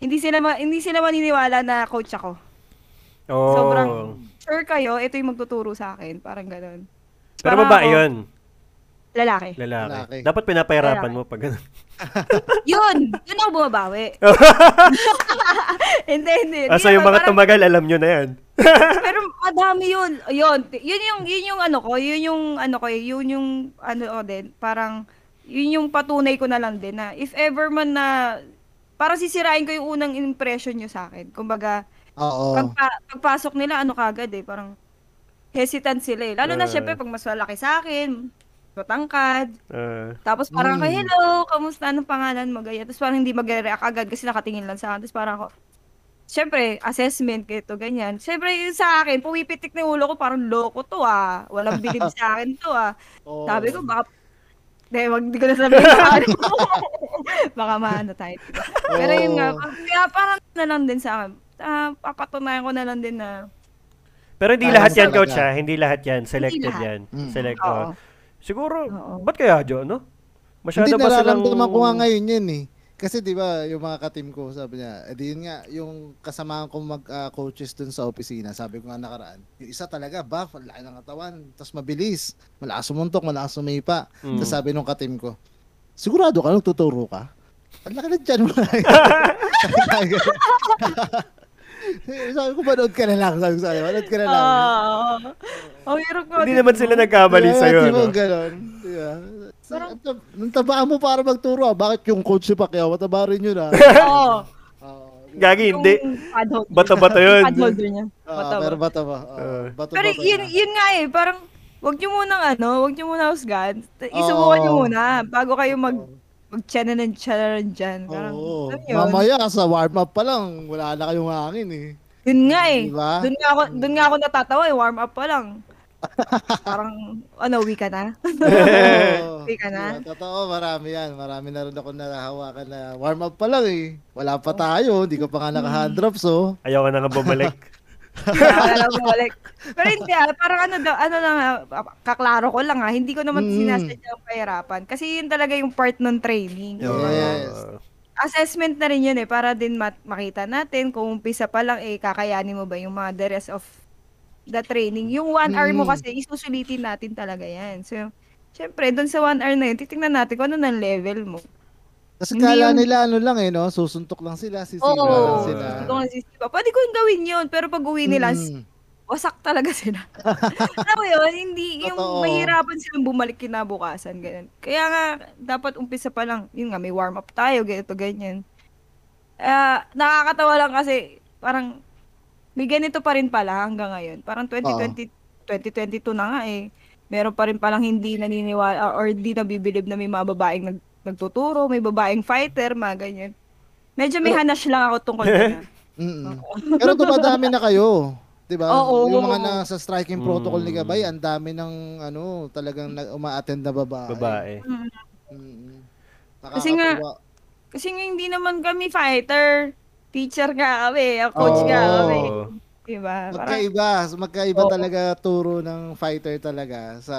[SPEAKER 3] Hindi sila ma- hindi sila maniniwala na coach ako.
[SPEAKER 2] Oo.
[SPEAKER 3] Sobrang
[SPEAKER 2] Oh.
[SPEAKER 3] sure kayo, ito yung magtuturo sa akin, parang ganun.
[SPEAKER 2] Pero
[SPEAKER 3] Parang
[SPEAKER 2] babae
[SPEAKER 3] ako,
[SPEAKER 2] yun.
[SPEAKER 3] Lalaki.
[SPEAKER 2] Lalaki.
[SPEAKER 1] Lalaki.
[SPEAKER 2] Dapat pinapahirapan mo pag ganun.
[SPEAKER 3] yun! Yun ako bumabawi. hindi, hindi.
[SPEAKER 2] Ah, so
[SPEAKER 3] Yun
[SPEAKER 2] yung
[SPEAKER 3] naman,
[SPEAKER 2] mga
[SPEAKER 3] parang-
[SPEAKER 2] tumagal, alam nyo na yan.
[SPEAKER 3] Pero madami yun. Yun, yun yung, yun yung ano ko, yun yung ano ko, yun yung ano ko din, parang, yun yung patunay ko na lang din na if ever man na, parang sisirain ko yung unang impression nyo sa akin. Kumbaga,
[SPEAKER 2] Oh.
[SPEAKER 1] Oo.
[SPEAKER 3] pagpa- pagpasok nila, ano kagad eh, parang hesitant sila eh. Lalo na
[SPEAKER 2] Ah.
[SPEAKER 3] syempre pag mas malaki sa akin, matangkad,
[SPEAKER 2] Ah.
[SPEAKER 3] Tapos
[SPEAKER 1] Mm.
[SPEAKER 3] parang kay hello, kamusta, anong pangalan mo, ganyan. Tapos parang hindi mag-react agad kasi nakatingin lang sa akin. Tapos parang ako, syempre, assessment, ganito, ganyan. Syempre, yun sa akin, pumipitik na yung ulo ko, parang loko to ah. Walang bilib sa akin to ah.
[SPEAKER 1] Oo.
[SPEAKER 3] Sabi ko, baka, hindi, wag, hindi ko na sabihin sa akin. baka maano tayo. diba? Pero yun nga,
[SPEAKER 1] Oo.
[SPEAKER 3] kaya parang na lang din sa akin. Ah, papatunayan ko na lang din na,
[SPEAKER 2] Pero hindi
[SPEAKER 1] Alam
[SPEAKER 2] lahat yan,
[SPEAKER 1] talaga.
[SPEAKER 2] coach, ha? Hindi lahat yan. Selected
[SPEAKER 3] lahat.
[SPEAKER 2] yan.
[SPEAKER 1] Mm.
[SPEAKER 2] Select,
[SPEAKER 3] Oo.
[SPEAKER 2] oo. Siguro,
[SPEAKER 3] Oo.
[SPEAKER 2] ba't kaya, Jo, no? Masyado
[SPEAKER 1] Hindi
[SPEAKER 2] ba silang...
[SPEAKER 1] nararamdaman ko nga ngayon yun eh. Kasi 'di ba, yung mga ka-team ko, sabi niya, edi yun nga, yung kasamahan kong mag-coaches dun sa opisina, sabi ko nga nakaraan, yung isa talaga, buff, ang laki ng katawan, tapos mabilis, malakas sumuntok, malakas sumipa.
[SPEAKER 2] Mm.
[SPEAKER 1] Tapos sabi nung ka-team ko, sigurado ka, nagtuturo ka? Ang laki ng tiyan mo na sabi ko, manood ka na lang. Sabi ko sa kanya, manood ka na lang.
[SPEAKER 3] ah, oh, hirap ko.
[SPEAKER 2] Hindi naman sila nagkamali
[SPEAKER 1] Diba,
[SPEAKER 2] sa'yo,
[SPEAKER 1] tipo,
[SPEAKER 2] no?
[SPEAKER 1] Ganon. Diba? Sa- ang tab- ang tabaan mo para magturo. ah. Bakit yung coach ni Pacquiao, mataba rin yun ah.
[SPEAKER 3] Oo.
[SPEAKER 1] Oo.
[SPEAKER 2] Gagi, hindi.
[SPEAKER 3] Yung pad holder.
[SPEAKER 2] Bata-bata yun.
[SPEAKER 3] Pad holder niya.
[SPEAKER 1] Ah,
[SPEAKER 3] Mataba.
[SPEAKER 1] pero mataba.
[SPEAKER 2] Ah.
[SPEAKER 1] Oo, bato-bato
[SPEAKER 3] Pero yun,
[SPEAKER 1] na.
[SPEAKER 3] yun nga eh, parang Huwag nyo muna ano, huwag nyo muna husgan. T- Isubukan nyo
[SPEAKER 1] Oo.
[SPEAKER 3] muna bago kayo mag mag ng chanan dyan. Parang,
[SPEAKER 1] Oo.
[SPEAKER 3] alam yun?
[SPEAKER 1] Mamaya sa warm up pa lang, wala na kayong hangin eh.
[SPEAKER 3] Yun nga eh.
[SPEAKER 1] Diba?
[SPEAKER 3] Doon nga ako, doon nga ako natatawa eh, warm up pa lang. Parang, ano, wika na?
[SPEAKER 1] Oo.
[SPEAKER 3] Di ka na?
[SPEAKER 1] Diba? Totoo, marami yan. Marami na rin ako nahahawakan na warm up pa lang eh. Wala pa tayo, hindi ka pa nga naka-hand
[SPEAKER 3] Hmm.
[SPEAKER 1] drops oh.
[SPEAKER 2] Ayaw ka na nga bumalik.
[SPEAKER 3] Alam mo, like, pero hindi ah, parang ano daw, ano lang, ah, kaklaro ko lang ha, hindi ko naman
[SPEAKER 1] Mm.
[SPEAKER 3] sinasadya ang pahirapan. Kasi yun talaga yung part ng training.
[SPEAKER 1] Yes.
[SPEAKER 2] Ah,
[SPEAKER 3] Assessment na rin yun eh, para din mat- makita natin kung umpisa pa lang eh, kakayanin mo ba yung mga the rest of the training. Yung one hour mo
[SPEAKER 1] Mm.
[SPEAKER 3] kasi, isusulitin natin talaga yan. So, syempre, dun sa one hour na yun, titingnan natin kung ano ng level mo.
[SPEAKER 1] Kasi
[SPEAKER 3] Hindi
[SPEAKER 1] kala
[SPEAKER 3] yung-
[SPEAKER 1] nila ano lang eh, no? Susuntok lang sila, sisira lang
[SPEAKER 3] Oo.
[SPEAKER 1] sila.
[SPEAKER 3] Hindi ko nasisipa. Pwede ko yung gawin yun, pero pag uwi nila,
[SPEAKER 1] Mm.
[SPEAKER 3] wasak talaga sila. Alam mo yun, hindi, yung
[SPEAKER 1] Totoo.
[SPEAKER 3] mahirapan silang bumalik kinabukasan, ganun. Kaya nga, dapat umpisa pa lang, yun nga, may warm-up tayo, ganito, ganyan. Ah, nakakatawa lang kasi, parang, may ganito pa rin pala hanggang ngayon. Parang 2020, 2022 na nga eh. Meron pa rin palang hindi naniniwala or hindi nabibilib na may mga babaeng nag, nagtuturo, may babaeng fighter, mga ganyan. Medyo may hanash lang ako tungkol na.
[SPEAKER 1] Mm-mm. Pero dumadami na kayo. 'Di ba?
[SPEAKER 3] Oo.
[SPEAKER 1] Yung mga nasa striking protocol ni
[SPEAKER 2] Mm.
[SPEAKER 1] Gabay, ang dami ng ano, talagang nag- uma-attend na babae.
[SPEAKER 2] babae.
[SPEAKER 3] Mm,
[SPEAKER 1] Mm-mm.
[SPEAKER 3] Kasi nga-
[SPEAKER 1] Nakakatuwa.
[SPEAKER 3] Kasi nga hindi naman kami fighter. Teacher ka kami, ang coach ka
[SPEAKER 2] Oh.
[SPEAKER 1] Oo.
[SPEAKER 3] kami. Diba? Parang,
[SPEAKER 1] magkaiba, magkaiba
[SPEAKER 3] Oo.
[SPEAKER 1] talaga turo ng fighter talaga sa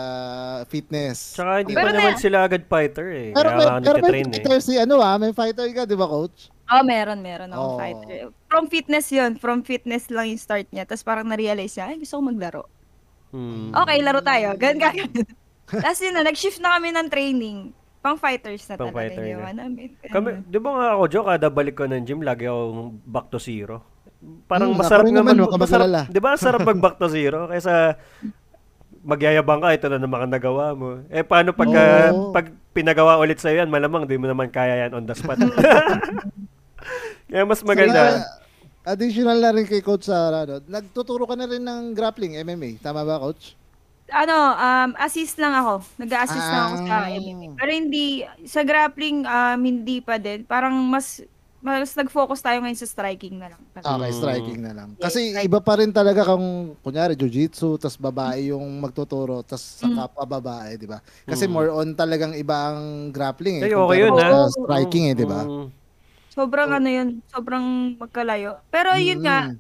[SPEAKER 1] fitness.
[SPEAKER 2] Tsaka hindi
[SPEAKER 3] Pero
[SPEAKER 2] pa naman
[SPEAKER 3] na-
[SPEAKER 2] sila agad fighter eh.
[SPEAKER 1] Pero
[SPEAKER 2] Kaya
[SPEAKER 1] may,
[SPEAKER 2] nga ako
[SPEAKER 1] pero may
[SPEAKER 2] nagtitrain eh.
[SPEAKER 1] fighter si ano ah, may fighter ka, 'di ba, coach?
[SPEAKER 3] oh, meron, meron akong
[SPEAKER 1] Oo.
[SPEAKER 3] fighter. From fitness yun. From fitness lang yung start niya. Tapos parang na-realize niya, ay, gusto ko maglaro.
[SPEAKER 2] Hmm.
[SPEAKER 3] Okay, laro tayo. Ganun ka. Tapos yun na, nag-shift na kami ng training. Pang fighters na
[SPEAKER 2] Pang
[SPEAKER 3] talaga
[SPEAKER 2] fighter
[SPEAKER 3] yung
[SPEAKER 2] na.
[SPEAKER 3] ano namin.
[SPEAKER 2] Kami, di ba nga ako, Joe, kada balik ko ng gym, lagi ako back to zero. Parang
[SPEAKER 1] Hmm,
[SPEAKER 2] masarap
[SPEAKER 1] ako rin
[SPEAKER 2] nga
[SPEAKER 1] naman,
[SPEAKER 2] mag-
[SPEAKER 1] huwag ka
[SPEAKER 2] masarap,
[SPEAKER 1] mag-alala.
[SPEAKER 2] di ba ang sarap mag back to zero kaysa magyayabang ka, ito na naman ang nagawa mo. Eh, paano pagka,
[SPEAKER 1] Oo.
[SPEAKER 2] pag pinagawa ulit sa'yo yan, malamang di mo naman kaya yan on the spot. Kaya mas
[SPEAKER 1] Saka,
[SPEAKER 2] maganda.
[SPEAKER 1] additional na rin kay Coach Sara, no? nagtuturo ka na rin ng grappling, MMA. Tama ba, Coach?
[SPEAKER 3] Ano, um, assist lang ako. Nag-assist lang ako sa
[SPEAKER 1] Ah.
[SPEAKER 3] MMA. Pero hindi, sa grappling, um, hindi pa din. Parang mas, mas nag-focus tayo ngayon sa striking na lang.
[SPEAKER 1] Okay,
[SPEAKER 2] Mm.
[SPEAKER 1] striking na lang.
[SPEAKER 3] Yes,
[SPEAKER 1] Kasi
[SPEAKER 3] striking.
[SPEAKER 1] iba pa rin talaga kung, kunyari, jiu-jitsu, tas babae yung magtuturo, tas sa
[SPEAKER 3] Mm.
[SPEAKER 1] kapwa babae, di ba? Kasi
[SPEAKER 2] Mm.
[SPEAKER 1] more on talagang iba ang grappling eh.
[SPEAKER 2] Ay, okay
[SPEAKER 1] compared
[SPEAKER 2] yun,
[SPEAKER 1] sa
[SPEAKER 3] ah.
[SPEAKER 1] Striking eh, di ba?
[SPEAKER 2] Hmm.
[SPEAKER 3] Sobrang ano yun, sobrang magkalayo. Pero yun nga,
[SPEAKER 1] Mm.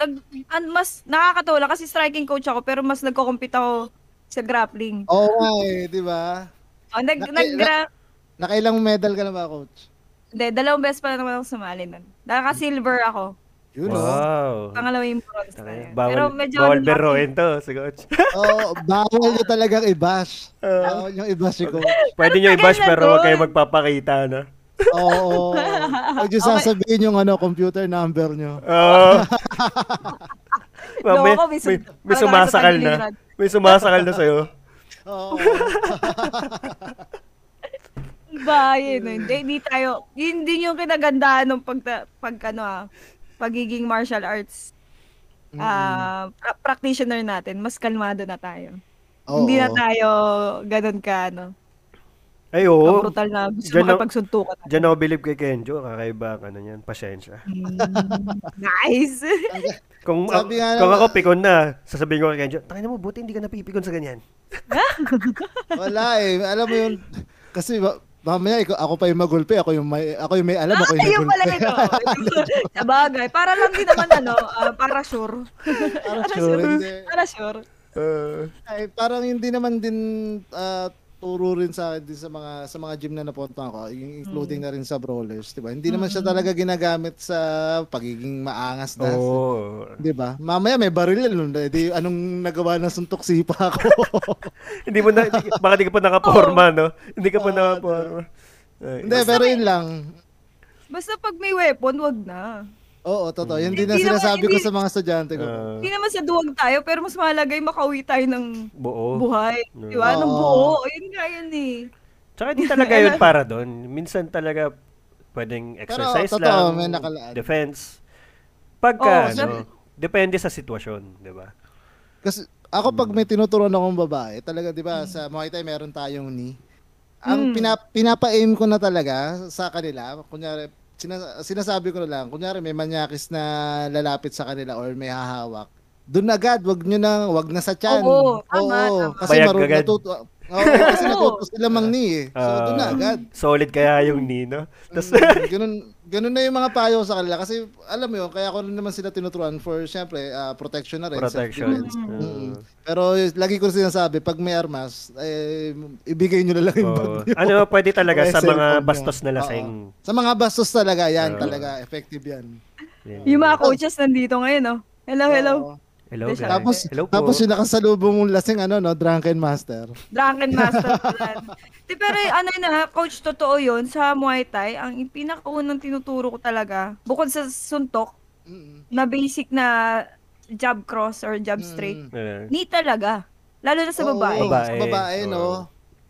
[SPEAKER 3] nag, an, mas nakakatawa lang kasi striking coach ako pero mas nagko-compete ako sa grappling.
[SPEAKER 1] Oo nga eh, di ba?
[SPEAKER 3] Oh, nag,
[SPEAKER 1] Naki-
[SPEAKER 3] nag, gra-
[SPEAKER 1] Nakailang medal ka na ba, Coach?
[SPEAKER 3] Hindi, dalawang beses pa lang naman ako sumali nun. Naka-silver ako.
[SPEAKER 1] Yun, oh.
[SPEAKER 2] Wow.
[SPEAKER 3] Pangalawa yung bronze na
[SPEAKER 2] Tangina,
[SPEAKER 3] yun.
[SPEAKER 2] Bawal,
[SPEAKER 3] pero medyo
[SPEAKER 2] bawal
[SPEAKER 3] ano,
[SPEAKER 2] beruin to, si coach.
[SPEAKER 1] Oo, bawal niya talagang i-bash.
[SPEAKER 2] Ah.
[SPEAKER 1] Bawal niyong i-bash si Coach.
[SPEAKER 2] Pwede nyo
[SPEAKER 3] tagal
[SPEAKER 2] i-bash
[SPEAKER 3] na
[SPEAKER 2] pero huwag kayo
[SPEAKER 3] dun.
[SPEAKER 2] magpapakita, no?
[SPEAKER 1] Oo. Huwag niyo
[SPEAKER 3] Okay.
[SPEAKER 1] sasabihin yung ano, computer number niyo.
[SPEAKER 2] Oo.
[SPEAKER 3] Loko,
[SPEAKER 2] Uh, may, may,
[SPEAKER 3] may sum-
[SPEAKER 2] may
[SPEAKER 3] parang
[SPEAKER 2] sumasakal
[SPEAKER 3] nakasakal
[SPEAKER 2] na.
[SPEAKER 3] din,
[SPEAKER 2] May sumasakal na sa'yo.
[SPEAKER 1] Oo.
[SPEAKER 3] Ba, yun. no? Hindi, hindi tayo. Yun din yung kinagandaan ng pag, pag ano ah, pagiging martial arts ah, pra- practitioner natin. Mas kalmado na tayo.
[SPEAKER 1] Oo.
[SPEAKER 3] Hindi na tayo ganun ka, ano,
[SPEAKER 2] Ay, oo.
[SPEAKER 3] brutal na gusto
[SPEAKER 2] Diyan na-
[SPEAKER 3] makipagsuntukan.
[SPEAKER 2] Diyan ako believe kay Kenjo. Kakaiba ang ano niyan. Pasensya.
[SPEAKER 3] Nice.
[SPEAKER 2] Kung,
[SPEAKER 1] Sabi nga
[SPEAKER 2] kung
[SPEAKER 1] naman-
[SPEAKER 2] ako pikon na, sasabihin ko kay Kenjo, tangin mo, buti hindi ka napipikon sa ganyan.
[SPEAKER 1] Wala eh. Alam mo yun, kasi ma- mamaya ikaw, ako pa yung magulpi, ako yung may, ako yung may alam, ako yung
[SPEAKER 3] Ah, yun pala
[SPEAKER 1] magulpi.
[SPEAKER 3] ito. Sabagay. Para lang din naman ano, ah, para sure.
[SPEAKER 1] Parang sure, hindi.
[SPEAKER 3] Para sure.
[SPEAKER 1] Ay, parang hindi naman din ah, turo rin sa akin din sa mga sa mga gym na napunta ako, yung including na
[SPEAKER 3] Hmm.
[SPEAKER 1] rin sa brawlers, 'di ba? Hindi naman siya talaga ginagamit sa pagiging maangas na.
[SPEAKER 2] Oo.
[SPEAKER 1] 'Di ba? Mamaya may baril nun, eh, di anong nagawa ng suntok sipa ako.
[SPEAKER 2] Hindi mo na, hindi- baka di ka pa nakaporma, no? Hindi ka pa nakaporma. Ay,
[SPEAKER 1] hindi, pero yun lang.
[SPEAKER 3] Basta pag may weapon, wag na.
[SPEAKER 1] Oo, totoo. Yun din na
[SPEAKER 3] Hindi naman-
[SPEAKER 1] sinasabi ko
[SPEAKER 3] hindi-
[SPEAKER 1] sa mga estudyante ko.
[SPEAKER 2] Hmm. ah,
[SPEAKER 3] Hindi naman sa duwag tayo, pero mas mahalaga yung makauwi tayo ng
[SPEAKER 2] buo.
[SPEAKER 3] buhay. Di ba? Ng
[SPEAKER 1] Oo.
[SPEAKER 3] buo. Ayun nga yun eh.
[SPEAKER 2] Tsaka hindi talaga yun para doon. Minsan talaga pwedeng exercise
[SPEAKER 1] totoo,
[SPEAKER 2] lang,
[SPEAKER 1] may nakalaan.
[SPEAKER 2] defense. Pagka,
[SPEAKER 3] Oo,
[SPEAKER 2] ano, depende sa sitwasyon, di ba?
[SPEAKER 1] Kasi Ako
[SPEAKER 3] Hmm.
[SPEAKER 1] pag may tinuturuan akong babae, talaga 'di ba sa Muay Thai meron tayong ni. Ang
[SPEAKER 3] Mm.
[SPEAKER 1] pina- pinapa-aim ko na talaga sa kanila, kunyari sina- sinasabi ko na lang, kunyari may manyakis na lalapit sa kanila or may hahawak. Doon agad, wag nyo na, wag na sa tiyan.
[SPEAKER 3] Oo, tama, tama.
[SPEAKER 1] Kasi
[SPEAKER 2] Bayag
[SPEAKER 1] marunong
[SPEAKER 2] agad.
[SPEAKER 1] natuto. Oo, kasi
[SPEAKER 3] Oo.
[SPEAKER 1] natuto sila mang ni eh. So, doon na
[SPEAKER 2] Ah.
[SPEAKER 1] agad.
[SPEAKER 2] Solid kaya yung Nino. Tapos,
[SPEAKER 1] Mm, ganun, ganun na yung mga payo sa kanila. Kasi, alam mo yun, kaya ko rin naman sila tinuturuan for, syempre, ah, protection na rin.
[SPEAKER 2] protection.
[SPEAKER 1] self-defense. Mm. Pero eh, lagi ko rin sinasabi, pag may armas, eh, ibigay nyo na lang yung
[SPEAKER 2] Oo.
[SPEAKER 1] bag nyo.
[SPEAKER 2] ano, pwede talaga
[SPEAKER 1] May
[SPEAKER 2] sa mga
[SPEAKER 1] cellphone
[SPEAKER 2] bastos na
[SPEAKER 1] na.
[SPEAKER 2] lasing.
[SPEAKER 1] Sa mga bastos talaga, yan
[SPEAKER 2] Oo.
[SPEAKER 1] talaga, effective yan.
[SPEAKER 2] Yan.
[SPEAKER 3] Yung mga coaches nandito ngayon, oh. Hello, hello.
[SPEAKER 1] Oo.
[SPEAKER 2] Hello,
[SPEAKER 3] Tapos-
[SPEAKER 2] guys.
[SPEAKER 1] Tapos,
[SPEAKER 2] Hello po.
[SPEAKER 1] tapos yung nakasalubong mong lasing, ano, no, drunken master.
[SPEAKER 3] Drunken Master Plan. Di, pero eh, ano na, coach, totoo yun. Sa Muay Thai, ang pinakaunang tinuturo ko talaga, bukod sa suntok,
[SPEAKER 1] Mm,
[SPEAKER 3] na basic na jab cross or jab
[SPEAKER 1] mm,
[SPEAKER 3] straight,
[SPEAKER 2] Eh,
[SPEAKER 3] ni talaga. Lalo na sa
[SPEAKER 1] oo,
[SPEAKER 3] babae.
[SPEAKER 2] Babae.
[SPEAKER 1] Sa babae, no.
[SPEAKER 2] Oo.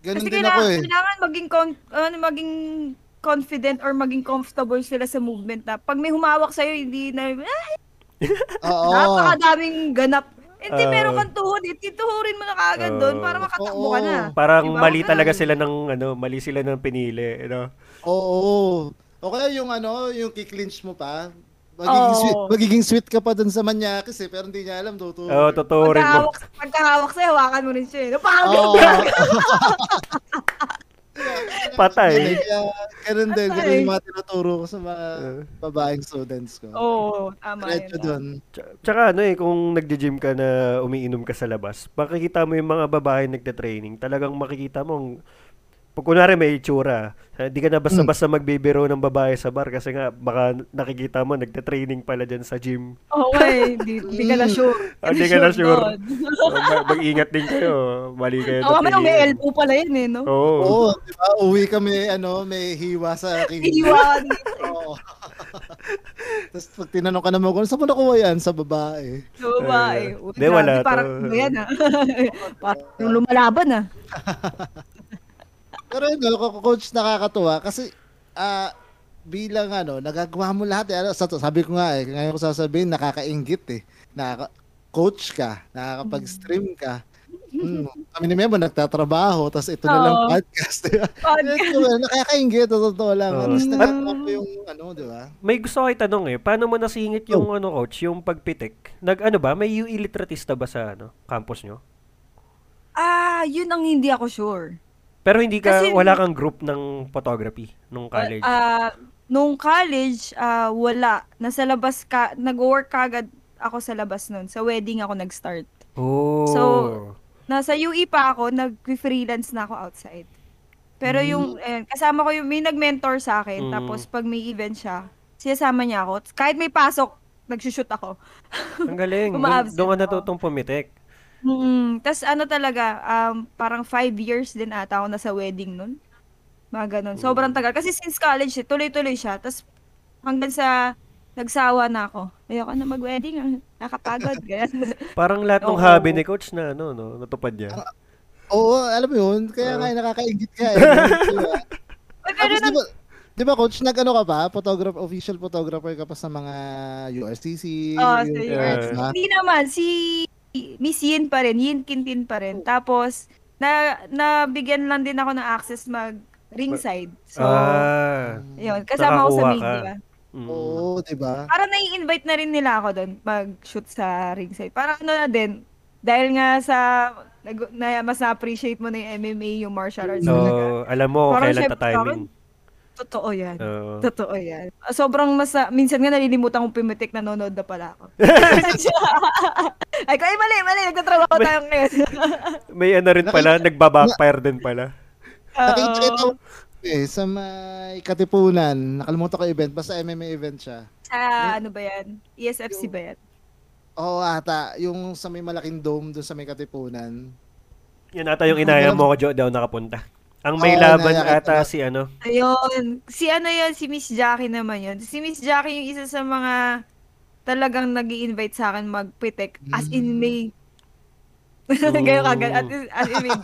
[SPEAKER 1] Ganun
[SPEAKER 3] Kasi
[SPEAKER 1] din ako
[SPEAKER 3] kailangan,
[SPEAKER 1] eh.
[SPEAKER 3] kailangan maging, con- ano, maging confident or maging comfortable sila sa movement na pag may humawak sa'yo, hindi na, ah,
[SPEAKER 1] Oo.
[SPEAKER 3] napakadaming ganap. Hindi,
[SPEAKER 2] Oo.
[SPEAKER 3] meron kang tuhod, eh, tituhurin mo na kaagad
[SPEAKER 2] Oo.
[SPEAKER 3] doon para makatakbo ka na.
[SPEAKER 2] Parang
[SPEAKER 3] Diba?
[SPEAKER 2] mali
[SPEAKER 3] Ganun.
[SPEAKER 2] talaga sila ng ano, mali sila ng pinili, you know?
[SPEAKER 1] Oo. O kaya yung ano, yung kiklinch mo pa, magiging,
[SPEAKER 3] Oo.
[SPEAKER 1] sweet, magiging sweet ka pa dun sa manyakis eh, pero hindi niya alam, totoo.
[SPEAKER 2] Oo, totoo rin mo.
[SPEAKER 3] Pagkahawak, pagkahawak sa'yo, hawakan mo rin siya. eh. Napakaganda!
[SPEAKER 1] Oo.
[SPEAKER 2] Patay.
[SPEAKER 1] Kaya, ganun din,
[SPEAKER 3] Patay.
[SPEAKER 1] ganun yung mga tinuturo ko sa mga babaeng students ko.
[SPEAKER 3] Oh Oo, tama
[SPEAKER 1] Diretso
[SPEAKER 3] yun.
[SPEAKER 1] dun.
[SPEAKER 2] Tsa- Tsaka ano eh, kung nagdi-gym ka na umiinom ka sa labas, makikita mo yung mga babae nagte-training, talagang makikita mong pag kunwari may itsura, eh, di ka na basta-basta magbibiro ng babae sa bar kasi nga baka nakikita mo nagte-training pala dyan sa gym.
[SPEAKER 3] Oo, eh, di, di ka na
[SPEAKER 1] Mm.
[SPEAKER 3] sure.
[SPEAKER 2] Ah, di ka na sure.
[SPEAKER 3] doon.
[SPEAKER 2] So, ma- mag-ingat din kayo. Mali kayo.
[SPEAKER 3] Oo, may,
[SPEAKER 2] napili.
[SPEAKER 3] may elbow pala yun eh, no?
[SPEAKER 2] Oo.
[SPEAKER 1] Oo, di ba? Uwi kami, ano, may hiwa sa kiwa.
[SPEAKER 3] Iwan.
[SPEAKER 1] Oo. Tapos pag tinanong ka naman kung saan mo nakuha yan sa babae.
[SPEAKER 3] So, babae. Uy,
[SPEAKER 2] Di, wala
[SPEAKER 3] grabe, Parang
[SPEAKER 2] to.
[SPEAKER 3] ano yan ah. parang lumalaban ah.
[SPEAKER 1] Pero yun, no, co- coach, nakakatuwa kasi ah, bilang ano, nagagawa mo lahat. Eh. Ano, sa- sabi ko nga eh, ngayon ko sasabihin, nakakaingit eh. Nakaka- coach ka, nakakapag-stream ka. Mm, kami ni Memo nagtatrabaho, tapos ito na lang
[SPEAKER 3] Oo.
[SPEAKER 1] podcast. Diba?
[SPEAKER 3] Pag,
[SPEAKER 1] Ito, eh, nakakaingit, sa totoo lang.
[SPEAKER 2] Oo.
[SPEAKER 1] At least
[SPEAKER 2] Mm.
[SPEAKER 1] nagagawa mo yung ano, di ba?
[SPEAKER 2] May gusto ko itanong eh, paano mo nasingit yung ano coach, yung pagpitik? Nag ano ba, may UE litratista ba sa ano, campus nyo?
[SPEAKER 3] ah, yun ang hindi ako sure.
[SPEAKER 2] Pero hindi ka,
[SPEAKER 3] Kasi-
[SPEAKER 2] wala kang group ng photography nung college.
[SPEAKER 3] Ah, nung college, ah, wala. Nasa labas ka, nag-work kagad ako sa labas nun. Sa wedding ako nag-start.
[SPEAKER 2] oh.
[SPEAKER 3] so- Nasa UE pa ako, nag-freelance na ako outside. Pero yung,
[SPEAKER 2] Hmm.
[SPEAKER 3] ayan, kasama ko yung, may nag-mentor sa akin.
[SPEAKER 2] Mm.
[SPEAKER 3] Tapos pag may event siya, siyasama niya ako. Kahit may pasok, nagsushoot ako.
[SPEAKER 2] Ang galing. Doon
[SPEAKER 3] Uma-absent
[SPEAKER 2] doon ka
[SPEAKER 3] ako.
[SPEAKER 2] natutong pumitik.
[SPEAKER 3] Mm, tas ano talaga, um, parang five years din ata ako nasa wedding nun. Mga ganun. Sobrang tagal. Kasi since college, eh, tuloy-tuloy siya. Tas hanggang sa nagsawa na ako. Ayoko na mag-wedding. ah. Nakakapagod. Ganyan.
[SPEAKER 2] Parang lahat ng
[SPEAKER 3] Oo.
[SPEAKER 2] hobby ni coach na ano, no, natupad niya.
[SPEAKER 1] Ah, Oo, alam mo yun, kaya nga nakakaingit ka eh. Diba?
[SPEAKER 3] Uy, pero
[SPEAKER 1] Tapos di
[SPEAKER 3] nag-
[SPEAKER 1] ba, di ba coach, nag-ano ka pa? Photograph, official photographer ka pa sa mga URCC,
[SPEAKER 3] Oh,
[SPEAKER 1] yung
[SPEAKER 3] si-
[SPEAKER 1] events,
[SPEAKER 2] Yeah.
[SPEAKER 1] ha?
[SPEAKER 3] Hindi naman, si Miss Yin pa rin, Yin Kintin
[SPEAKER 1] Oh.
[SPEAKER 3] pa rin. Tapos, na, nabigyan lang din ako ng access mag ringside. So,
[SPEAKER 2] ah.
[SPEAKER 3] yun, kasama ko sa
[SPEAKER 2] nakakuha ka.
[SPEAKER 3] media.
[SPEAKER 2] Mm.
[SPEAKER 1] Oo, diba? di ba?
[SPEAKER 3] Parang nai-invite na rin nila ako doon mag-shoot sa ringside. Parang ano na din, dahil nga sa, nag- na, mas na-appreciate mo na yung MMA, yung martial arts
[SPEAKER 2] So,
[SPEAKER 3] talaga.
[SPEAKER 2] alam mo
[SPEAKER 3] Parang
[SPEAKER 2] kailan
[SPEAKER 3] syempre
[SPEAKER 2] tatiming.
[SPEAKER 3] Totoo yan.
[SPEAKER 2] Oo.
[SPEAKER 3] Totoo yan. Ah, Sobrang mas, minsan nga nalilimutan kong pumitik, nanonood na pala ako. Ay, ko, ay mali, mali, nagtatrabaho tayo ngayon.
[SPEAKER 2] May ano rin pala, nagbabackfire din pala.
[SPEAKER 1] Nakita
[SPEAKER 3] Oo.
[SPEAKER 1] ito eh, sa may Katipunan. Nakalimutan ko yung event. Basta MMA event siya.
[SPEAKER 3] Sa ano ba yan? ESFC ba yan?
[SPEAKER 1] Oo ata, yung sa may malaking dome doon sa may Katipunan.
[SPEAKER 2] Yan ata yung inaya mo ko, Joe, daw nakapunta. Ang
[SPEAKER 1] Oo,
[SPEAKER 2] may laban
[SPEAKER 1] inaya kita
[SPEAKER 2] ata
[SPEAKER 1] na.
[SPEAKER 2] si ano.
[SPEAKER 3] Ayun. Si ano yun? Si Miss Jackie naman yun. Si Miss Jackie yung isa sa mga talagang nag invite sa akin magpitek. As in may... Gayo kagad. At is- As in may,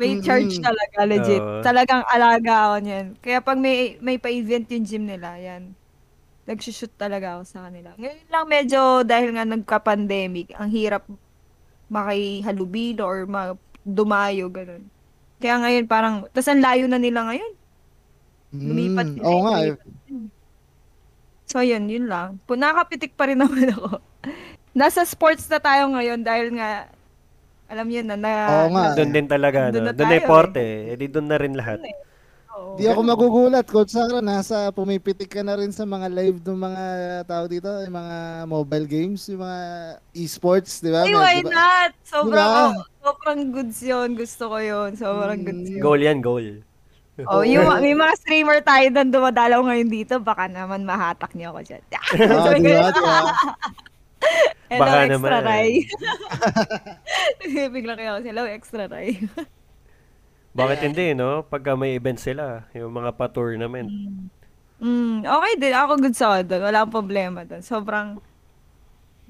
[SPEAKER 3] may charge talaga. Legit.
[SPEAKER 2] Oo.
[SPEAKER 3] Talagang alaga ako niyan. Kaya pag may, may pa-event yung gym nila, yan. Nagsushoot talaga ako sa kanila. Ngayon lang medyo dahil nga nagka-pandemic, ang hirap makihalubilo or ma- dumayo, ganun. Kaya ngayon parang, tas ang layo na nila ngayon. Lumipat
[SPEAKER 1] Mm,
[SPEAKER 3] sila,
[SPEAKER 1] Oo nga. eh.
[SPEAKER 3] lumipat So yun, yun lang. Po, nakakapitik pa rin naman ako. Nasa sports na tayo ngayon dahil nga, alam yun na, na
[SPEAKER 1] Oo nga.
[SPEAKER 2] Doon din talaga.
[SPEAKER 3] Doon
[SPEAKER 2] Doon
[SPEAKER 3] na
[SPEAKER 2] na, doon na
[SPEAKER 3] tayo,
[SPEAKER 2] yung porte. Eh. di doon na rin lahat.
[SPEAKER 3] Doon Oo.
[SPEAKER 1] Di ako magugulat, Coach Sara, nasa pumipitik ka na rin sa mga live ng mga tao dito, yung mga mobile games, yung mga esports, di ba?
[SPEAKER 3] Ay,
[SPEAKER 1] May-
[SPEAKER 3] why
[SPEAKER 1] di ba-
[SPEAKER 3] not? Sobrang,
[SPEAKER 1] Diba?
[SPEAKER 3] oh, sobrang goods yun. Gusto ko yun. Sobrang
[SPEAKER 1] Mm.
[SPEAKER 3] goods yun.
[SPEAKER 2] Goal yan, goal.
[SPEAKER 3] Oh, yung, mga- may mga streamer tayo na dumadalaw ngayon dito. Baka naman mahatak niyo ako dyan.
[SPEAKER 1] Ah,
[SPEAKER 3] Sabi
[SPEAKER 1] di
[SPEAKER 3] ko,
[SPEAKER 1] ba? Di ba?
[SPEAKER 3] Hello,
[SPEAKER 2] Baka
[SPEAKER 3] extra
[SPEAKER 2] naman. eh.
[SPEAKER 3] Ray. Bigla kayo ako, hello, extra Ray.
[SPEAKER 2] Bakit hindi, no? Pagka may event sila, yung mga pa-tournament.
[SPEAKER 3] Mm, okay din. Ako good sa doon. Wala akong problema doon. Sobrang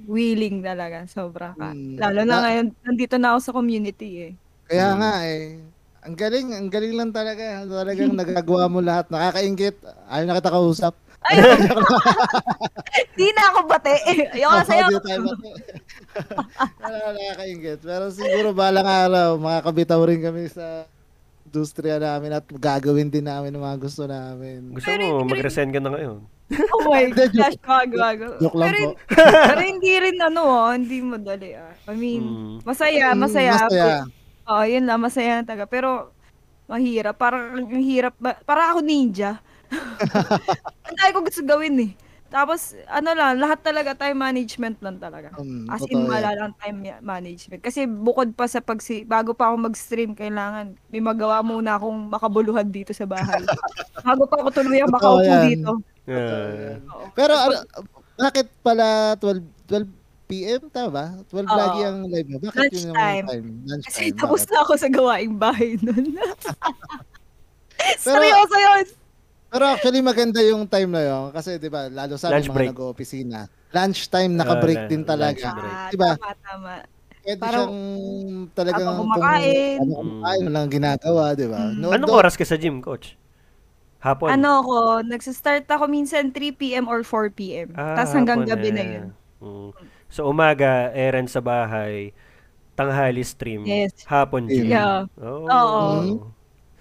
[SPEAKER 3] willing talaga. Sobra ka.
[SPEAKER 1] Mm.
[SPEAKER 3] Lalo na
[SPEAKER 1] Na-
[SPEAKER 3] ngayon, nandito na ako sa community eh.
[SPEAKER 1] Kaya nga eh. Ang galing, ang galing lang talaga. Talagang nagagawa mo lahat. Nakakaingit. Ayaw na kita kausap.
[SPEAKER 3] Hindi na ako bate. Ayoko na sa'yo.
[SPEAKER 1] Hindi Oh, tayo mag- Wala na nakakaingit. Pero siguro balang araw, makakabitaw rin kami sa industriya namin at gagawin din namin ang mga gusto namin.
[SPEAKER 2] Gusto
[SPEAKER 3] Pero
[SPEAKER 2] mo,
[SPEAKER 3] hindi-
[SPEAKER 2] mag-resign ka na ngayon.
[SPEAKER 3] Oh my
[SPEAKER 1] Hindi, joke-
[SPEAKER 3] gosh, wag, wag.
[SPEAKER 1] joke lang
[SPEAKER 3] pero,
[SPEAKER 1] po.
[SPEAKER 3] pero hindi rin ano, oh, hindi madali ah. I mean,
[SPEAKER 2] Mm.
[SPEAKER 3] masaya,
[SPEAKER 1] Mm,
[SPEAKER 3] masaya.
[SPEAKER 1] masaya.
[SPEAKER 3] Oo, oh, yun lang, masaya na taga. Pero, mahirap. Parang, ang hirap. ba- Parang ako ninja. Ang dami ko gusto gawin eh. Tapos, ano lang, lahat talaga time management lang talaga.
[SPEAKER 1] Mm,
[SPEAKER 3] As
[SPEAKER 1] totoo
[SPEAKER 3] in,
[SPEAKER 1] yan.
[SPEAKER 3] wala lang time ya- management. Kasi bukod pa sa pagsi, bago pa ako mag-stream, kailangan may magawa muna akong makabuluhan dito sa bahay. bago pa ako tuluyang
[SPEAKER 1] Totoo
[SPEAKER 3] makaupo
[SPEAKER 1] yan.
[SPEAKER 3] dito.
[SPEAKER 2] Yeah.
[SPEAKER 3] Oo.
[SPEAKER 1] Pero ano, bakit pala 12, 12 p.m. tama? 12
[SPEAKER 3] Oo.
[SPEAKER 1] lagi ang live mo. Bakit yun yung
[SPEAKER 3] Lunchtime.
[SPEAKER 1] time? Lunchtime.
[SPEAKER 3] Kasi tapos na ako sa gawaing bahay nun.
[SPEAKER 1] Pero-
[SPEAKER 3] Seryoso yun!
[SPEAKER 1] Pero actually maganda yung time na yun kasi 'di ba lalo sa
[SPEAKER 2] Lunch
[SPEAKER 1] amin,
[SPEAKER 2] break.
[SPEAKER 1] mga nag-oopisina. Lunch time naka-break
[SPEAKER 2] Ah,
[SPEAKER 1] din
[SPEAKER 2] lunch
[SPEAKER 1] talaga.
[SPEAKER 2] break.
[SPEAKER 3] Ah,
[SPEAKER 1] Diba?
[SPEAKER 3] Tama, tama.
[SPEAKER 1] Pwede
[SPEAKER 3] Parang
[SPEAKER 1] siyang talagang
[SPEAKER 3] habang kumakain. Mm.
[SPEAKER 1] Kung, ano kumakain, wala kang ginagawa, 'di ba? No,
[SPEAKER 2] Mm. Anong
[SPEAKER 1] no,
[SPEAKER 2] oras ka sa gym, coach? Hapon?
[SPEAKER 3] Ano ko, nagsistart ako minsan 3 p.m. or 4 p.m.
[SPEAKER 2] Ah,
[SPEAKER 3] Tapos hanggang
[SPEAKER 2] hapon
[SPEAKER 3] gabi na yun.
[SPEAKER 2] Mm. So umaga, errands sa bahay, tanghali stream,
[SPEAKER 3] Yes.
[SPEAKER 2] hapon gym.
[SPEAKER 3] Yeah.
[SPEAKER 2] Oh.
[SPEAKER 3] Oo.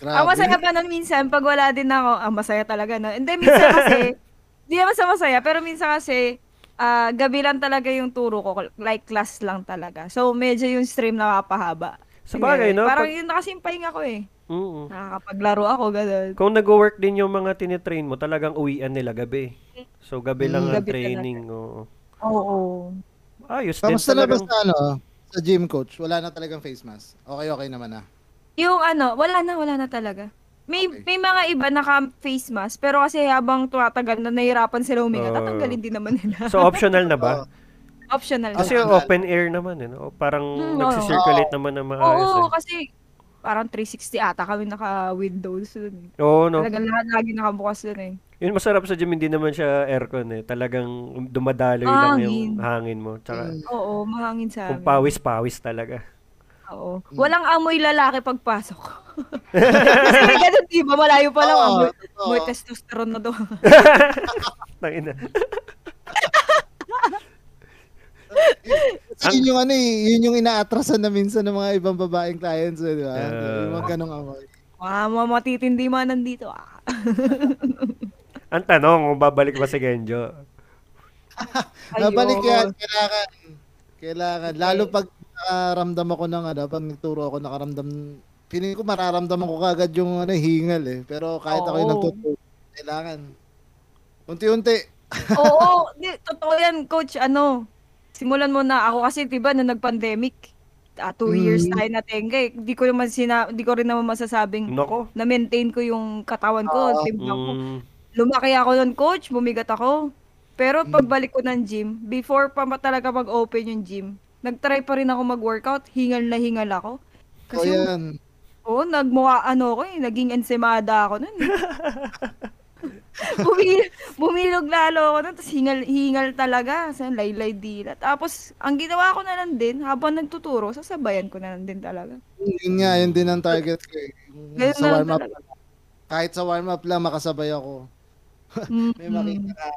[SPEAKER 1] grabe.
[SPEAKER 3] Ang masaya pa nun minsan, pag wala din ako, ang masaya talaga na. Hindi, minsan kasi, hindi naman sa masaya, pero minsan kasi, ah, gabi lang talaga yung turo ko, like class lang talaga. So, medyo yung stream nakapahaba.
[SPEAKER 2] Sa bagay, no?
[SPEAKER 3] Parang
[SPEAKER 2] Pag-
[SPEAKER 3] yun na kasi yung pahinga ko eh.
[SPEAKER 2] Mm.
[SPEAKER 3] Nakakapaglaro ako, ganun.
[SPEAKER 2] Kung nag-work din yung mga tinitrain mo, talagang uwian nila gabi. So gabi lang
[SPEAKER 3] Mm,
[SPEAKER 2] ang
[SPEAKER 3] gabi
[SPEAKER 2] training. Oo.
[SPEAKER 3] Oo.
[SPEAKER 2] Ayos din
[SPEAKER 1] Kamusta na ba
[SPEAKER 2] talagang.
[SPEAKER 1] sa ano? Sa gym coach, wala na talagang face mask. Okay, okay naman na.
[SPEAKER 3] Yung ano, wala na, wala na talaga. May
[SPEAKER 1] Okay.
[SPEAKER 3] may mga iba naka face mask, pero kasi habang tumatagal na nahirapan sila huminga,
[SPEAKER 2] Oo.
[SPEAKER 3] tatanggalin din naman nila.
[SPEAKER 2] So optional na ba?
[SPEAKER 3] Optional.
[SPEAKER 2] Kasi
[SPEAKER 1] Optional.
[SPEAKER 2] open air naman eh, no? Parang
[SPEAKER 3] Mm, oo.
[SPEAKER 2] nagsisirculate naman ng
[SPEAKER 1] Ah,
[SPEAKER 3] Oo,
[SPEAKER 2] maayos eh.
[SPEAKER 3] kasi parang 360 ata kami naka-windows dun. eh.
[SPEAKER 2] Oo, no.
[SPEAKER 3] Talagang lahat lagi nakabukas dun eh.
[SPEAKER 2] Yun masarap sa gym, hindi naman siya aircon eh. Talagang dumadaloy lang yung hangin mo.
[SPEAKER 3] Mm.
[SPEAKER 2] Tsaka
[SPEAKER 3] Oo, mahangin sa
[SPEAKER 2] kung
[SPEAKER 3] amin.
[SPEAKER 2] pawis-pawis talaga.
[SPEAKER 3] Oo.
[SPEAKER 1] Mm.
[SPEAKER 3] Walang amoy lalaki pagpasok. kasi may ganun, di ba? Malayo pa lang.
[SPEAKER 1] Oo,
[SPEAKER 3] amoy,
[SPEAKER 1] totoo.
[SPEAKER 3] amoy testosterone na doon.
[SPEAKER 2] Tangina.
[SPEAKER 1] Kasi yun yung ano eh, yun yung inaatrasan na minsan ng mga ibang babaeng clients, eh, di ba?
[SPEAKER 2] Ah.
[SPEAKER 1] yung mga ganong ano. amoy.
[SPEAKER 3] Wow, mga matitindi man nandito ah.
[SPEAKER 2] Ang tanong, kung babalik ba si Genjo?
[SPEAKER 1] Nabalik
[SPEAKER 3] Ayun.
[SPEAKER 1] yan, kailangan. Kailangan. Lalo pag nakaramdam ako ng ano, pag nagturo ako, nakaramdam, feeling ko mararamdaman ko kagad yung ano, hingal eh. Pero kahit ako yung
[SPEAKER 3] Oo.
[SPEAKER 1] nagtuturo, kailangan. Unti-unti.
[SPEAKER 3] Oo, di, totoo yan, coach. Ano, simulan mo na. Ako kasi, di ba, nung nag-pandemic, ah, two
[SPEAKER 1] Mm.
[SPEAKER 3] years tayo natenga eh. Di ko, naman sina, di ko rin naman masasabing
[SPEAKER 2] Nako.
[SPEAKER 3] na-maintain ko yung katawan ko, timbang ko.
[SPEAKER 2] Mm,
[SPEAKER 3] Lumaki ako nun, coach. Bumigat ako. Pero pagbalik ko ng gym, before pa ma- talaga mag-open yung gym, nagtry pa rin ako mag-workout. Hingal na hingal ako.
[SPEAKER 1] So
[SPEAKER 3] Kasi,
[SPEAKER 1] yan.
[SPEAKER 3] oo, nagmukha ano ko eh. Naging ensemada ako nun. Bumil, bumilog lalo ako nun. Tapos hingal, hingal talaga. Sa laylay dila. Tapos, ang ginawa ko na lang din, habang nagtuturo, sasabayan ko na lang din talaga.
[SPEAKER 1] Yun nga, yun din ang target ko eh. Yung
[SPEAKER 3] Ganun
[SPEAKER 1] Sa
[SPEAKER 3] na lang
[SPEAKER 1] warm-up.
[SPEAKER 3] talaga.
[SPEAKER 1] Kahit sa warm-up lang, makasabay ako. May
[SPEAKER 3] Mm.
[SPEAKER 1] makita ka.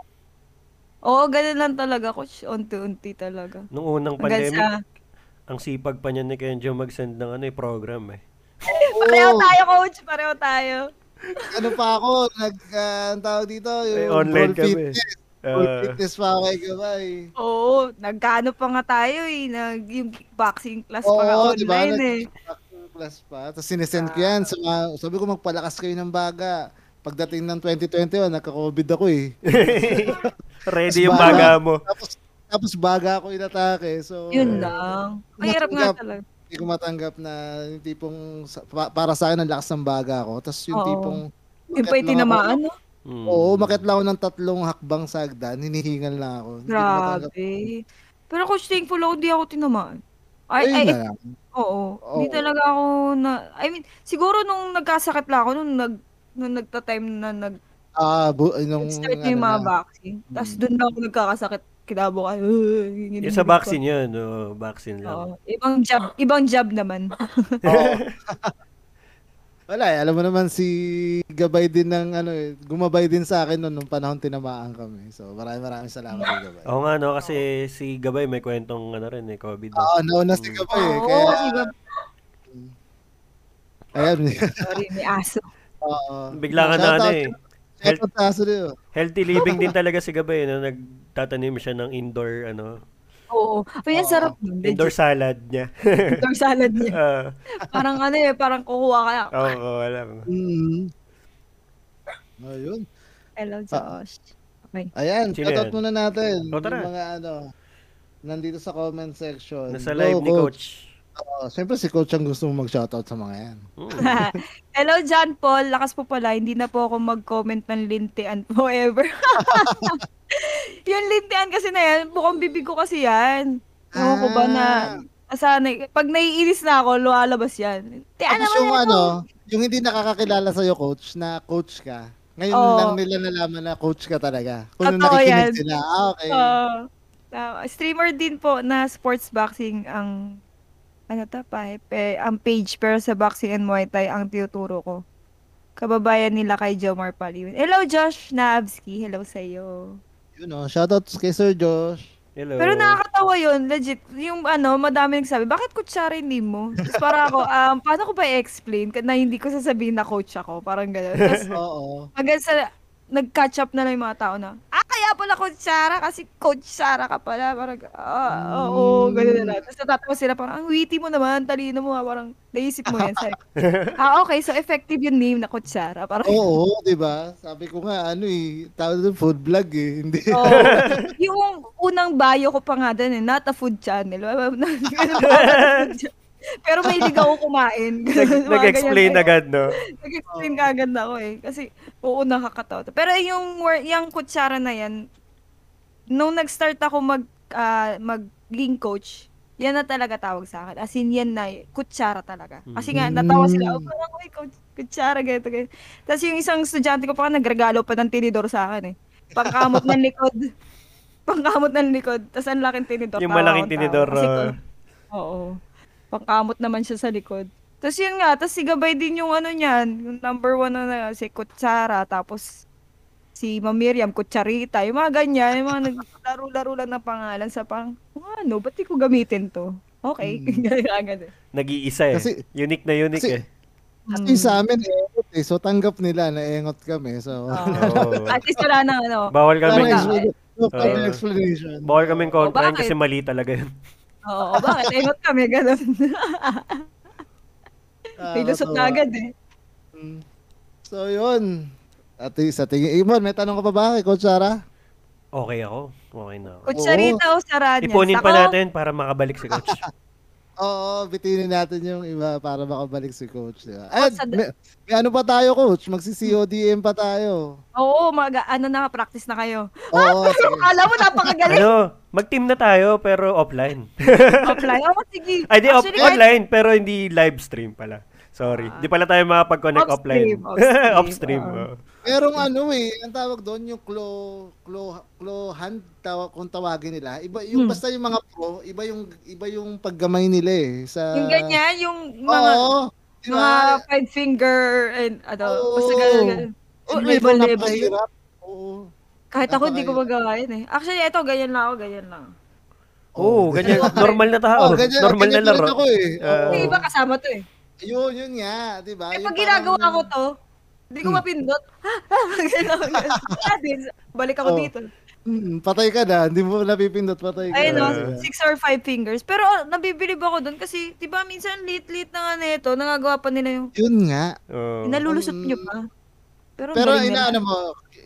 [SPEAKER 3] Oo, ganun lang talaga, coach. Unti-unti talaga.
[SPEAKER 2] nung unang
[SPEAKER 3] Hanggang
[SPEAKER 2] Oh, pandemic,
[SPEAKER 3] sa,
[SPEAKER 2] Ang sipag pa niya ni Kenjo mag-send ng ano, eh, program eh.
[SPEAKER 3] Pareho tayo, coach. Pareho tayo.
[SPEAKER 1] ano pa ako, nag, ah, ang tawag dito, yung
[SPEAKER 2] May online
[SPEAKER 1] full
[SPEAKER 2] kami.
[SPEAKER 1] fitness. Full
[SPEAKER 2] Uh,
[SPEAKER 1] fitness pa ako kay Gabay.
[SPEAKER 3] Oo, nagkaano pa nga tayo eh. Nag, yung kickboxing class pa nga
[SPEAKER 1] Oo, diba?
[SPEAKER 3] online
[SPEAKER 1] di ba?
[SPEAKER 3] eh. Ah.
[SPEAKER 1] Nag- class pa. Tapos sinesend ko yan. Sa, mga- sabi ko, magpalakas kayo ng baga. Pagdating ng 2021, nagka-COVID ako eh.
[SPEAKER 2] ready yung baga mo.
[SPEAKER 1] Tapos, tapos baga ako inatake. So,
[SPEAKER 3] Yun lang. Mahirap nga
[SPEAKER 1] Matanggap.
[SPEAKER 3] talaga.
[SPEAKER 1] hindi ko matanggap na yung tipong sa- pa- para sa akin ang lakas ng baga ako. Tapos yung
[SPEAKER 3] Oo.
[SPEAKER 1] tipong
[SPEAKER 3] Yung pa'y
[SPEAKER 1] umakyat lang ako-
[SPEAKER 3] tinamaan, no?
[SPEAKER 2] Mm.
[SPEAKER 1] Oo, makit lang ako ng tatlong hakbang sa hagdan, hinihingal na ako. Hindi ko matanggap.
[SPEAKER 3] Grabe. Pero coach, thankful ako, di ako tinamaan. Ay,
[SPEAKER 1] Ayun
[SPEAKER 3] ay, eh,
[SPEAKER 1] na lang.
[SPEAKER 3] oo.
[SPEAKER 1] Oo.
[SPEAKER 3] Di talaga ako na, I mean, siguro nung nagkasakit lang ako, nung nag, nung nagta-time na nag,
[SPEAKER 1] Ah, bu- nung,
[SPEAKER 3] start na yung
[SPEAKER 1] ano na.
[SPEAKER 3] mga
[SPEAKER 1] Mm.
[SPEAKER 3] boxing. Tapos doon na ako nagkakasakit, kinabukasan.
[SPEAKER 2] Yung sa vaccine yun, oh, vaccine lang.
[SPEAKER 3] Oo. Ibang job, ibang job naman.
[SPEAKER 1] Oo. Oh. Wala eh, alam mo naman si Gabay din ng ano eh, gumabay din sa akin noon nung panahon tinamaan kami. So maraming maraming salamat kay Gabay.
[SPEAKER 2] Oo nga no, kasi si Gabay may kwentong ano rin eh, COVID.
[SPEAKER 1] Oo, nauna si
[SPEAKER 2] mm.
[SPEAKER 1] Gabay eh.
[SPEAKER 3] Oo,
[SPEAKER 1] Kaya,
[SPEAKER 3] sige.
[SPEAKER 1] ayan.
[SPEAKER 3] Sorry, may aso.
[SPEAKER 1] Oo.
[SPEAKER 2] Bigla ka na ano eh.
[SPEAKER 1] Shoutout sa aso niyo.
[SPEAKER 2] Healthy living din talaga si Gabay no, nagtatanim siya ng indoor ano,
[SPEAKER 3] Oo. Ay, ang
[SPEAKER 1] Oo.
[SPEAKER 3] sarap nun.
[SPEAKER 2] indoor
[SPEAKER 3] Legit.
[SPEAKER 2] salad niya.
[SPEAKER 3] Indoor salad niya.
[SPEAKER 2] Ah,
[SPEAKER 3] Parang ano eh, parang kukuha ka.
[SPEAKER 2] Oo, oh, alam.
[SPEAKER 1] Mm. Ayun.
[SPEAKER 3] Hello, Josh. Okay.
[SPEAKER 1] Ayan,
[SPEAKER 2] Sino
[SPEAKER 1] shoutout
[SPEAKER 2] yan?
[SPEAKER 1] muna natin.
[SPEAKER 2] O, tara.
[SPEAKER 1] Yung mga ano, nandito sa comment section.
[SPEAKER 2] Nasa
[SPEAKER 1] Go,
[SPEAKER 2] live ni Coach.
[SPEAKER 1] Oo, Siyempre si coach ang gusto mong mag-shoutout sa mga yan.
[SPEAKER 2] Mm.
[SPEAKER 3] Hello, John Paul. Lakas po pala. Hindi na po ako mag-comment ng lintian forever. yung lintian kasi na yan, bukong bibig ko kasi yan. Ano ko ba na,
[SPEAKER 1] Ah.
[SPEAKER 3] asanay. Pag naiinis na ako, lumalabas yan. Tiyan
[SPEAKER 1] Tapos
[SPEAKER 3] naman
[SPEAKER 1] yung
[SPEAKER 3] yan, oh.
[SPEAKER 1] ano, yung hindi nakakakilala sa'yo coach, na coach ka, ngayon
[SPEAKER 3] Oo.
[SPEAKER 1] lang nila nalaman na coach ka talaga. Kung nung
[SPEAKER 3] Totoo
[SPEAKER 1] nakikinig
[SPEAKER 3] yan.
[SPEAKER 1] sila, ah, okay.
[SPEAKER 3] Oo. Tama. streamer din po na sports boxing ang ano to pa eh, pe- ang page pero sa boxing and Muay Thai ang tinuturo ko. Kababayan nila kay Jomar Paliwin. Hello Josh Naabski, hello sa iyo.
[SPEAKER 1] Yun oh, shoutout kay Sir Josh.
[SPEAKER 2] Hello.
[SPEAKER 3] Pero nakakatawa 'yun, legit. Yung ano, madami nagsabi, bakit kutsara yung name mo? Tapos para ako, um, paano ko ba i-explain na hindi ko sasabihin na coach ako? Parang gano'n. Tapos
[SPEAKER 1] Oo.
[SPEAKER 3] Hanggang sa nag-catch up na lang yung mga tao na, ah, kaya pala Coach Sarah kasi Coach Sarah ka pala. Parang, ah, oo, gano'n na lang. Tapos natatawa sila parang, ang witty mo naman, talino mo ha, parang naisip mo yan. Sabi, ko, ah, okay, so effective yung name na Coach Sarah. Parang, oo.
[SPEAKER 1] Oo, di ba? Sabi ko nga, ano eh, tawag doon food vlog eh. Hindi.
[SPEAKER 3] yung unang bio ko pa nga doon eh, not a food channel. Ganun pa, not a food channel. Pero may ligaw kumain. Mga
[SPEAKER 2] Nag-explain
[SPEAKER 3] ganyan.
[SPEAKER 2] agad, no?
[SPEAKER 3] Nag-explain ka agad na ako eh. Kasi, oo, nakakatawa. to. Pero yung, wor- yung kutsara na yan, nung nag-start ako mag, ah, mag-link coach, yan na talaga tawag sa akin. As in, yan na, y- kutsara talaga. Kasi nga, natawa sila, oh, parang, uy, coach, kutsara, ganito, ganito. Tapos yung isang estudyante ko pa, nagregalo pa ng tinidor sa akin eh. Pangkamot ng likod. Pangkamot ng likod. Tapos ang laking tinidor.
[SPEAKER 2] Yung
[SPEAKER 3] Tawa
[SPEAKER 2] malaking
[SPEAKER 3] akong tawa.
[SPEAKER 2] tinidor.
[SPEAKER 3] Kasi
[SPEAKER 2] oh.
[SPEAKER 3] ko- Oo. Pangkamot naman siya sa likod. Tapos yun nga, tapos si Gabay din yung ano niyan, yung number one na na, si Kutsara, tapos si Ma'am Miriam, Kutsarita, yung mga ganyan, yung mga naglaro-laro lang ng pangalan sa pang, "Oh, ano, ba't di ko gamitin to?
[SPEAKER 2] Hmm.
[SPEAKER 3] Okay, ganyan.
[SPEAKER 2] Nag-iisa eh.
[SPEAKER 1] Kasi-
[SPEAKER 2] unique na unique
[SPEAKER 1] kasi-
[SPEAKER 2] eh.
[SPEAKER 1] Kasi sa amin, engot eh. So tanggap nila, naengot kami. So,
[SPEAKER 2] Oo.
[SPEAKER 3] At least wala na ano.
[SPEAKER 2] Bawal
[SPEAKER 1] parang
[SPEAKER 2] kami.
[SPEAKER 3] Tama.
[SPEAKER 1] explanation. parang
[SPEAKER 2] Oo.
[SPEAKER 1] explanation.
[SPEAKER 2] Bawal kaming kontrahin
[SPEAKER 3] Oh, bakit?
[SPEAKER 2] kasi mali talaga yun.
[SPEAKER 3] Oo, bakit? Ingot kami, ganun.
[SPEAKER 1] Ah,
[SPEAKER 3] May lusot na
[SPEAKER 1] Nakakatawa.
[SPEAKER 3] agad eh.
[SPEAKER 1] Mm. So, yun. At sa tingin, Imon, may tanong ka pa ba kay Coach Sara?
[SPEAKER 2] Okay ako. Okay na ako.
[SPEAKER 3] Kutsarita o Saranya?
[SPEAKER 2] Ipunin pa
[SPEAKER 3] Sako?
[SPEAKER 2] natin para makabalik si coach.
[SPEAKER 1] Oo, bitinin natin yung iba para makabalik si Coach. Diba? At,
[SPEAKER 3] Ah, sa-
[SPEAKER 1] may, may ano pa tayo, Coach? Magsi-CODM pa tayo.
[SPEAKER 3] Oo, mga, ano na, practice na kayo.
[SPEAKER 1] Oo, sige.
[SPEAKER 3] Alam mo, napakagaling.
[SPEAKER 2] ano, mag-team na tayo pero offline.
[SPEAKER 3] offline. Oo, sige.
[SPEAKER 2] Ay, di, op-
[SPEAKER 3] Actually, kahit-
[SPEAKER 2] online pero hindi live stream pala. Sorry.
[SPEAKER 3] Ah.
[SPEAKER 2] Di pala tayo makapag-connect
[SPEAKER 3] Off-stream,
[SPEAKER 2] offline. Off-stream.
[SPEAKER 3] off-stream, oo.
[SPEAKER 2] oo.
[SPEAKER 1] Merong ano eh, ang tawag doon yung claw, claw, claw hand tawag kung tawagin nila. Iba yung
[SPEAKER 3] Hmm.
[SPEAKER 1] basta yung mga pro, iba yung iba yung paggamay nila eh sa
[SPEAKER 3] Yung ganyan, yung mga,
[SPEAKER 1] Oo. di
[SPEAKER 3] mga
[SPEAKER 1] ba?
[SPEAKER 3] five finger and ano,
[SPEAKER 1] Oo.
[SPEAKER 3] basta ganun, ganun. Oh,
[SPEAKER 1] Hindi ba
[SPEAKER 3] level, level.
[SPEAKER 1] napakahirap? Oo.
[SPEAKER 3] Kahit ako, di ko
[SPEAKER 1] Napakahirap.
[SPEAKER 3] magawa yun eh. Actually, ito, ganyan lang ako, ganyan lang.
[SPEAKER 2] Oo, ganyan. Normal na tao.
[SPEAKER 1] Oh, ganyan,
[SPEAKER 2] Normal na
[SPEAKER 1] ganyan
[SPEAKER 2] laro.
[SPEAKER 1] rin ako eh.
[SPEAKER 2] Ah.
[SPEAKER 1] Oo.
[SPEAKER 3] Kasi iba kasama to eh.
[SPEAKER 1] Yun, yun nga, di ba?
[SPEAKER 3] Eh,
[SPEAKER 1] Yung parang-
[SPEAKER 3] pag
[SPEAKER 1] Hmm.
[SPEAKER 3] ginagawa ko to, hindi ko mapindot. Ha? Ha? Ganun. Ah, din. Balik
[SPEAKER 1] Oh.
[SPEAKER 3] ako dito.
[SPEAKER 1] Mm, patay ka na, hindi mo napipindot, patay ka.
[SPEAKER 3] Ayun
[SPEAKER 1] na.
[SPEAKER 3] no, six or five fingers. Pero oh, nabibilib ako doon kasi, di ba, minsan lit-lit na nga na ito, nangagawa pa nila yung,
[SPEAKER 1] Yun nga.
[SPEAKER 2] Oo.
[SPEAKER 3] nalulusot
[SPEAKER 1] Um,
[SPEAKER 3] nyo pa. Pero, ang
[SPEAKER 1] Pero
[SPEAKER 3] galing nila.
[SPEAKER 1] inaano mo,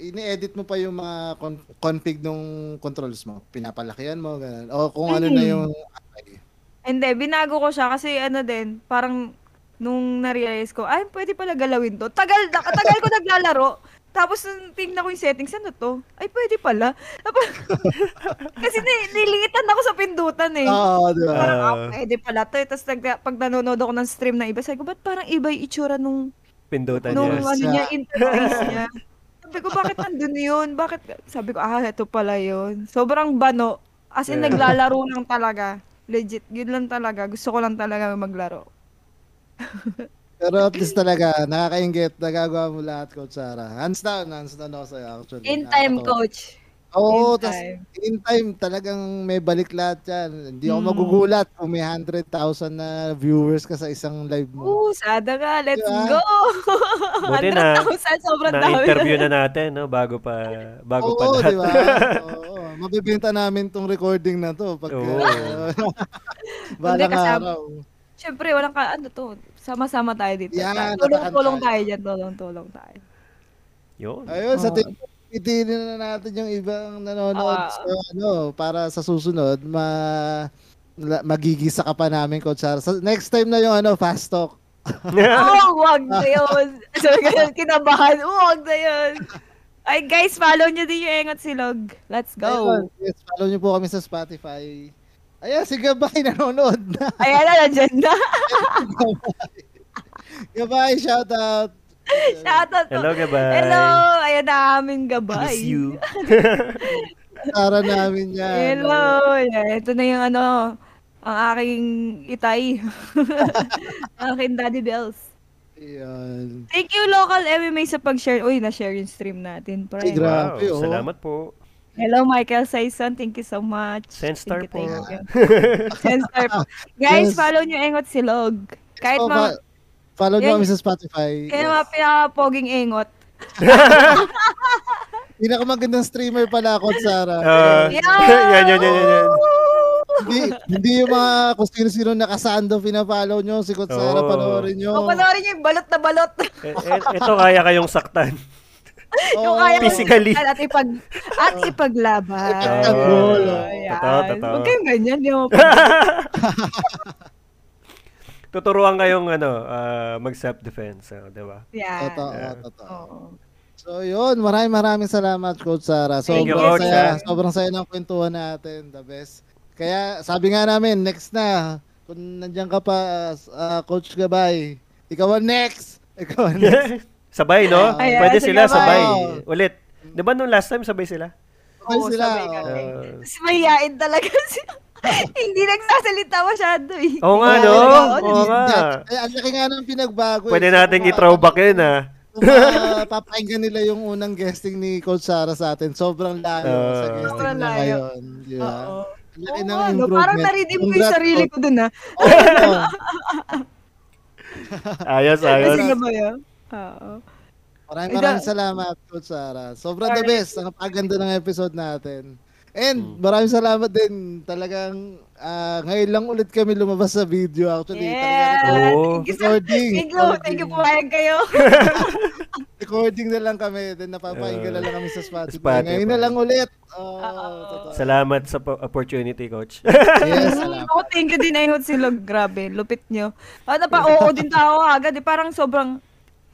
[SPEAKER 1] ini-edit mo pa yung mga con- config nung controls mo. Pinapalakihan mo, ganun. O kung ano na yung...
[SPEAKER 3] Hindi, binago ko siya kasi ano din, parang nung narealize ko, ay, pwede pala galawin to. Tagal, na, tagal ko naglalaro. Tapos nung tingnan ko yung settings, ano to? Ay, pwede pala. Tapos- kasi ni, niliitan ako sa pindutan eh.
[SPEAKER 1] Oo, di ba?
[SPEAKER 3] parang, ah,
[SPEAKER 2] Ah.
[SPEAKER 3] pwede pala to. Tapos nag, pag nanonood ako ng stream na iba, sabi ko, ba't parang iba yung itsura nung,
[SPEAKER 2] Pindutan
[SPEAKER 3] nung
[SPEAKER 2] niya.
[SPEAKER 3] ano niya, interface niya? Sabi ko, bakit nandun yun? Bakit? Sabi ko, ah, ito pala yun. Sobrang bano. As in,
[SPEAKER 2] Yeah.
[SPEAKER 3] naglalaro lang talaga. Legit, yun lang talaga. Gusto ko lang talaga maglaro.
[SPEAKER 1] Pero at least talaga, nakakaingit, nagagawa mo lahat, Coach Sarah. Hands down, hands down ako sa'yo, actually.
[SPEAKER 3] In time,
[SPEAKER 1] Nakakatawa.
[SPEAKER 3] coach.
[SPEAKER 1] Oo,
[SPEAKER 3] In
[SPEAKER 1] tas
[SPEAKER 3] time.
[SPEAKER 1] in time, talagang may balik lahat yan. Hindi ako
[SPEAKER 3] Mm.
[SPEAKER 1] magugulat kung may 100,000 na viewers ka sa isang live mo.
[SPEAKER 3] Ooh, sada ka. Let's
[SPEAKER 1] Diba?
[SPEAKER 3] go!
[SPEAKER 2] Buti na-
[SPEAKER 3] 100,000, sobrang dami.
[SPEAKER 2] Na-interview na natin, no? Bago pa, bago pa
[SPEAKER 1] Oo,
[SPEAKER 2] lahat.
[SPEAKER 1] di ba? Oo, mabibenta namin tong recording na to. Pag, eh,
[SPEAKER 2] Oo.
[SPEAKER 1] balang
[SPEAKER 3] kasama.
[SPEAKER 1] araw.
[SPEAKER 3] Siyempre, walang ka, ano to, sama-sama tayo dito.
[SPEAKER 1] Yan,
[SPEAKER 3] tulong-tulong
[SPEAKER 1] tatakad tayo.
[SPEAKER 3] tayo dyan, tulong-tulong tayo.
[SPEAKER 2] Yun.
[SPEAKER 1] Ayun, sa
[SPEAKER 3] Oo. Ah.
[SPEAKER 1] tingin ko, itilin na natin yung ibang nanonood
[SPEAKER 3] Oo.
[SPEAKER 1] sa ano, para sa susunod, ma la- magigisa ka pa namin, Coach Sar. Sa, next time na yung ano, fast talk.
[SPEAKER 3] oh, wag na yun. So, ganun, kinabahan. Oh, wag na yun. Ay, guys, follow nyo din yung Engot Silog. Let's
[SPEAKER 1] Ayun,
[SPEAKER 3] go.
[SPEAKER 1] yes, follow niyo po kami sa Spotify. Ayan, si Gabay nanonood na.
[SPEAKER 3] Ayan na, nandyan na.
[SPEAKER 1] Gabay, shoutout.
[SPEAKER 3] Shoutout to.
[SPEAKER 2] Hello, gabay.
[SPEAKER 3] Hello, ayan na aming gabay.
[SPEAKER 2] Miss you.
[SPEAKER 1] Sara namin yan.
[SPEAKER 3] Hello. Yeah, ito na yung ano, ang aking itay. ang aking daddy bells.
[SPEAKER 1] Ayun.
[SPEAKER 3] Thank you, Local MMA, sa pag-share. Uy, na-share yung stream natin.
[SPEAKER 1] Ay, gra-
[SPEAKER 3] Pre.
[SPEAKER 2] Wow,
[SPEAKER 1] Grabe, oh.
[SPEAKER 2] salamat po.
[SPEAKER 3] Hello, Michael Saison. Thank you so much.
[SPEAKER 2] Ten star
[SPEAKER 3] Thank you,
[SPEAKER 2] po.
[SPEAKER 3] thank you. Ten star po. Guys,
[SPEAKER 1] Yes.
[SPEAKER 3] follow nyo Engot Silog. Kahit
[SPEAKER 1] So,
[SPEAKER 3] mga,
[SPEAKER 1] Oh, fa- follow niyo
[SPEAKER 3] Yan.
[SPEAKER 1] kami sa Spotify.
[SPEAKER 3] kaya mga pinapoging Engot.
[SPEAKER 1] Pinakamagandang streamer pala, Coach Sara.
[SPEAKER 2] Ah, yan, yan, yan, yan, yan.
[SPEAKER 1] hindi, hindi yung mga kung sino-sino nakasando pinapollow nyo, si Coach Sara,
[SPEAKER 2] Oo.
[SPEAKER 1] panoorin nyo.
[SPEAKER 3] Oh, panoorin nyo yung balot na balot.
[SPEAKER 2] Eh, eh, Ito kaya kayong saktan.
[SPEAKER 1] Oh.
[SPEAKER 3] yung kaya kong
[SPEAKER 2] Physically.
[SPEAKER 3] saktan At, ipag, at ipaglaban.
[SPEAKER 1] Ipagtanggol.
[SPEAKER 3] Oh,
[SPEAKER 2] Totoo, totoo.
[SPEAKER 3] Huwag kayong ganyan. Di mo pa-
[SPEAKER 2] Tuturuan kayong ano, ah, mag self-defense, ah, di ba?
[SPEAKER 3] Yan.
[SPEAKER 1] Totoo, totoo.
[SPEAKER 3] Oo.
[SPEAKER 1] So yun, maraming maraming salamat Coach Sara. Sobrang
[SPEAKER 3] Thank you,
[SPEAKER 2] Coach,
[SPEAKER 1] saya,
[SPEAKER 2] ah.
[SPEAKER 1] sobrang saya ng kwentuhan natin, the best. Kaya sabi nga namin, next na, kung nandiyan ka pa, ah, Coach Gabay, ikaw ang next! Ikaw ang next.
[SPEAKER 2] sabay, no?
[SPEAKER 1] Ayan,
[SPEAKER 2] Pwede
[SPEAKER 3] sige,
[SPEAKER 2] sila, sabay.
[SPEAKER 1] bye.
[SPEAKER 2] Ulit. Di ba nung last time, sabay sila?
[SPEAKER 1] Okay
[SPEAKER 3] Oo,
[SPEAKER 1] sila. Oh.
[SPEAKER 3] sabay
[SPEAKER 1] oo.
[SPEAKER 3] kami.
[SPEAKER 2] Ah.
[SPEAKER 3] Tapos mahihain talaga siya. Hindi nagsasalita masyado eh.
[SPEAKER 2] Oo nga,
[SPEAKER 1] Kaya
[SPEAKER 2] no?
[SPEAKER 1] talaga,
[SPEAKER 2] Ano? Oo nga.
[SPEAKER 1] Kaya ang laki nga ng pinagbago. eh.
[SPEAKER 2] Pwede nating
[SPEAKER 1] Kung
[SPEAKER 2] i-throwback yun, ah.
[SPEAKER 1] Kung ma- papakinggan nila yung unang guesting ni Coach Sara sa atin, sobrang layo
[SPEAKER 2] Oo.
[SPEAKER 1] sa guesting
[SPEAKER 3] Sobrang
[SPEAKER 1] na
[SPEAKER 3] layo.
[SPEAKER 1] ngayon. Di ba?
[SPEAKER 3] Oo.
[SPEAKER 1] Ang laki
[SPEAKER 3] Oo
[SPEAKER 1] ng
[SPEAKER 3] nga, no? Parang
[SPEAKER 1] improvement.
[SPEAKER 3] narinig ko yung
[SPEAKER 1] Congrats,
[SPEAKER 3] sarili ko dun ah.
[SPEAKER 1] Coach. Oo.
[SPEAKER 2] Ayos,
[SPEAKER 3] Kasi
[SPEAKER 2] ayos.
[SPEAKER 3] nga ba yun? Oo.
[SPEAKER 1] Maraming
[SPEAKER 3] Ay,
[SPEAKER 1] maraming
[SPEAKER 3] da-
[SPEAKER 1] salamat, Coach Sara. Sobrang the
[SPEAKER 3] Maraming-
[SPEAKER 1] best. Ang napaganda ng episode natin.
[SPEAKER 2] Mm.
[SPEAKER 1] And maraming salamat din. Talagang ah, ngayon lang ulit kami lumabas sa video actually. Talagang
[SPEAKER 3] Yeah.
[SPEAKER 2] Oo.
[SPEAKER 3] Thank you, sir.
[SPEAKER 1] ano, recording.
[SPEAKER 3] Thank you. Thank you. Pumayag kayo.
[SPEAKER 1] Recording na lang kami. Then napapakinggan na lang kami sa Spotify.
[SPEAKER 2] Spotify.
[SPEAKER 1] Ngayon na lang ulit. Oh, totoo.
[SPEAKER 2] Salamat sa po- opportunity, coach.
[SPEAKER 1] Yes, salamat.
[SPEAKER 3] Ako, thank you din. Ayun sila. Grabe. Lupit nyo. Ano pa? Oo din tao agad. Eh. Parang sobrang,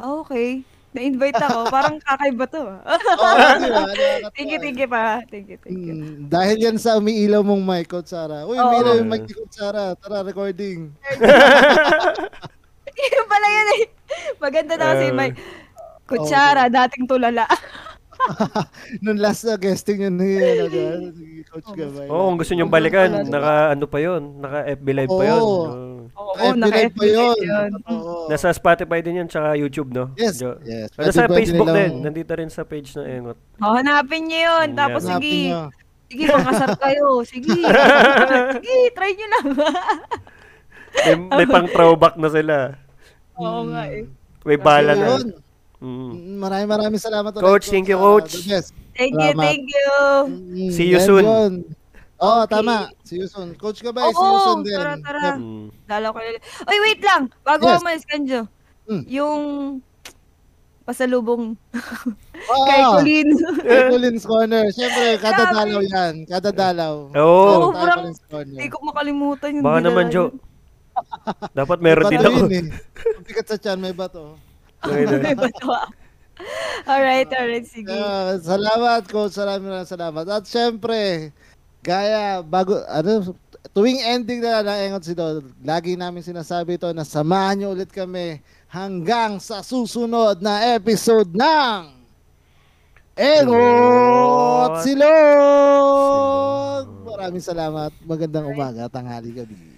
[SPEAKER 3] ah, okay. Na-invite ako. Parang kakaiba to. ah.
[SPEAKER 1] Oo, di ba? Nakakatawa.
[SPEAKER 3] thank you, thank you pa. Thank you, thank you.
[SPEAKER 1] Mm, dahil yan sa umiilaw mong mic, Coach Sara. Uy,
[SPEAKER 3] Oo.
[SPEAKER 1] umiilaw yung mic ni Coach Sara. Tara, recording.
[SPEAKER 3] Yun pala yun eh. Maganda na kasi
[SPEAKER 2] Eh.
[SPEAKER 3] may kutsara, dating tulala.
[SPEAKER 1] Nung last na guesting yun ni ano, diba? si Coach Gabay.
[SPEAKER 2] Oo, kung gusto niyong balikan, naka ano pa yun, naka FB Live pa yun.
[SPEAKER 1] Oo.
[SPEAKER 2] Oo.
[SPEAKER 3] Oo,
[SPEAKER 1] Ay, pinay
[SPEAKER 3] naka-FB
[SPEAKER 1] pa yun.
[SPEAKER 3] yun.
[SPEAKER 1] Oo.
[SPEAKER 2] Nasa Spotify din yan, tsaka YouTube, no?
[SPEAKER 1] Yes,
[SPEAKER 2] Jo-
[SPEAKER 1] yes.
[SPEAKER 2] Ano
[SPEAKER 1] Pwede
[SPEAKER 2] sa
[SPEAKER 1] ba
[SPEAKER 2] Facebook
[SPEAKER 1] nilang-
[SPEAKER 2] din, nandito rin sa page ng Engot.
[SPEAKER 3] Oh, hanapin niyo yun. Tapos
[SPEAKER 2] Yan.
[SPEAKER 1] Hanapin
[SPEAKER 3] sige,
[SPEAKER 1] nyo.
[SPEAKER 3] Sige, makasap kayo. Sige. Sige, try nyo lang.
[SPEAKER 2] May, may pang throwback na sila.
[SPEAKER 3] Oo nga
[SPEAKER 1] Hmm.
[SPEAKER 3] eh.
[SPEAKER 2] May bala na.
[SPEAKER 1] Yun.
[SPEAKER 2] Mm.
[SPEAKER 1] Maraming maraming salamat. ulit,
[SPEAKER 2] Coach, thank you,
[SPEAKER 1] sa-
[SPEAKER 2] Coach.
[SPEAKER 1] Yes.
[SPEAKER 3] Thank you,
[SPEAKER 1] Salamat.
[SPEAKER 3] thank you.
[SPEAKER 1] Mm,
[SPEAKER 2] See you
[SPEAKER 1] yan
[SPEAKER 2] soon.
[SPEAKER 1] yun. Oo,
[SPEAKER 3] Okay.
[SPEAKER 1] tama. See you soon. Coach Gabay,
[SPEAKER 3] Oo,
[SPEAKER 1] see you soon din.
[SPEAKER 3] tara, tara.
[SPEAKER 1] Yep.
[SPEAKER 2] Mm.
[SPEAKER 3] Lalo ko lalo. Oy, wait lang. Bago
[SPEAKER 1] Yes.
[SPEAKER 3] umalis kanjo.
[SPEAKER 1] Mm.
[SPEAKER 3] Yung pasalubong
[SPEAKER 1] Oo,
[SPEAKER 3] kay Colleen.
[SPEAKER 1] kay Colin's Corner. Siyempre, kada
[SPEAKER 3] Grabe.
[SPEAKER 1] dalaw yan. Kada dalaw.
[SPEAKER 2] Oo.
[SPEAKER 1] Meron tayo
[SPEAKER 3] Sobrang-
[SPEAKER 1] Colin's Corner.
[SPEAKER 3] Hindi ko makalimutan yung
[SPEAKER 2] Baka
[SPEAKER 3] dinala
[SPEAKER 2] naman,
[SPEAKER 3] yun.
[SPEAKER 2] Jo. Dapat meron
[SPEAKER 1] Bato
[SPEAKER 2] din ako.
[SPEAKER 1] yun eh. Ang bigat sa tiyan, may bato.
[SPEAKER 3] May bato ako. alright, alright, sige.
[SPEAKER 1] Yeah, Ah, salamat, Coach. Maraming maraming salamat. At syempre, gaya, bago, ano, tuwing ending na ng Engot si Dol, lagi namin sinasabi ito na samahan niyo ulit kami hanggang sa susunod na episode ng Engot Silog! Maraming salamat. Magandang umaga, tanghali, gabi.